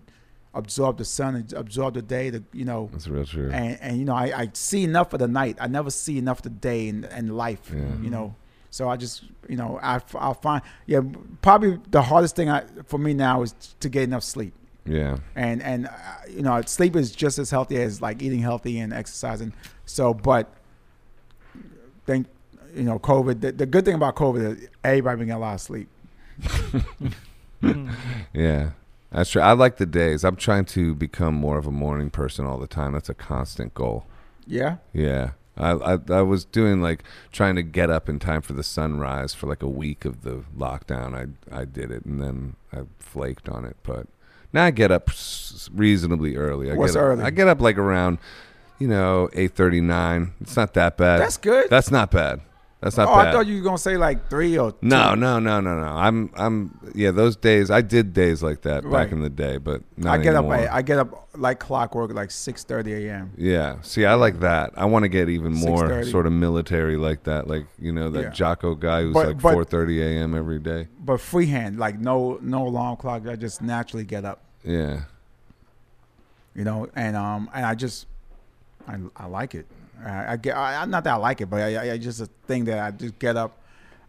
absorb the sun and absorb the day. The you know. that's real true. And, and you know I, I see enough of the night i never see enough of the day and, and life Yeah. you know so i just you know I, i'll find yeah probably the hardest thing I, for me now is to get enough sleep yeah, and and uh, you know sleep is just as healthy as like eating healthy and exercising so but think you know covid the, the good thing about covid is everybody been getting a lot of sleep Mm. [LAUGHS] yeah. That's true. I like the days. I'm trying to become more of a morning person all the time. That's a constant goal. yeah Yeah. I, I I was doing like trying to get up in time for the sunrise for like a week of the lockdown. I I did it and then I flaked on it, but Now I get up s- reasonably early. I What's get up, early? I get up like around, you know, eight thirty nine. It's not that bad. That's good. That's not bad. That's not oh, bad. I thought you were gonna say like three or no, two. no, no, no, no. I'm, I'm. Yeah, those days I did days like that Right. back in the day, but not I get anymore. up. I, I get up like clockwork, like six thirty a.m. Yeah. See, I like that. I want to get even more 6:30. sort of military like that, like you know that Yeah. Jocko guy who's But- like but- four thirty a.m. every day. But freehand, like no no alarm clock. I just naturally get up, Yeah. you know. And um and I just I, I like it. I, I get I, not that I like it, but I, I, I just a thing that I just get up.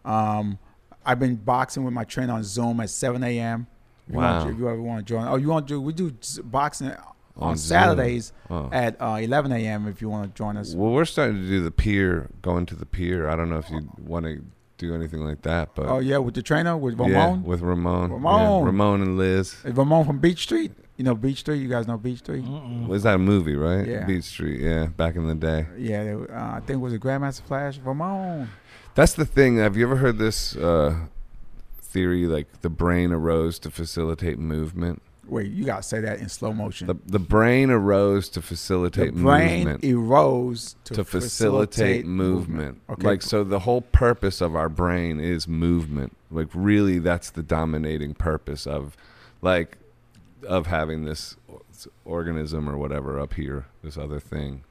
Um, I've been boxing with my trainer on Zoom at seven a.m. If you want Wow. to- If you ever want to join, oh, you want to do? We do z- boxing on, On Zoom. Saturdays Oh. at uh, eleven a.m. If you want to join us. Well, we're starting to do the pier, going to the pier. I don't know if you want to do anything like that, but Oh yeah, with the trainer with Ramon. yeah, with Ramon, Yeah, Ramon. Ramon and Liz. Hey, Ramon from Beach Street. You know Beach Street. You guys know Beach Street. Mm-mm. Was that a movie, right? Yeah. Beach Street. Yeah, back in the day. Yeah, they, uh, I think it was a Grandmaster Flash. Ramon. That's the thing. Have you ever heard this uh, theory? Like the brain arose to facilitate movement. Wait, you gotta say that in slow motion. The the brain arose to The facilitate brain movement. erodes to, to facilitate movement. Okay. Like so the whole purpose of our brain is movement. Like really that's the dominating purpose of like of having this o- organism or whatever up here, this other thing.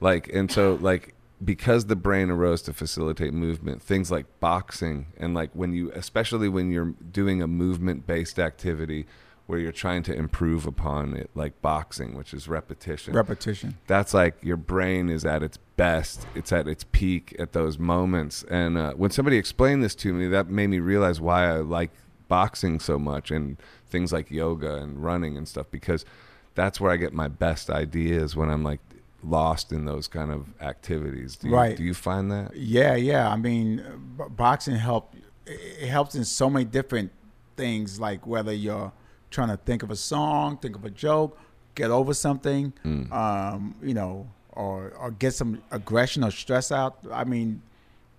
Like and so like because the brain arose to facilitate movement, things like boxing and like when you especially when you're doing a movement based activity where you're trying to improve upon it like boxing, which is repetition repetition. that's like your brain is at its best it's at its peak at those moments and uh, when somebody explained this to me that made me realize why i like boxing so much and things like yoga and running and stuff because that's where i get my best ideas when i'm like lost in those kind of activities do you, Right. do you find that Yeah, yeah. I mean, b- boxing help. It it helps in so many different things. Like whether you're trying to think of a song, think of a joke, get over something, Mm. um, you know, or or get some aggression or stress out. I mean,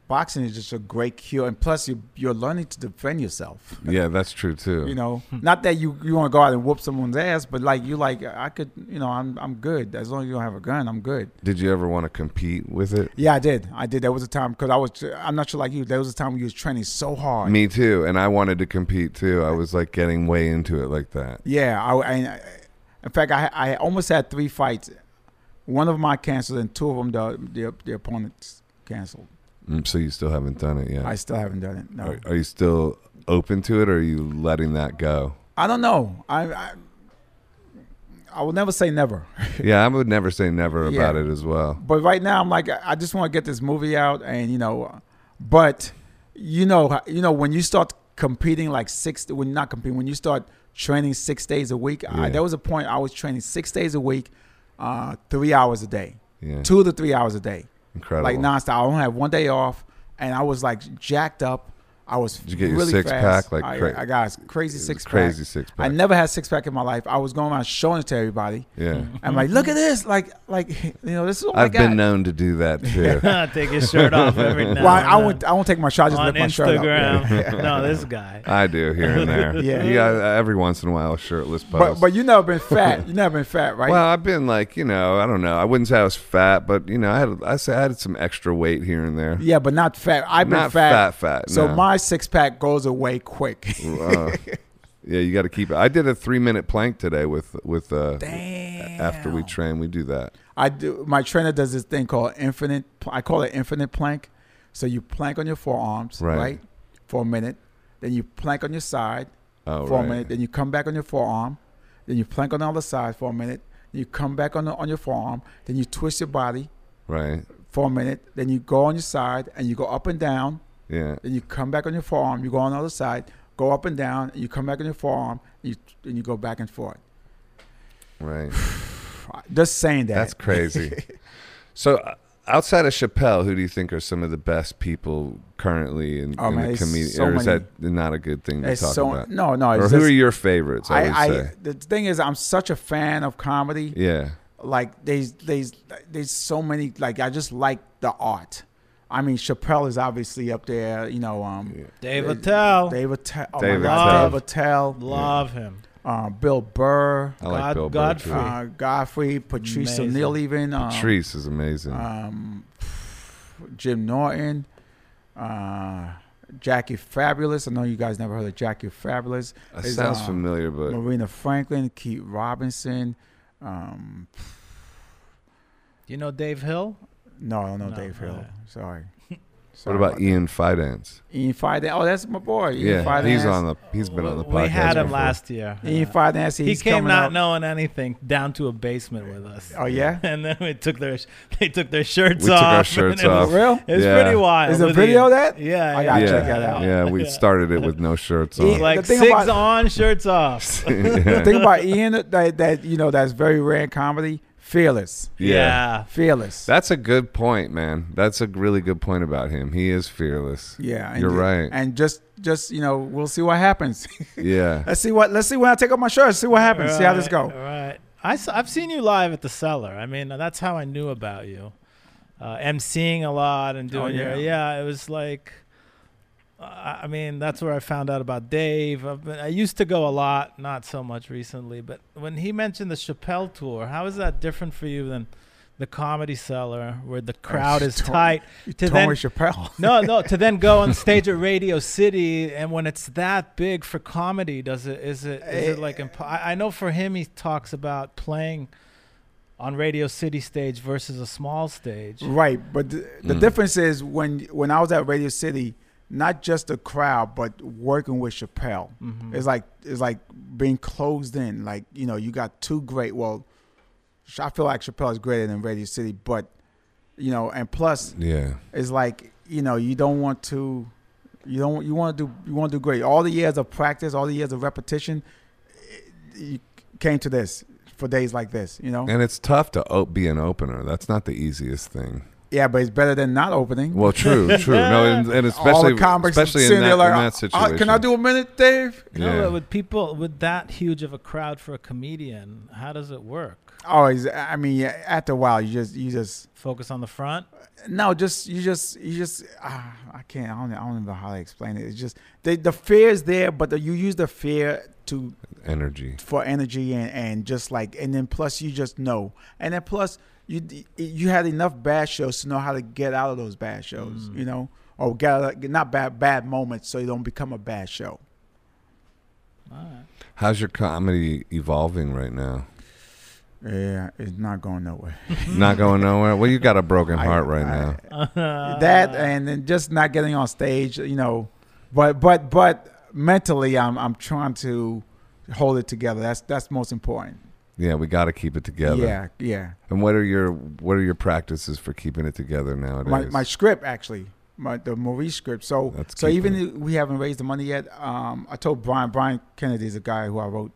boxing is just a great cure. And plus, you you're learning to defend yourself. yeah that's true too You know, not that you you want to go out and whoop someone's ass, but like you like I could, you know, I'm I'm good as long as you don't have a gun, I'm good. did you ever want to compete with it Yeah, I did. I did. There was a time because I was. I'm not sure like you. There was a time when you was training so hard. me too and i wanted to compete too i was like getting way into it like that Yeah. I, I. In fact, I I almost had three fights. One of my canceled, and two of them the the, the opponents canceled. Mm, so you still haven't done it yet I still haven't done it. No. Are, are you still open to it, or are you letting that [LAUGHS] go? I don't know. I. I I will never say never, Yeah, I would never say never Yeah. about it as well. but right now I'm like I I just want to get this movie out, and you know, but you know, you know when you start competing like six when not competing when you start training six days a week. I, Yeah. there was a point I was training six days a week, uh, three hours a day, Yeah, two to three hours a day, incredible. like nonstop. I only had one day off, and I was like jacked up. I was you get your really six fast. pack, like I, cra- I got a crazy It's six crazy pack. six I pack. never had six pack in my life. I was going around showing it to everybody. [LAUGHS] yeah, I'm like, look at this, like, like [LAUGHS] you know, this is all I Mm-hmm. I've got. been known to do [LAUGHS] that too. Take his shirt off every now. Well, I, I and won't. I won't take my shot. I then. just on lift my shirt up. Instagram. [LAUGHS] no, this guy. [LAUGHS] I do here and there. Yeah. you got every once in a while a shirtless But post. but you [LAUGHS] never been fat. You never been fat, right? well, I've been like you know, I don't know. I wouldn't say I was fat, but you know, I had I say I had some extra weight here and there. yeah, but not fat. I've been Not fat. fat, fat. so no. my six pack goes away quick. [LAUGHS] Uh, yeah, you got to keep it. I did a three minute plank today with with uh, after we train. We do that. I do. My trainer does this thing called infinite. pl- I call it infinite plank. So you plank on your forearms, Right. right, for a minute. Then you plank on your side Oh, for right. a minute. Then you come back on your forearm. Then you plank on the other side for a minute. Then you come back on the, on your forearm. Then you twist your body Right. for a minute. Then you go on your side and you go up and down. Yeah. then you come back on your forearm, you go on the other side, go up and down, and you come back on your forearm, and you, and you go back and forth. Right. Just saying that. That's [LAUGHS] crazy. so uh, outside of Chappelle, who do you think are some of the best people currently in, Oh, in man, the it's comedy? so or is many. that not a good thing to It's talk so about? no, no. Or It's who just, are your favorites? I, would I, say. I the thing is, I'm such a fan of comedy. Yeah. Like there's there's there's so many. Like I just like the art. I mean, Chappelle is obviously up there. You know, um, Dave Attell. Dave Attell. Oh Dave my God, Attell. Dave Attell. Love him. uh, Bill Burr, I like God- Bill Godfrey. Burr too. uh, Godfrey, Patrice Amazing. O'Neill, even um, Patrice is amazing. um, Jim Norton, uh, Jackie Fabulous. I know you guys never heard of Jackie Fabulous. That is, sounds uh, familiar, but Marina Franklin, Keith Robinson. Um, You know Dave Hill? no, I don't know No, Dave Hill. alright. [LAUGHS] Sorry. Sorry what about Ian Fidance? that. Ian Fidance? Oh, that's my boy. Yeah, Ian Fidance. he's on the. He's been on the podcast. We had him before. last year. Ian Yeah. Fidance. he he's came coming not out- knowing anything down to a basement with us. Oh yeah. [LAUGHS] And then we took their [LAUGHS] they took their shirts We took off. [LAUGHS] our and shirts it was- off. [LAUGHS] For real? It was Yeah. pretty wild. Is there with video Ian. of that? Yeah, I yeah, gotta yeah, check that out. yeah, we started it with no shirts Yeah. [LAUGHS] on. [LAUGHS] Like The thing six about- on, shirts off. The thing about Ian that that you know that's very rare in comedy. Fearless. yeah. Fearless. That's a good point, man. That's a really good point about him. He is fearless. [LAUGHS] yeah. You're ju- right. And just just you know we'll see what happens. [LAUGHS] Yeah. let's see what let's see when I take off my shirt. See what happens. See how this Right, go. Right. I have seen you live at the cellar. I mean, that's how I knew about you. Uh, emceeing a lot and doing Oh, yeah. your yeah. It was like, I I mean, that's where I found out about Dave. I've been, I used to go a lot, not so much recently. But when he mentioned the Chappelle tour, how is that different for you than the Comedy Cellar, where the crowd is Tony- tight? To Tony then Chappelle. no, no. To then go on stage at Radio City, and when it's that big for comedy, does it is it is it like? Impo- I, I know for him, he talks about playing on Radio City stage versus a small stage. [LAUGHS] Right, but the, the Mm. difference is when when I was at Radio City, not just the crowd, but working with Chappelle. Mm. Mhm. It's like it's like being closed in. Like you know, you got two great. Well, Ch- I feel like Chappelle is greater than Radio City, but you know, and plus Yeah. it's like you know you don't want to, you don't you want to do you want to do great. All the years of practice, all the years of repetition, it- you came to this for days like this. You know, And it's tough to op- be an opener. That's not the easiest thing. yeah, but it's better than not opening. Well, [LAUGHS] true, true. No, and, and all especially, the comics especially in sitting that, there like, in that "Uh, situation. uh, can I do a minute, Dave? Yeah. No, but with people with that huge of a crowd for a comedian, how does it work? Oh, is- I mean, yeah, after a while, you just, you just, Focus on the front. no, just, you just, you just, ah, I can't, I don't, I don't know how to explain it. It's just the the fear is there, but the, you use the fear to Energy. for energy and and just like, and then plus you just know, and then plus you you had enough bad shows to know how to get out of those bad shows, you know, or get out of, not bad bad moments so you don't become a bad show. All right. How's your comedy evolving right now? Yeah, it's not going nowhere. not going nowhere. Well, you got a broken [LAUGHS] I- heart right I- now. [LAUGHS] that and then just not getting on stage, you know. But but but mentally, I'm I'm trying to hold it together. That's that's most important. Yeah, we got to keep it together. yeah, yeah. And what are your what are your practices for keeping it together nowadays? My my script actually, my the Maurice script. So That's so keeping even if we haven't raised the money yet. Um, I told Brian Brian Kennedy is a guy who I wrote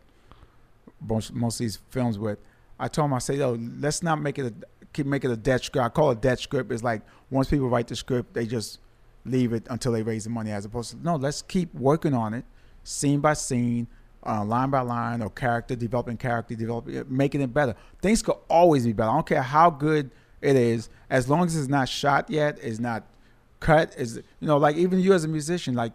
most most of these films with. I told him I said, yo, let's not make it a keep making a debt script. I call it debt script. It's like once people write the script, they just leave it until they raise the money as opposed to no let's keep working on it scene by scene uh, line by line or character developing character developing uh, making it better things could always be better i don't care how good it is as long as it's not shot yet it's not cut is you know like even you as a musician like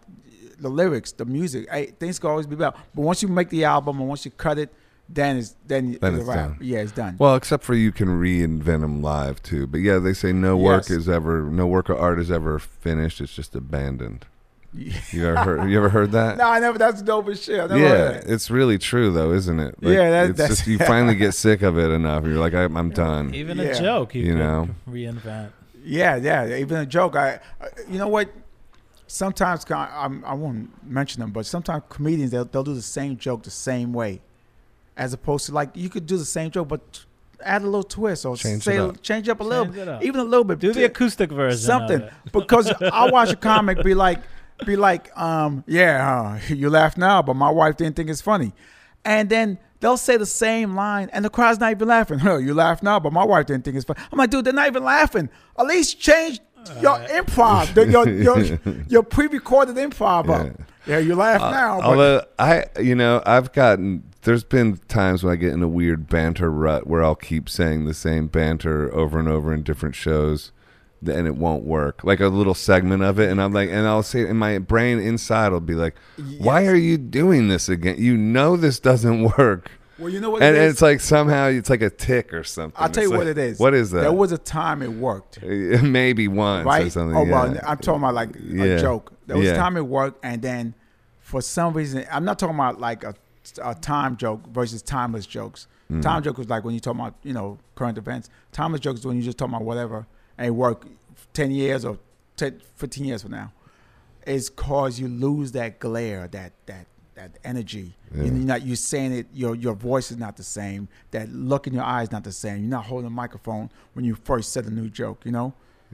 the lyrics the music hey, things could always be better but once you make the album and once you cut it then it's then, Then it's, it's a wrap. done. yeah it's done Well, except for you can reinvent them live too. But yeah, they say no work Yes. is ever no work of art is ever finished. It's just abandoned. Yeah. You ever heard? You ever heard that? [LAUGHS] [LAUGHS] no i never that's dope as shit I never heard yeah, that. it's really true though, isn't it? [LAUGHS] Yeah, that- it's that's- just you finally get sick of it enough. You're like, I, I'm done. even Yeah. a joke, you, You could know. reinvent. Yeah, yeah. Even a joke. I, I you know what? Sometimes co- I'm, I won't mention them, but sometimes comedians they'll, they'll do the same joke the same way, as opposed to like you could do the same joke but add a little twist or Change say it up. change up a little, Change it up. even a little bit. Do the T- acoustic version. of something it. [LAUGHS] because I watch a comic be like, be like, um, yeah, uh, [LAUGHS] you laugh now, but my wife didn't think it's funny, and then they'll say the same line, and the crowd's not even laughing. [LAUGHS] Huh, you laugh now, but my wife didn't think it's funny. I'm like, dude, they're not even laughing. At least change your improv, the- your [LAUGHS] your your pre-recorded improv up. Yeah, you laugh Uh, now, but Although I, you know, I've gotten there's been times when I get in a weird banter rut where I'll keep saying the same banter over and over in different shows, and it won't work. Like a little segment of it, and I'm like, and I'll say, and my brain inside will be like, why are you doing this again? You know this doesn't [LAUGHS] work. Well, you know what? and it is? it's like somehow it's like a tick or something. I'll tell you It's what like- it is. What is that? There was a time it [LAUGHS] worked, maybe once right? or something. oh, yeah. well, I'm talking about like Yeah. a joke. There was Yeah. a time it worked, and then for some reason, I'm not talking about like a, a time joke versus timeless jokes. Mm-hmm. Time joke was like when you talk about you know current events. Timeless jokes is when you just talk about whatever and it work ten years or 10, 15 years from now. It's cause you lose that glare, that that that energy. You're not you're saying it. Your your voice is not the same. That look in your eyes not the same. You're not holding a microphone when you first said a new joke. You know,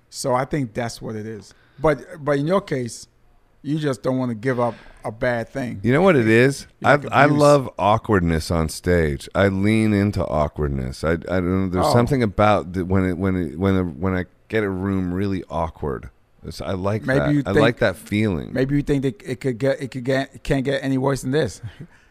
so I think that's what it is. But but in your case, you just don't want to give up a bad thing. You know what it is? You're I like I abused. love awkwardness on stage. I lean into awkwardness. I I don't know. There's Oh. something about the, when it when it when a, when I get a room really awkward. It's- I like Maybe that. you I think- like that feeling. Maybe you think that it could get it could get it can't get any worse than this.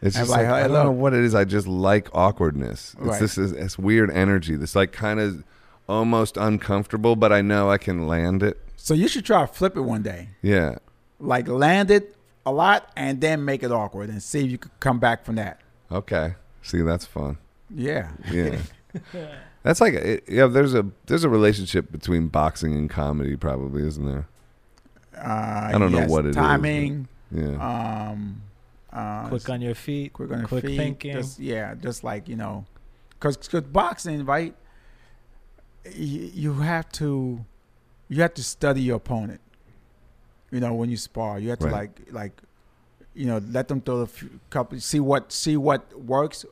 It's I'm just like, like, I don't hello. know what it is. I just like awkwardness. It's Right. this is it's weird energy. This like kind of almost uncomfortable, but I know I can land it. So you should try to flip it one day. Yeah. Like land it a lot and then make it awkward and see if you could come back from that. Okay. See, that's fun. Yeah. [LAUGHS] Yeah. That's like it, yeah. There's a there's a relationship between boxing and comedy, probably, isn't there? Uh, I don't know what it is, but- timing, Yeah. um, uh, Quick on your feet. quick on the quick feet, thinking. Just, yeah, just like you know, because boxing, right? y- You have to, you have to study your opponent. You know, when you spar, you have to Right. like, like, you know, let them throw a few couple, see what, see what works,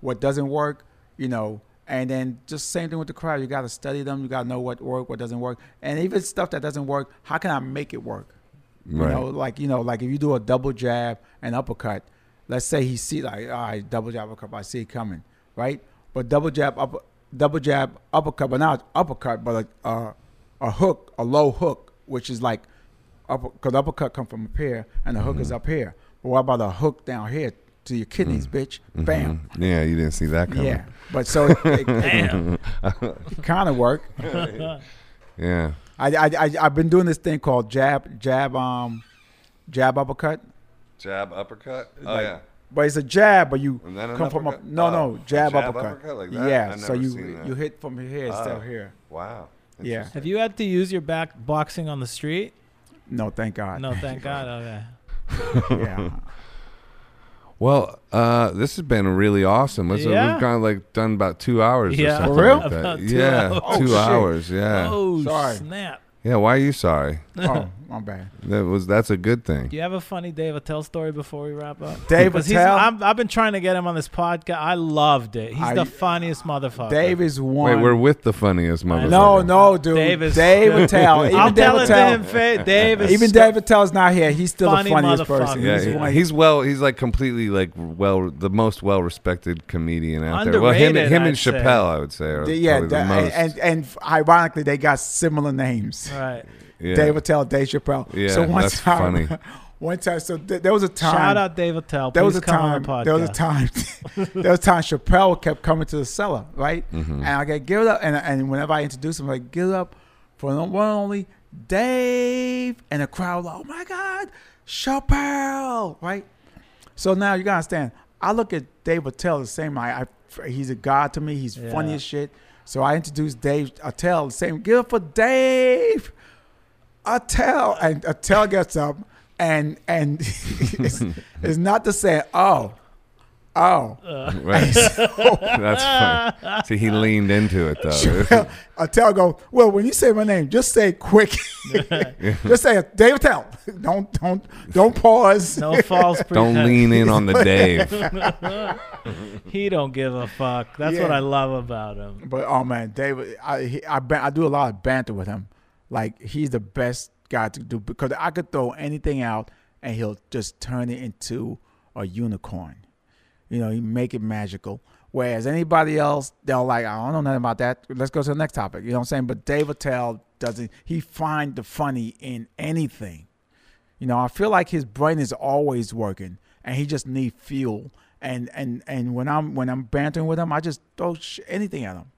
what doesn't work. You know, and then just same thing with the crowd. You got to study them. You got to know what work, what doesn't work, and even stuff that doesn't work. How can I make it work? You Right. know, like you know, like if you do a double jab and uppercut, let's say he see like all right, double jab uppercut, I see it coming, right? But double jab up, double jab uppercut, but not uppercut, but like uh, a hook, a low hook, which is like upper, because uppercut come from up here and the hook is up here. But what about a hook down here to your kidneys, bitch? Bam. Mhm. Yeah, you didn't see that coming. Yeah, but so it, it, kind of work. [LAUGHS] Yeah. I, I I I've been doing this thing called jab jab um jab uppercut. Jab uppercut. Oh Like- yeah. But it's a jab, but you And then an come from up. uppercut? No, Oh, no, jab, jab uppercut. uppercut like that? Yeah, I've so never you seen that. you hit from here instead Oh. of here. Wow. Yeah. Interesting. Have you had to use your back boxing on the street? No, thank God. No, thank God. Okay. [LAUGHS] yeah, Well, uh, this has been really awesome. It's- Yeah. We've gone like done about two hours. Yeah. Or something For real? Like that. About two yeah. hours. Two Oh, shit. hours. Yeah. Oh Sorry. snap! Yeah. Why are you sorry? [LAUGHS] oh, my bad. That was that's a good thing. Do you have a funny Dave Attell story before we wrap up? Dave 'Cause he's- Attell? I'm, I've been trying to get him on this podcast. I loved it. He's I- the funniest motherfucker. Dave is one. Wait, we're with the funniest motherfucker. no, no, dude. Dave Dave, is- Attell. Even I'm Dave telling Attell- him, fa- Dave is Even stu- Dave Attell's not here. He's still Funny the funniest person. motherfucker. Yeah, he's he- one- he's well. He's like completely like well, the most well-respected comedian out there. Well, Underrated, him, him and I'd say. Chappelle, I would say, are yeah, probably the that- most. and, and ironically, they got similar names. Right. yeah. Dave Attell, Dave Chappelle. Yeah, so one that's time, [LAUGHS] funny. one time. So th- there was a time. Shout out Dave Attell. there was Please a come time. on the podcast. There was a time. there was a time [LAUGHS] Chappelle kept coming to the cellar, right? And I get give it up, and and whenever I introduce him, I'm like give it up for the one and only Dave, and the crowd like, oh my God, Chappelle, right? So now you gotta understand. I look at Dave Attell the same. I, I he's a god to me. He's funny Yeah. as shit. So I introduced Dave Attell the same. Give it up for Dave. Attell and Attell gets up and and [LAUGHS] it's, it's not to say oh oh [LAUGHS] Right. That's [LAUGHS] funny. See, he leaned into it though. Chappelle, Attell go well when you say my name just say it quick just say it, Dave Attell [LAUGHS] don't don't don't pause [LAUGHS] no false pretense. [LAUGHS] Don't lean in on the Dave. He don't give a fuck. That's Yeah. what I love about him. but oh man Dave I he, I, ban- I do a lot of banter with him like he's the best guy to do because I could throw anything out and he'll just turn it into a unicorn. You know, you make it magical. Whereas anybody else, they're like, I don't know nothing about that. Let's go to the next topic. You know what I'm saying? But Dave Attell doesn't. He find the funny in anything. You know, I feel like his brain is always working, and he just need fuel. And and and when I'm when I'm bantering with him, I just throw sh- anything at him.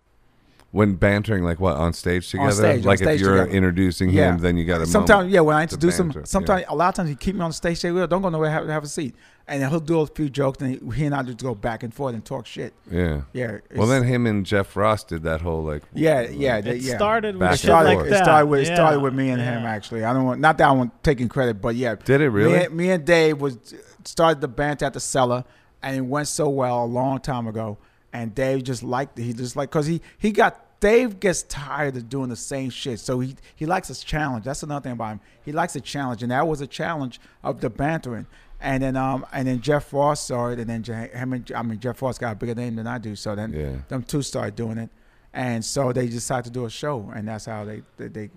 when bantering, like what on stage together, stage, on like stage if you're together. introducing Yeah. him, then you got to Sometimes, yeah, when I introduce him, banter, yeah. sometimes a lot of times he keep me on the stage, say, "Well, don't go nowhere, have, have a seat," and he'll do a few jokes, and he, he and I just go back and forth and talk shit. yeah. Yeah. Well, it's- then him and Jeff Ross did that whole like Yeah, yeah, It yeah. started with Back It shit started, like it that. started with it Yeah. started with me and him Yeah. actually. I don't want not that I want taking credit, but yeah, Did it really? Me, and- me and Dave was started the banter at the cellar, and it went so well a long time ago. And Dave just liked it. He just like because he he got Dave gets tired of doing the same shit, so he he likes a challenge. That's another thing about him. He likes a challenge, and that was a challenge of the bantering. And then um and then Jeff Ross saw it, and then Ja- him and I mean Jeff Ross got a bigger name than I do, so then Yeah. them two started doing it, and so they decided to do a show, and that's how they they. they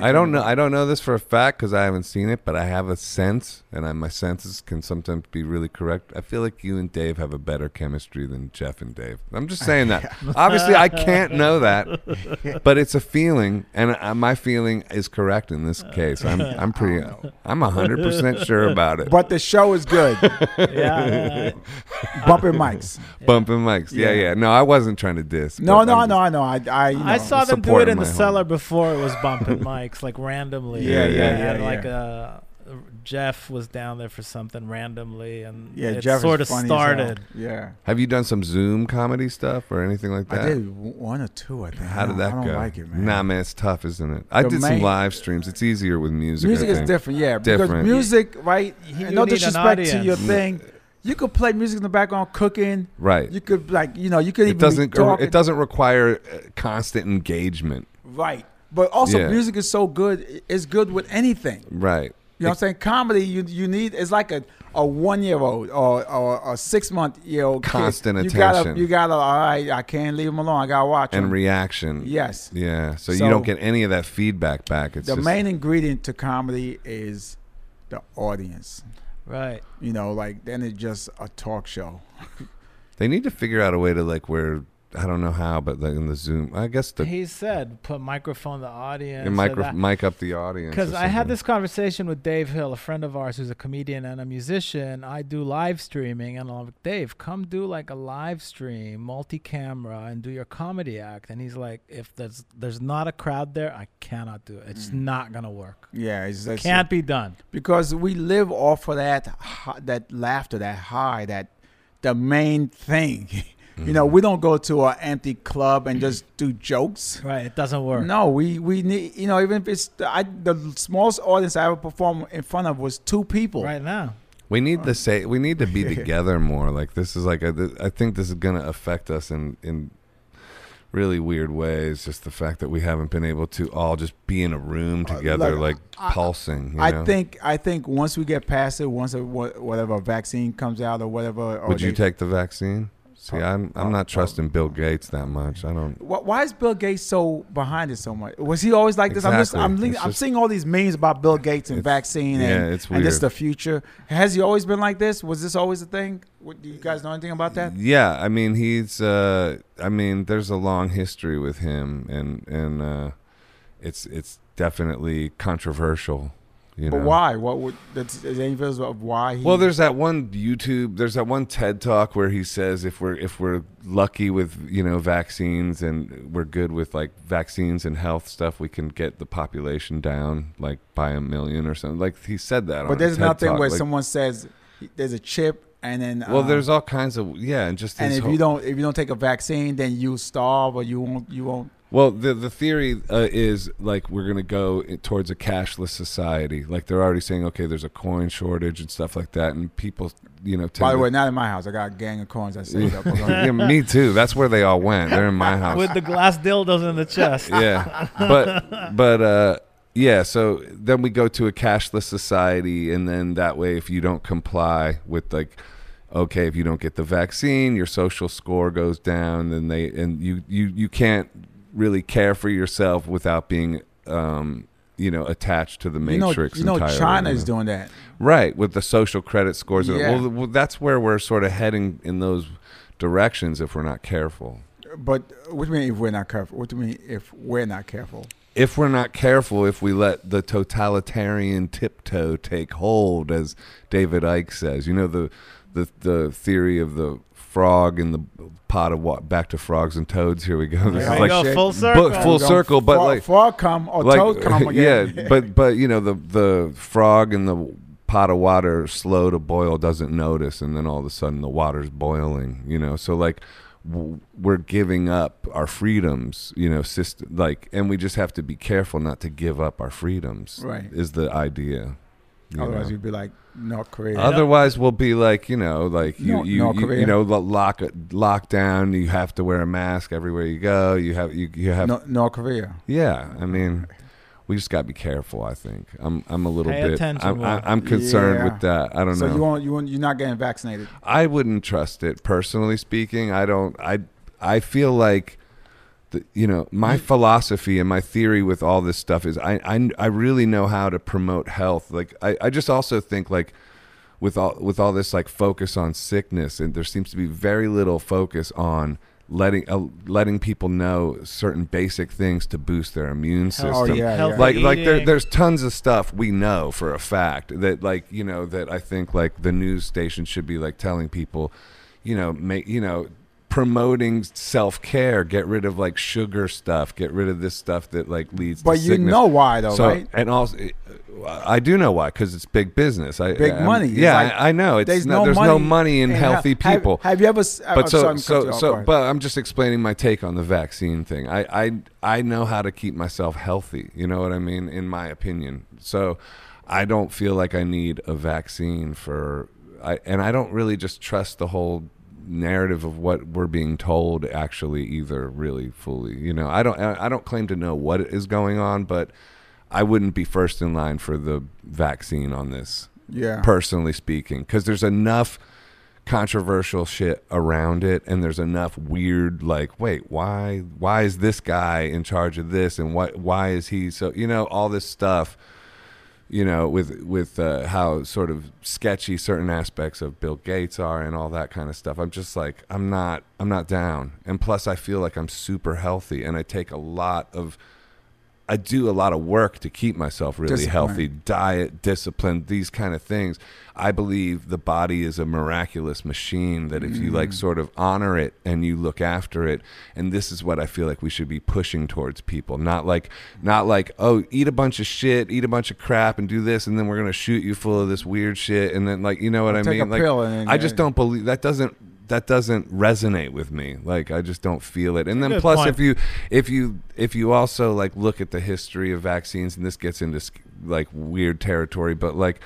I don't know. I don't know this for a fact because I haven't seen it, but I have a sense, and I, my senses can sometimes be really correct. I feel like you and Dave have a better chemistry than Jeff and Dave. I'm just saying [LAUGHS] that. Obviously, I can't know that, but it's a feeling, and uh my feeling is correct in this case. [LAUGHS] I'm I'm pretty. I'm hundred percent sure about it. Oh, But the show is good. Yeah. Bumping mics. Bumping mics. Yeah, Yeah. yeah, No, I was not trying to diss. No, but no, I'm no, I know. I, I, [LAUGHS] you know. I saw them do it supporting in the my homie. cellar before it was [LAUGHS] bumping mics, like randomly. yeah, Yeah, And yeah, had, yeah. Like uh, Jeff was down there for something randomly, and Yeah, it Jeff is sort of funny as started. hell. Yeah, Have you done some Zoom comedy stuff or anything like that? I did w- one or two. I think. How I don't- did that I don't go? like it, man. Nah, man, it's tough, isn't it? I The did main- some live streams. It's easier with music. music I is think. different. Yeah, because Different. music, right? He- you no need an disrespect to your audience. thing. You could play music in the background, cooking. Right. You could like, you know, you could even it doesn't. Be talking. It doesn't require uh, constant engagement. Right. But also, Yeah. music is so good. It's good with anything. Right. You know what I'm saying? Comedy, you you need it's like a, a one year old or, or a six month year old. kid. Constant You gotta, attention. you gotta. All right, I can't leave him alone. I gotta watch him. And reaction. yes, Yeah. So, So- you don't get any of that feedback back. It's the just, main ingredient to comedy is the audience. Right. You know, like then it's just a talk show. They need to figure out a way to like where I don't know how, but like in the Zoom, I guess the he said, "Put microphone the audience." your or micro that. mic up the audience. or Because I had something. this conversation with Dave Hill, a friend of ours who's a comedian and a musician. I do live streaming, and I'm like, Dave, come do like a live stream, multi-camera, and do your comedy act. And he's like, if there's there's not a crowd there, I cannot do it. It's not gonna work. Yeah, it's just, Can't be done. because we live off of that hi- that laughter, that high, that the main thing. [LAUGHS] You Mm-hmm. know, we don't go to an empty club [CLEARS THROAT] and just do jokes. Right? It doesn't work. No, we we need you know even if it's I, the smallest audience I ever performed in front of was two people. Right now, We need to say we need to [LAUGHS] be together more. Like this is like a, th- I think this is gonna affect us in in really weird ways. Just the fact that we haven't been able to all just be in a room together, Uh, like, like, pulsing. you I know? think I think once we get past it, once a, wha- whatever vaccine comes out or whatever. Or Would you Oh, they- take the vaccine? See, I'm I'm not trusting Bill Gates that much. I don't. Wh- Why is Bill Gates so behind it so much? Was he always like this? I'm just Exactly. I'm, link- It's I'm just- seeing all these memes about Bill Gates and It's- vaccine and, yeah, it's and this weird. the future. Has he always been like this? Was this always a thing? What, do you guys know anything about that? Yeah, I mean he's. Uh, I mean there's a long history with him, and and uh, it's it's definitely controversial. You But know? why? What would that's, is any evidence of why he? Well, there's that one YouTube, there's that one TED talk where he says if we're if we're lucky with you know vaccines and we're good with like vaccines and health stuff, we can get the population down like by a million or something. Like he said that. on but there's a TED nothing Talk, where like- someone says there's a chip and then Well, uh, there's all kinds of yeah, and just and this if whole- you don't if you don't take a vaccine then you starve or you won't you won't Well, the the theory uh, is like we're gonna go i- towards a cashless society. Like they're already saying, okay, there's a coin shortage and stuff like that, and people, you know. by the tend way to- not in my house i got a gang of coins i saved [LAUGHS] up yeah, me too. That's where they all went. They're in my [LAUGHS] house. with the glass dildos in the chest. yeah but but uh yeah so then we go to a cashless society and then that way if you don't comply with like okay if you don't get the vaccine your social score goes down and they and you you you can't really care for yourself without being um you know attached to the you know, matrix you know entirely, china you is know? doing that Right, with the social credit scores. Yeah. Well, th- well, that's where we're sort of heading in those directions if we're not careful. but what do you mean if we're not careful what do you mean if we're not careful if we're not careful, if we let the totalitarian tiptoe take hold, as David Icke says, you know the the the theory of the frog in the pot of water. Back to frogs and toads. Here we go. [LAUGHS] This is Yeah. There like you go, shit. full bu- circle. full circle, but Frog- like frog come or like Oh, toad come again. [LAUGHS] [LAUGHS] yeah, but but you know the the frog in the pot of water slow to boil doesn't notice, and then all of a sudden the water's boiling. You know, so like w- we're giving up our freedoms. You know, system like, and we just have to be careful not to give up our freedoms. Right. is the idea. you know? Otherwise, you'd be like North Korea. Other- Otherwise, we'll be like you know, like you No- you, no, you, you Korea. know lo- lock lock down. You have to wear a mask everywhere you go. You have you you have No, North Korea. yeah, I mean, we just got to be careful. I think I'm I'm a little Pay bit attention, I'm, I- Will. I'm concerned Yeah. with that. I don't So know. you won't, you won't, you're not getting vaccinated. I wouldn't trust it personally speaking. I don't. I I feel like. The, you know my philosophy and my theory with all this stuff is I, I I really know how to promote health like I, I just also think like with all with all this like focus on sickness and there seems to be very little focus on letting uh, letting people know certain basic things to boost their immune system Oh, yeah, Healthy yeah. like like there, eating. there's tons of stuff we know for a fact that like you know that I think like the news station should be like telling people, you know, make you know promoting self care, get rid of like sugar stuff, get rid of this stuff that like leads. But to you sickness. know why, though, so right? and also, eh, I do know why because it's big business. I, eh, Big I'm- money. It's Yeah, like, I, I know. It's There's no, no there's money no money in healthy have- people Have, you ever? s- uh, but uh, so sorry, cut so you off, go so ahead. but i'm just explaining my take on the vaccine thing I, I i know how to keep myself healthy you know what i mean in my opinion so i don't feel like i need a vaccine for i and i don't really just trust the whole narrative of what we're being told actually either really fully you know i don't i I don't claim to know what is going on but i wouldn't be first in line for the vaccine on this yeah, personally speaking, because there's enough controversial shit around it, and there's enough weird like, wait, why, why is this guy in charge of this, and why, why is he so, you know, all this stuff, you know, with with uh, how sort of sketchy certain aspects of Bill Gates are, and all that kind of stuff. I'm just like, I'm not, I'm not down, and plus, I feel like I'm super healthy, and I take a lot of I do a lot of work to keep myself really Discipline. healthy, diet, discipline, these kind of things. I believe the body is a miraculous machine that if you like Mm. sort of honor it and you look after it, and this is what I feel like we should be pushing towards people. Not like not like, oh, eat a bunch of shit, eat a bunch of crap and do this and then we're gonna shoot you full of this weird shit and then like you know what I take mean? a Like pill and then- I just don't believe that doesn't that doesn't resonate with me. Like I just don't feel it. And then Good plus point. if you if you if you also like look at the history of vaccines and this gets into sk- like weird territory but like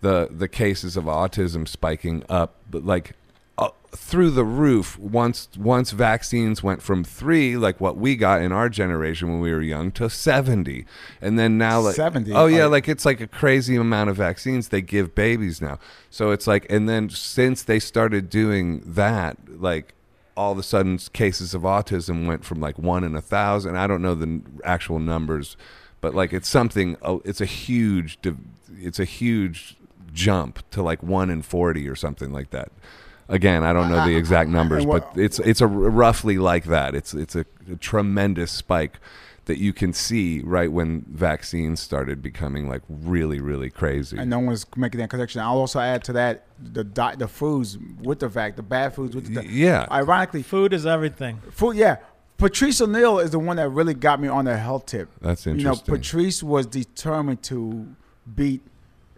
the the cases of autism spiking up but like uh, through the roof once once vaccines went from 3 like what we got in our generation when we were young to 70 and then now like 70? oh yeah like Like- it's like a crazy amount of vaccines they give babies now so it's like and then since they started doing that like all of a sudden cases of autism went from like one in a thousand i don't know the n- actual numbers but like it's something oh, it's a huge div- it's a huge jump to like one in 40 or something like that again i don't know the exact numbers wha- but it's it's a r- roughly like that it's it's a, a tremendous spike that you can see right when vaccines started becoming like really really crazy and no one's making that connection. I'll also add to that the di- the foods with the fact the bad foods with the Y- yeah ironically Food is everything. food. Yeah, Patrice O'Neill is the one that really got me on the health tip. that's You know, interesting Patrice was determined to beat,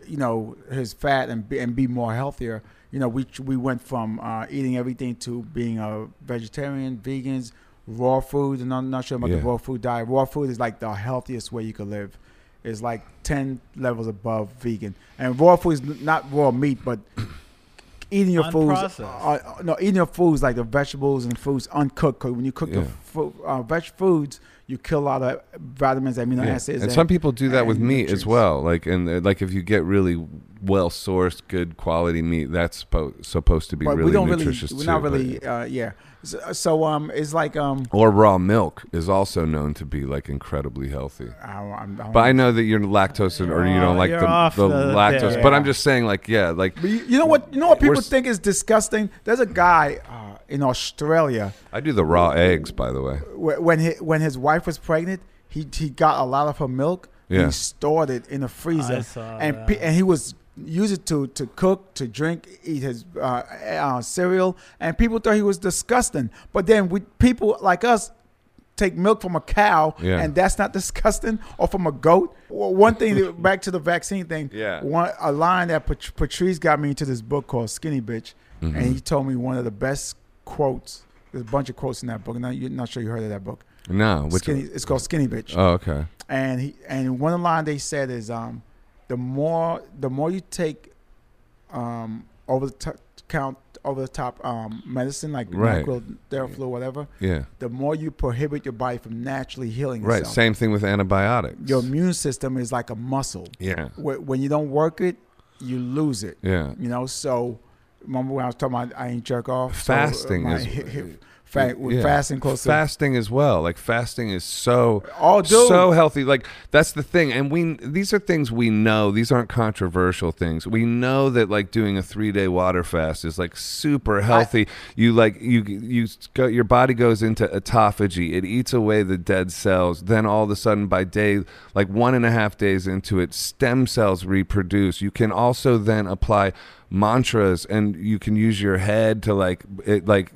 you know, his fat and be, and be more healthier. You know, we we went from uh, eating everything to being a vegetarian, vegans, raw food, and I'm not sure about Yeah. the raw food diet. Raw food is like the healthiest way you could live. It's like ten levels above vegan, and raw food is n- not raw meat, but [COUGHS] eating your foods. Unprocessed. Uh, uh, no, eating your foods like the vegetables and foods uncooked. 'cause when you cook your Yeah. fo- uh, veg foods, you kill a lot of vitamins, amino Yeah. acids. and some people do that with and meat as nutrients. well like and uh, like if you get really well sourced good quality meat that's supposed supposed to be but really we don't really, nutritious we're not too, but- really, uh, yeah. So, so, um, it's like um, or raw milk is also known to be like incredibly healthy I don't, I'm- I don't- But I know that you're lactose and- or you don't Oh, like the, you're off the, the- lactose. yeah. But I'm just saying, like, yeah, like But you, you know what? You know what We're people s- think is disgusting. There's a guy uh, in Australia I do the raw eggs, by the way. wh- when he, when his wife was pregnant, he he got a lot of her milk. Yeah. He stored it in the freezer, saw and that. pe- and he was use it to to cook, to drink, eat his uh, uh, cereal, and people thought he was disgusting. But then we people like us take milk from a cow, Yeah. and that's not [LAUGHS] disgusting, or from a goat. Well, one thing [LAUGHS] that- back to the vaccine thing. Yeah. One a line that Pat- Patrice got me into this book called Skinny Bitch, Mm-hmm. and he told me one of the best quotes. There's a bunch of quotes in that book. Now you're not sure you heard of that book. No, which Skinny, it's called Skinny Bitch Oh, okay. and he and one line they said is um the more the more you take um over the top count over the top um medicine like Right. NyQuil, Theraflu, whatever, Yeah. the more you prohibit your body from naturally healing Right. itself. Same thing with antibiotics. Your immune system is like a muscle. yeah. Wh- When you don't work it, you lose it. Yeah. You know, so remember when I was talking about I ain't jerk off. So, uh, Fasting my is- hip- hip- fa- with Yeah. fasting close to fasting as well. Like fasting is so Oh, dude. so healthy. Like that's the thing. And we these are things we know. These aren't controversial things. We know that like doing a 3-day water fast is like super healthy. you like you you go, your body goes into autophagy. It eats away the dead cells. Then all of a sudden by day like one and a half days into it, stem cells reproduce. You can also then apply mantras and you can use your head to like it like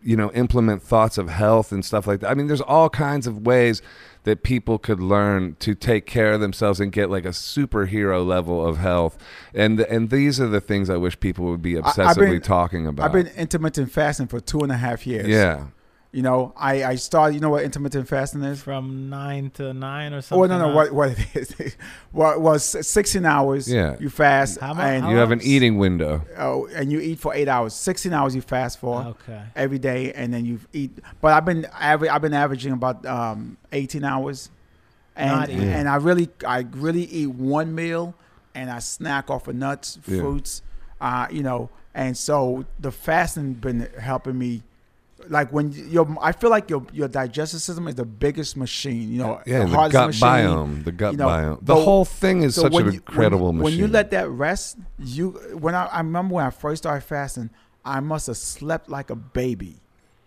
you know implement thoughts of health and stuff like that. I mean, there's all kinds of ways that people could learn to take care of themselves and get like a superhero level of health. And and these are the things I wish people would be I've obsessively been- talking about. I've been intermittent fasting for two and a half years. yeah. You know, I I started. You know what intermittent fasting is? from nine to nine or something. Oh no no uh, what what it is? [LAUGHS] What was sixteen hours? Yeah. you fast How mu- and how You have an else? eating window. oh, and you eat for eight hours. Sixteen hours you fast for Okay. every day, and then you eat. But I've been aver- I've been averaging about um, eighteen hours, Not and eating. and I really I really eat one meal, and I snack off of nuts, Yeah. fruits, uh, you know. And so the fasting been helping me. Like when your, I feel like your your digestive system is the biggest machine, you know, Yeah, the, hardest gut machine. biome, the gut you know, biome. The but- whole thing is such when an you- incredible when, machine. When you let that rest, you when I, I remember when I first started fasting, I must have slept like a baby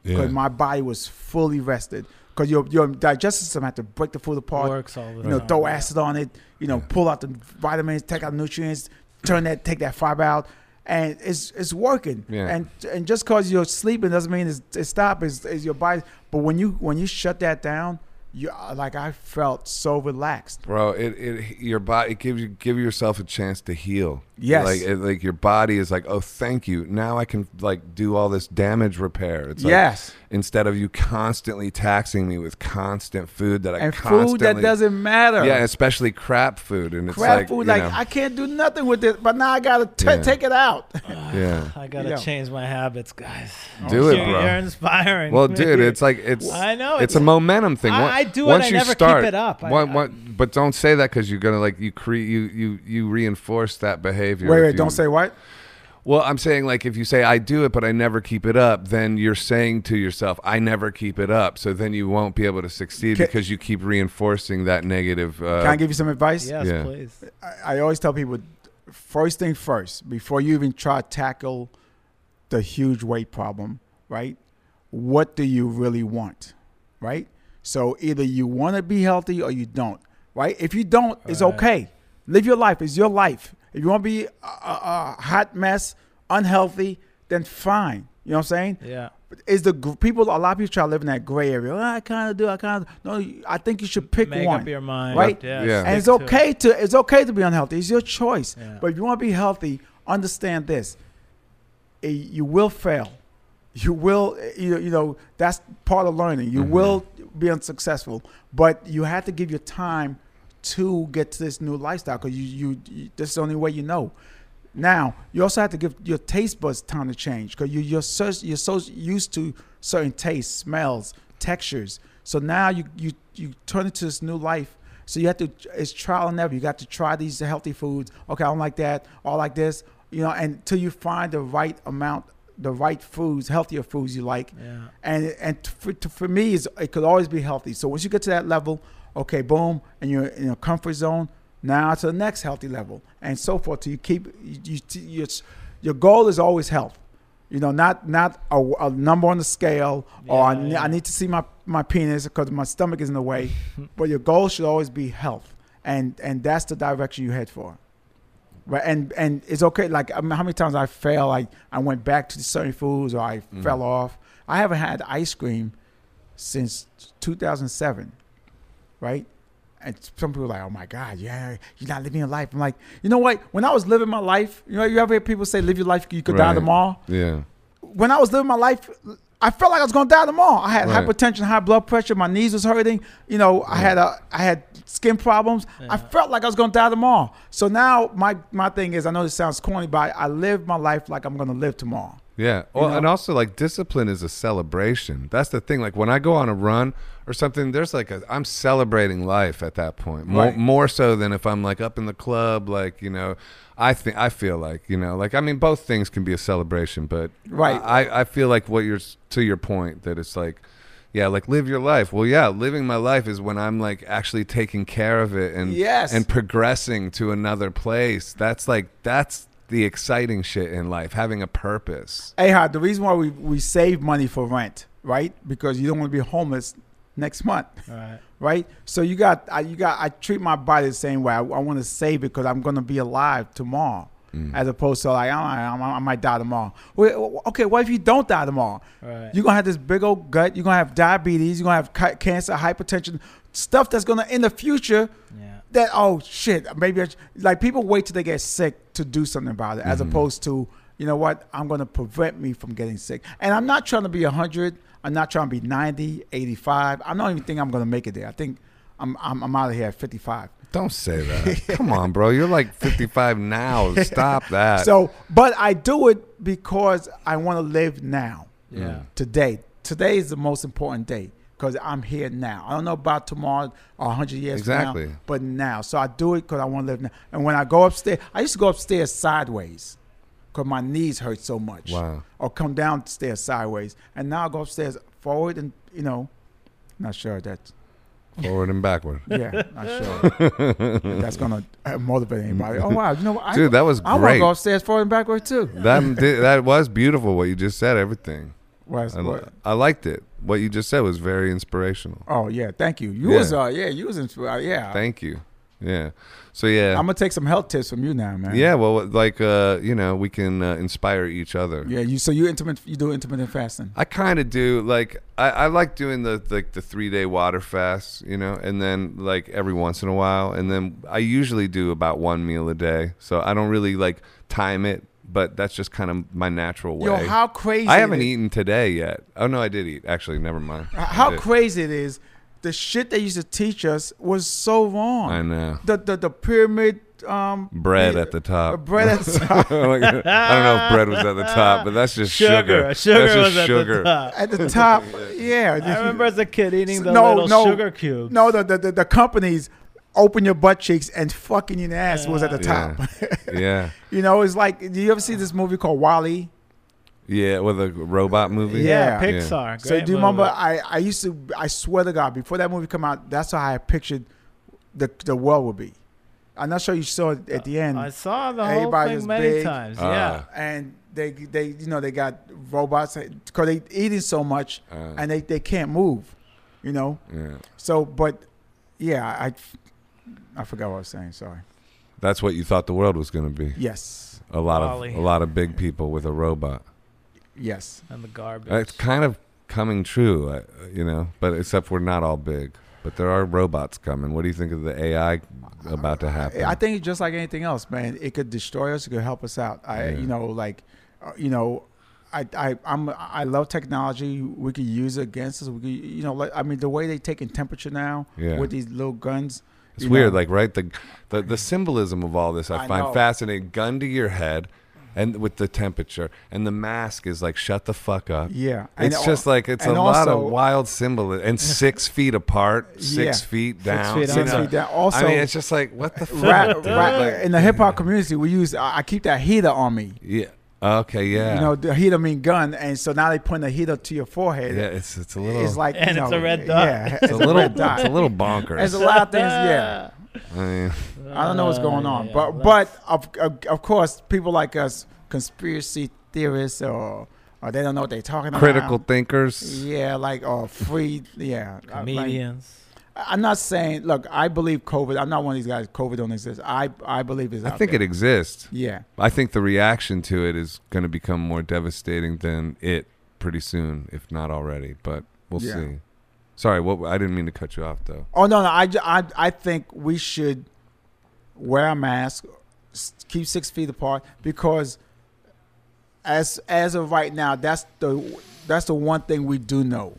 yeah. because my body was fully rested. Because your your digestive system had to break the food apart, Works all the you know, time. throw acid on it, you know, pull out the vitamins, take out nutrients, turn that, take that fiber out, and it's it's working. Yeah. And and just cause you're sleeping doesn't mean it's it stop. Is is your body? But when you when you shut that down, you like I felt so relaxed. Bro, it, it your body it gives you give yourself a chance to heal. Yes. like it, like your body is like, oh, thank you. Now I can like do all this damage repair. It's like, Yes. instead of you constantly taxing me with constant food that I and constantly food that doesn't matter. yeah, especially crap food and it's crap like, food. you Like know, I can't do nothing with it, but now I gotta t- Yeah. take it out. yeah. I gotta Yeah. Oh, change my habits, guys. Do it, You're- bro. You're inspiring. Well, dude, it's like it's. I know, it's, it's- a momentum thing. I- Once- I do it, once I you never keep start, it up. I- one- I- one- but don't say that because you're gonna like you create you you you reinforce that behavior. wait, if wait, you- don't say what? Well, I'm saying like if you say I do it but I never keep it up, then you're saying to yourself I never keep it up. So then you won't be able to succeed Can- because you keep reinforcing that negative. Uh, Can I give you some advice? [LAUGHS] yes, yeah. please. I, I always tell people, first thing first, before you even try to tackle the huge weight problem, right? What do you really want, right? So either you want to be healthy or you don't, right? If you don't, it's Right. okay. Live your life. It's your life. If you want to be a, a, a hot mess, unhealthy, then fine. You know what I'm saying? Yeah. is the gr- people a lot of people try to live in that gray area. "Well, I kind of do. I kind of no. you- I think you should pick Make one, up your mind. right? Yeah. Yeah. And it's stick to it. okay to it's okay to be unhealthy. It's your choice. Yeah. But if you want to be healthy, understand this: Eh, you will fail. You will. eh, You, you know that's part of learning. You will be unsuccessful, but you have to give your time to get to this new lifestyle because you, you you this is the only way you know. Now you also have to give your taste buds time to change because you you're so you're so used to certain tastes, smells, textures. So now you you you turn into this new life. So you have to it's trial and error. You got to try these healthy foods. Okay, I don't like that. I like this. You know, until you find the right amount, the right foods, healthier foods you like Yeah. and and for, to, for me is it could always be healthy. So once you get to that level, okay, boom, and you're in your comfort zone. Now to the next healthy level, and so forth. So you keep you, you, you it's- your goal is always health. You know, not not a, a number on the scale, or I, Yeah, ne- yeah. I need to see my my penis because my stomach is in the [LAUGHS] way. but your goal should always be health, and and that's the direction you head for. Right, and and it's okay. Like I mean, how many times I fell, like I went back to certain foods, or I fell off. I haven't had ice cream since 2007, right? And some people are like, "Oh my God, yeah, you're not living your life." I'm like, you know what? When I was living my life, you know, you ever hear people say, "Live your life, you could die Right. tomorrow." Yeah. when I was living my life, I felt like I was gonna die tomorrow. I had Right. hypertension, high blood pressure, my knees was hurting. You know, I had a, I had skin problems. I Yeah. felt like I was gonna die tomorrow. So now my my thing is, I know this sounds corny, but I, I live my life like I'm gonna live tomorrow. Yeah. Well, know? and also like discipline is a celebration. That's the thing. Like when I go on a run or something, there's like a I'm celebrating life at that point. More, Right. more so than if I'm like up in the club, like you know, I think I feel like you know, like I mean, both things can be a celebration, but Right. I I feel like what you're to your point that it's like. Yeah, like live your life. Well, yeah, living my life is when I'm like actually taking care of it and Yes. and progressing to another place. That's like that's the exciting shit in life, having a purpose. Ahad, the reason why we we save money for rent, right? Because you don't want to be homeless next month. All right. right? So you got, I, you got. I treat my body the same way. I, want to save it because I'm gonna be alive tomorrow, as opposed to like I, I, I might die tomorrow. Wait, wh- okay, what if you don't die tomorrow? Right. You're gonna have this big old gut. You're gonna have diabetes. You're gonna have ca- cancer, hypertension, stuff that's gonna in the future. Yeah. That oh shit, maybe I, sh- like people wait till they get sick to do something about it, as opposed to you know what I'm gonna prevent me from getting sick. And I'm not trying to be hundred. I'm not trying to be 90, 85. I don't even think I'm gonna make it there. I think I'm I'm, I'm out of here at 55. Don't say that. [LAUGHS] Come on, bro. You're like 55 [LAUGHS] now. Stop that. So, but I do it because I want to live now. Mm. Yeah. today. Today is the most important day because I'm here now. I don't know about tomorrow or 100 years from Exactly. now, but now. So I do it because I want to live now. And when I go upstairs, I used to go upstairs sideways because my knees hurt so much. Wow. Or come downstairs sideways. And now I go upstairs forward and, you know, not sure that's, Forward and backward. yeah, not sure. if that's going to motivate anybody. Oh, wow. You know what? I, Dude, that was I want to great. go upstairs forward and backward too. That di- that was beautiful what you just said, everything. Well, I, li- I liked it. What you just said was very inspirational. oh, yeah. Thank you. You Yeah. was, uh, yeah, you was, in, uh, yeah. Thank you. Yeah. So yeah. I'm gonna take some health tips from you now, man. yeah, well like uh, you know, we can uh, inspire each other. yeah. You so you intermittent you do intermittent fasting. I kind of do like I, I like doing the like the three day water fast, you know, and then like every once in a while, and then I usually do about one meal a day, so I don't really like time it, but that's just kind of my natural way. Yo, how crazy! I haven't it- eaten today yet. Oh no, I did eat actually. Never mind. Uh, I How did. crazy it is! The shit they used to teach us was so wrong. I know The the the pyramid um bread the- at the the top. [LAUGHS] [LAUGHS] bread at the [LAUGHS] top. I don't know if bread was at the top, but that's just sugar. Sugar. Sugar, that's just was at sugar. the top. At the top, yeah. I remember as a kid eating the No, little no. sugar cubes. No, the, the the the companies open your butt cheeks and fucking your ass was at the Yeah. top. [LAUGHS] yeah, you know, it's like, do you ever see this movie called Wally? yeah, with a robot movie. Yeah. Yeah, Yeah. Pixar. Great So do you movie. remember? I, I used to. I swear to God, before that movie come out, that's how I pictured the the world would be. I'm not sure you saw it at the end. Uh, I saw the Everybody whole was thing many big. times. Ah. and they they you know they got robots because they eating so much Uh. and they, they can't move, you know. yeah. So but yeah, I I forgot what I was saying. Sorry. That's what you thought the world was going to be. Yes. A lot Wall-E. of a lot of big people with a robot. Yes. yeah, and the garbage. It's kind of coming true, uh, you know. But except we're not all big. But there are robots coming. What do you think of the AI about to happen? I think it's just like anything else, man. It could destroy us. It could help us out. I, Yeah. you know, like, uh, you know, I, I, I'm, I love technology. We could use it against us. We could, you know, like, I mean, the way they taking temperature now Yeah. with these little guns. it's you weird, know. like right the, the the symbolism of all this. I, I find know. fascinating. Gun to your head, and with the temperature and the mask is like shut the fuck up. yeah, It's al- just like it's a and lot also- of wild symbol [LAUGHS] and six feet apart, six Yeah. feet down, feet you six know. feet down. Also, I mean, it's just like [LAUGHS] what the rap, fuck, dude? rap, Like- in the hip hop community, we use. I, I keep that heater on me. Yeah. Okay. Yeah. You know, the heater mean gun, and so now they putting a heater to your forehead. yeah. It's it's a little. It's like And you it's know, a red dot. Yeah, it's a little. red dot. It's a little bonkers. There's a lot of things. Yeah. I [LAUGHS] mean, I don't know what's going on, Uh, Yeah, but let's- but of, of of course, people like us, conspiracy theorists, or or they don't know what they're talking critical about. thinkers. Yeah, like or free. Yeah, I- like, comedians. I- I'm not saying. Look, I believe COVID. I'm not one of these guys. COVID don't exist. I I believe it's. I out think it there. exists. Yeah. I think the reaction to it is going to become more devastating than it pretty soon, if not already. But we'll Yeah. see. Sorry, what I didn't mean to cut you off though. Oh no, no. I, ju- I I think we should wear a mask, s- keep six feet apart because as as of right now, that's the that's the one thing we do know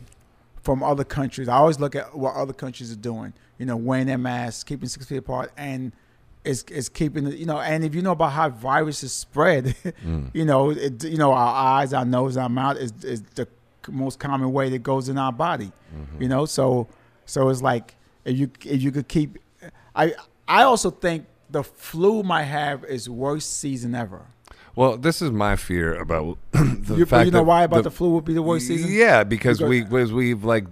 from other countries. I always look at what other countries are doing. You know, wearing their masks, keeping six feet apart, and it's it's keeping it- you know. And if you know about how viruses spread, [LAUGHS] Mm. you know, it, you know our eyes, our nose, our mouth is is the most common way that goes in our body. Mm-hmm. You know, so so it's like if you if you could keep, I I also think the flu might have its worst season ever. Well, this is my fear about [CLEARS THROAT] the You, fact you know that why about the, flu would be the worst season? Yeah, because Because- we because we've like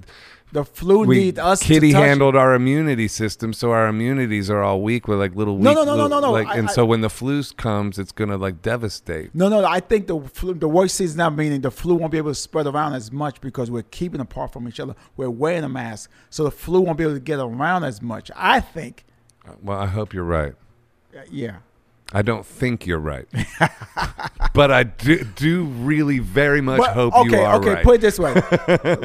The flu we need us kitty to touch. handled our immunity system, so our immunities are all weak. We're like little weak. No, no, no, no, little, no, no. Like, I- and I- so when the flu comes, it's gonna like devastate. No, no, I think the flu, the worst season now meaning the flu won't be able to spread around as much because we're keeping apart from each other. We're wearing a mask, so the flu won't be able to get around as much. I think, Well, I hope you're right. Uh, yeah. I don't think you're [LAUGHS] right, but I do, do really very much But- hope okay, you are okay. right. Put it [LAUGHS] this way: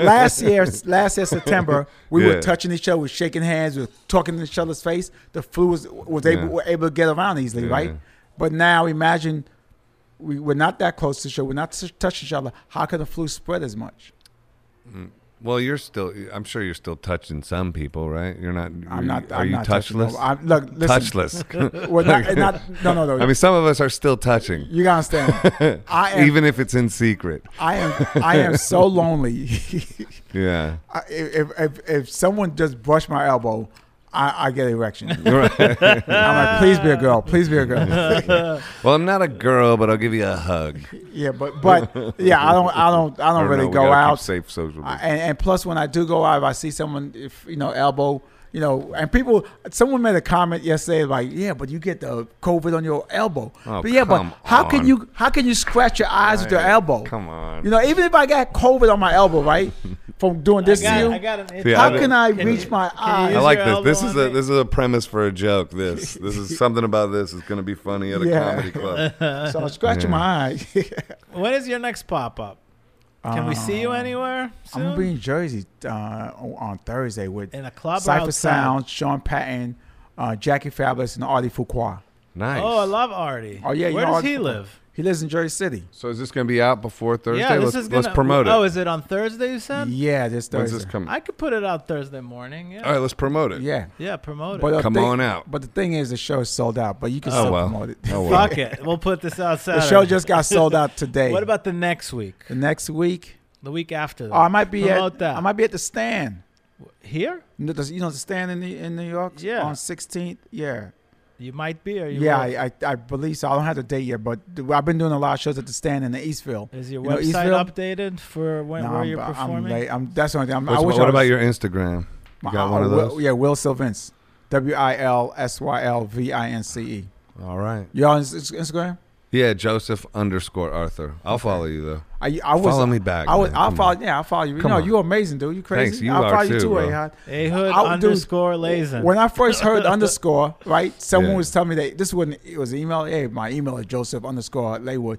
last year, last year September, we Yeah. were touching each other, we were shaking hands, we were talking in each other's face. The flu was was able Yeah. were able to get around easily, Yeah. right? But now imagine we, we're not that close to each other, we're not touch- touching each other. How can the flu spread as much? well, you're still. I'm sure you're still touching some people, right? You're not. I'm not. Are I'm you not touching touchless? nobody. I'm, look, listen, [LAUGHS] touchless. Well, not, [LAUGHS] not, no, no, no. I mean, some of us are still touching, you [LAUGHS] gotta understand. I am, even if it's in secret. I am, I am so [LAUGHS] lonely. [LAUGHS] Yeah. [LAUGHS] I, if, if if someone just brushed my elbow, I, I get [LAUGHS] erection. [LAUGHS] Right. I'm like, please be a girl, please be [LAUGHS] a girl. [LAUGHS] well, I'm not a girl, but I'll give you a hug. yeah, but but yeah, I don't, I don't, I don't, know, really we go gotta keep out. Safe social. I- distance. and, and plus, when I do go out, if I see someone, if you know, elbow, you know, and people, someone made a comment yesterday, like, yeah, but you get the COVID on your elbow. Oh, but yeah, come but how can on. you how can you scratch your eyes with your elbow? Come on. You know, even if I got COVID on my elbow, [LAUGHS] right, from doing I this got, to you, I got an itch. See, how I can don't- I Can reach you- my can eyes? you I Is like your this. elbow This is on a it? this is a premise for a joke. [LAUGHS] This this is something about this is going to be funny at a Yeah. comedy [LAUGHS] club. so I'm scratching my eyes. [LAUGHS] When is your next pop up? Can we see you Um, anywhere I'm soon? gonna be in Jersey uh, on on Thursday with in a club. or Cypher outside? Sound, Sean Patton, uh, Jackie Fabulous, and Artie Fuqua. Nice. Oh, I love Artie. Oh, yeah, you where know does Artie he Fuqua. live? He lives in Jersey City. so is this going to be out before Thursday? Yeah, this let's, is gonna, let's promote it. Oh, is it on Thursday? You said. Yeah, this When's Thursday. this coming? I could put it out Thursday morning. Yeah. All right, let's promote it. Yeah. Yeah, promote it. But the Come thing- on out. But the thing is, the show is sold out. But you can Oh, still well. promote it. Oh, well. Fuck it. We'll put this out [LAUGHS] uh, the Saturday. show just got sold out today. [LAUGHS] What about the next week? the next week? The week after that? Oh, I might be Promote at. that. I might be at the stand. Here? You know, the- you know the stand in the, in New York. Yeah. On 16th. Yeah. You might be or you yeah, will. I, I I believe so. I don't have the date yet, but I've been doing a lot of shows at the stand in the Eastville. Is your You know, website Eastville? updated for when No, where I'm, you're I'm performing? late. I'm- that's the only thing. I'm, What's- I wish what I about was- your Instagram? You got uh, one of Will- those? yeah, Will Sylvince. W I L S Y L V I N C E. All right. You on his- his Instagram? Yeah, Joseph underscore Arthur. I'll follow you though. I, I was, follow me back. I was, man. I'll Come follow. on. Yeah, I'll follow you. Come no, on. you amazing, dude. You crazy? Thanks, you I'll are follow you too, too, bro. Ahad. A hood I'll do- underscore Lazen. When I [LAUGHS] first heard underscore, right? Someone Yeah. was telling me that this wasn't. It was an email. Hey, my email is Joseph underscore Laywood,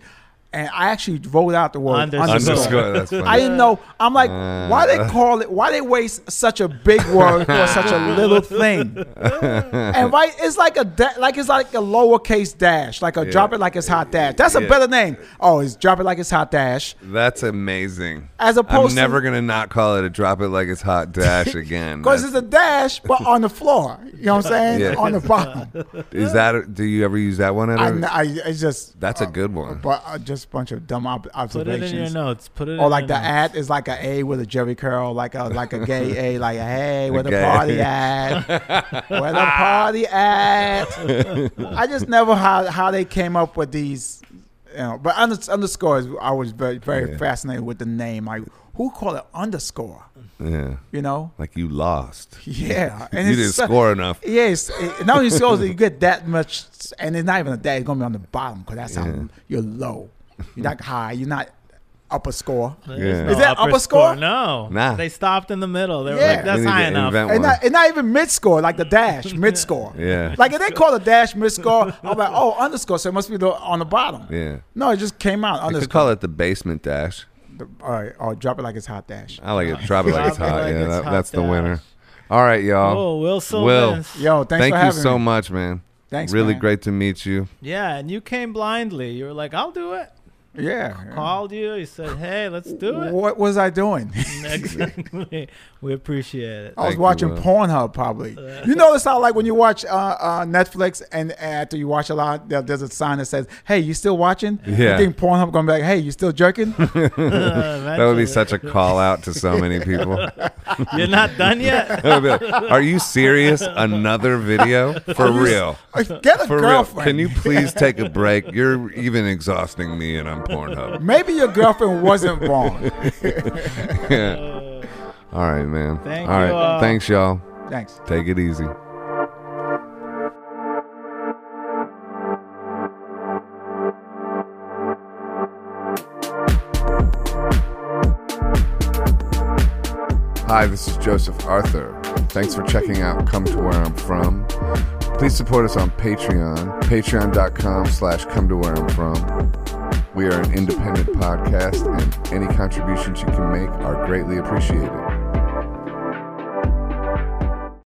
and I actually wrote out the word Underscore. Underscore. That's funny. I didn't know. I'm like, Uh. why they call it? Why they waste such a big word for [LAUGHS] such a little thing? And right, it's like a da- like it's like a lowercase dash, like a Yeah. drop it like it's hot dash. That's Yeah. a better name. Oh, it's drop it like it's hot dash. That's amazing. As opposed I'm to- never gonna not call it a drop it like it's hot [LAUGHS] dash again. Because That's- it's a dash, but on the floor. You know what I'm saying? Yeah. On the bottom. is that? Do you ever use that one? At I, a, I it's just that's a good one. but uh, just a bunch of dumb ob- Put it in your observations. notes. Put it Or in Oh, like the your notes. ad is like a A with a Jerry curl, like a like a gay A, like a [LAUGHS] hey, where the gay. party at? where the party at? I just never how how they came up with these, you know. But under, underscores, I was very very Yeah. fascinated with the name. Like who call it underscore? Yeah, You know? like you lost. Yeah, you didn't so- score enough. Yes, it, not only scores you get that much, and it's not even a day. It's gonna be on the bottom because that's Yeah. how you're low. You're not high. You're not upper score. There's Yeah. no Is that upper score? No. Nah. They stopped in the middle. They were Yeah. like, We that's need to high enough. invent And one. not, and not even mid score, like [LAUGHS] the dash, mid score. Yeah. Like if they call a dash mid score, I'm like, oh, underscore, so it must be the, on the bottom. yeah. No, it just came out You could underscore. call it the basement dash. All right, or drop it like it's hot dash. I like it. Drop it like it's Drop it hot. like yeah, it's that, hot that's the dash. winner. All right, y'all. Oh, Will Sylvan. Yo, thanks Thank for you having so me. much, man. Thanks, really man. great to meet you. Yeah, and you came blindly. You were like, I'll do it. Yeah. yeah. Called you. You said, hey, let's [LAUGHS] do it. What was I doing? exactly. We appreciate it. I was Thank you, watching Will. Pornhub probably. You notice how like when you watch uh, uh, Netflix and after you watch a lot, there, there's a sign that says, "Hey, you still watching?" Yeah. You think Pornhub gonna be like, "Hey, you [LAUGHS] still jerking?" [LAUGHS] That would be such a call out to so many people. [LAUGHS] That You're not done yet? would be like, Are you serious? Another video for real? [LAUGHS] Get a For real? girlfriend. Can you please take a break? You're even exhausting me, and I'm Pornhub. Maybe your girlfriend [LAUGHS] wasn't born. Yeah. [LAUGHS] All right, man. Thank all right. you all. Thanks, y'all. Thanks. Take it easy. Hi, this is Joseph Arthur. Thanks for checking out Come to Where I'm From. Please support us on Patreon, patreon.com slash come to where I'm from. We are an independent podcast, and any contributions you can make are greatly appreciated.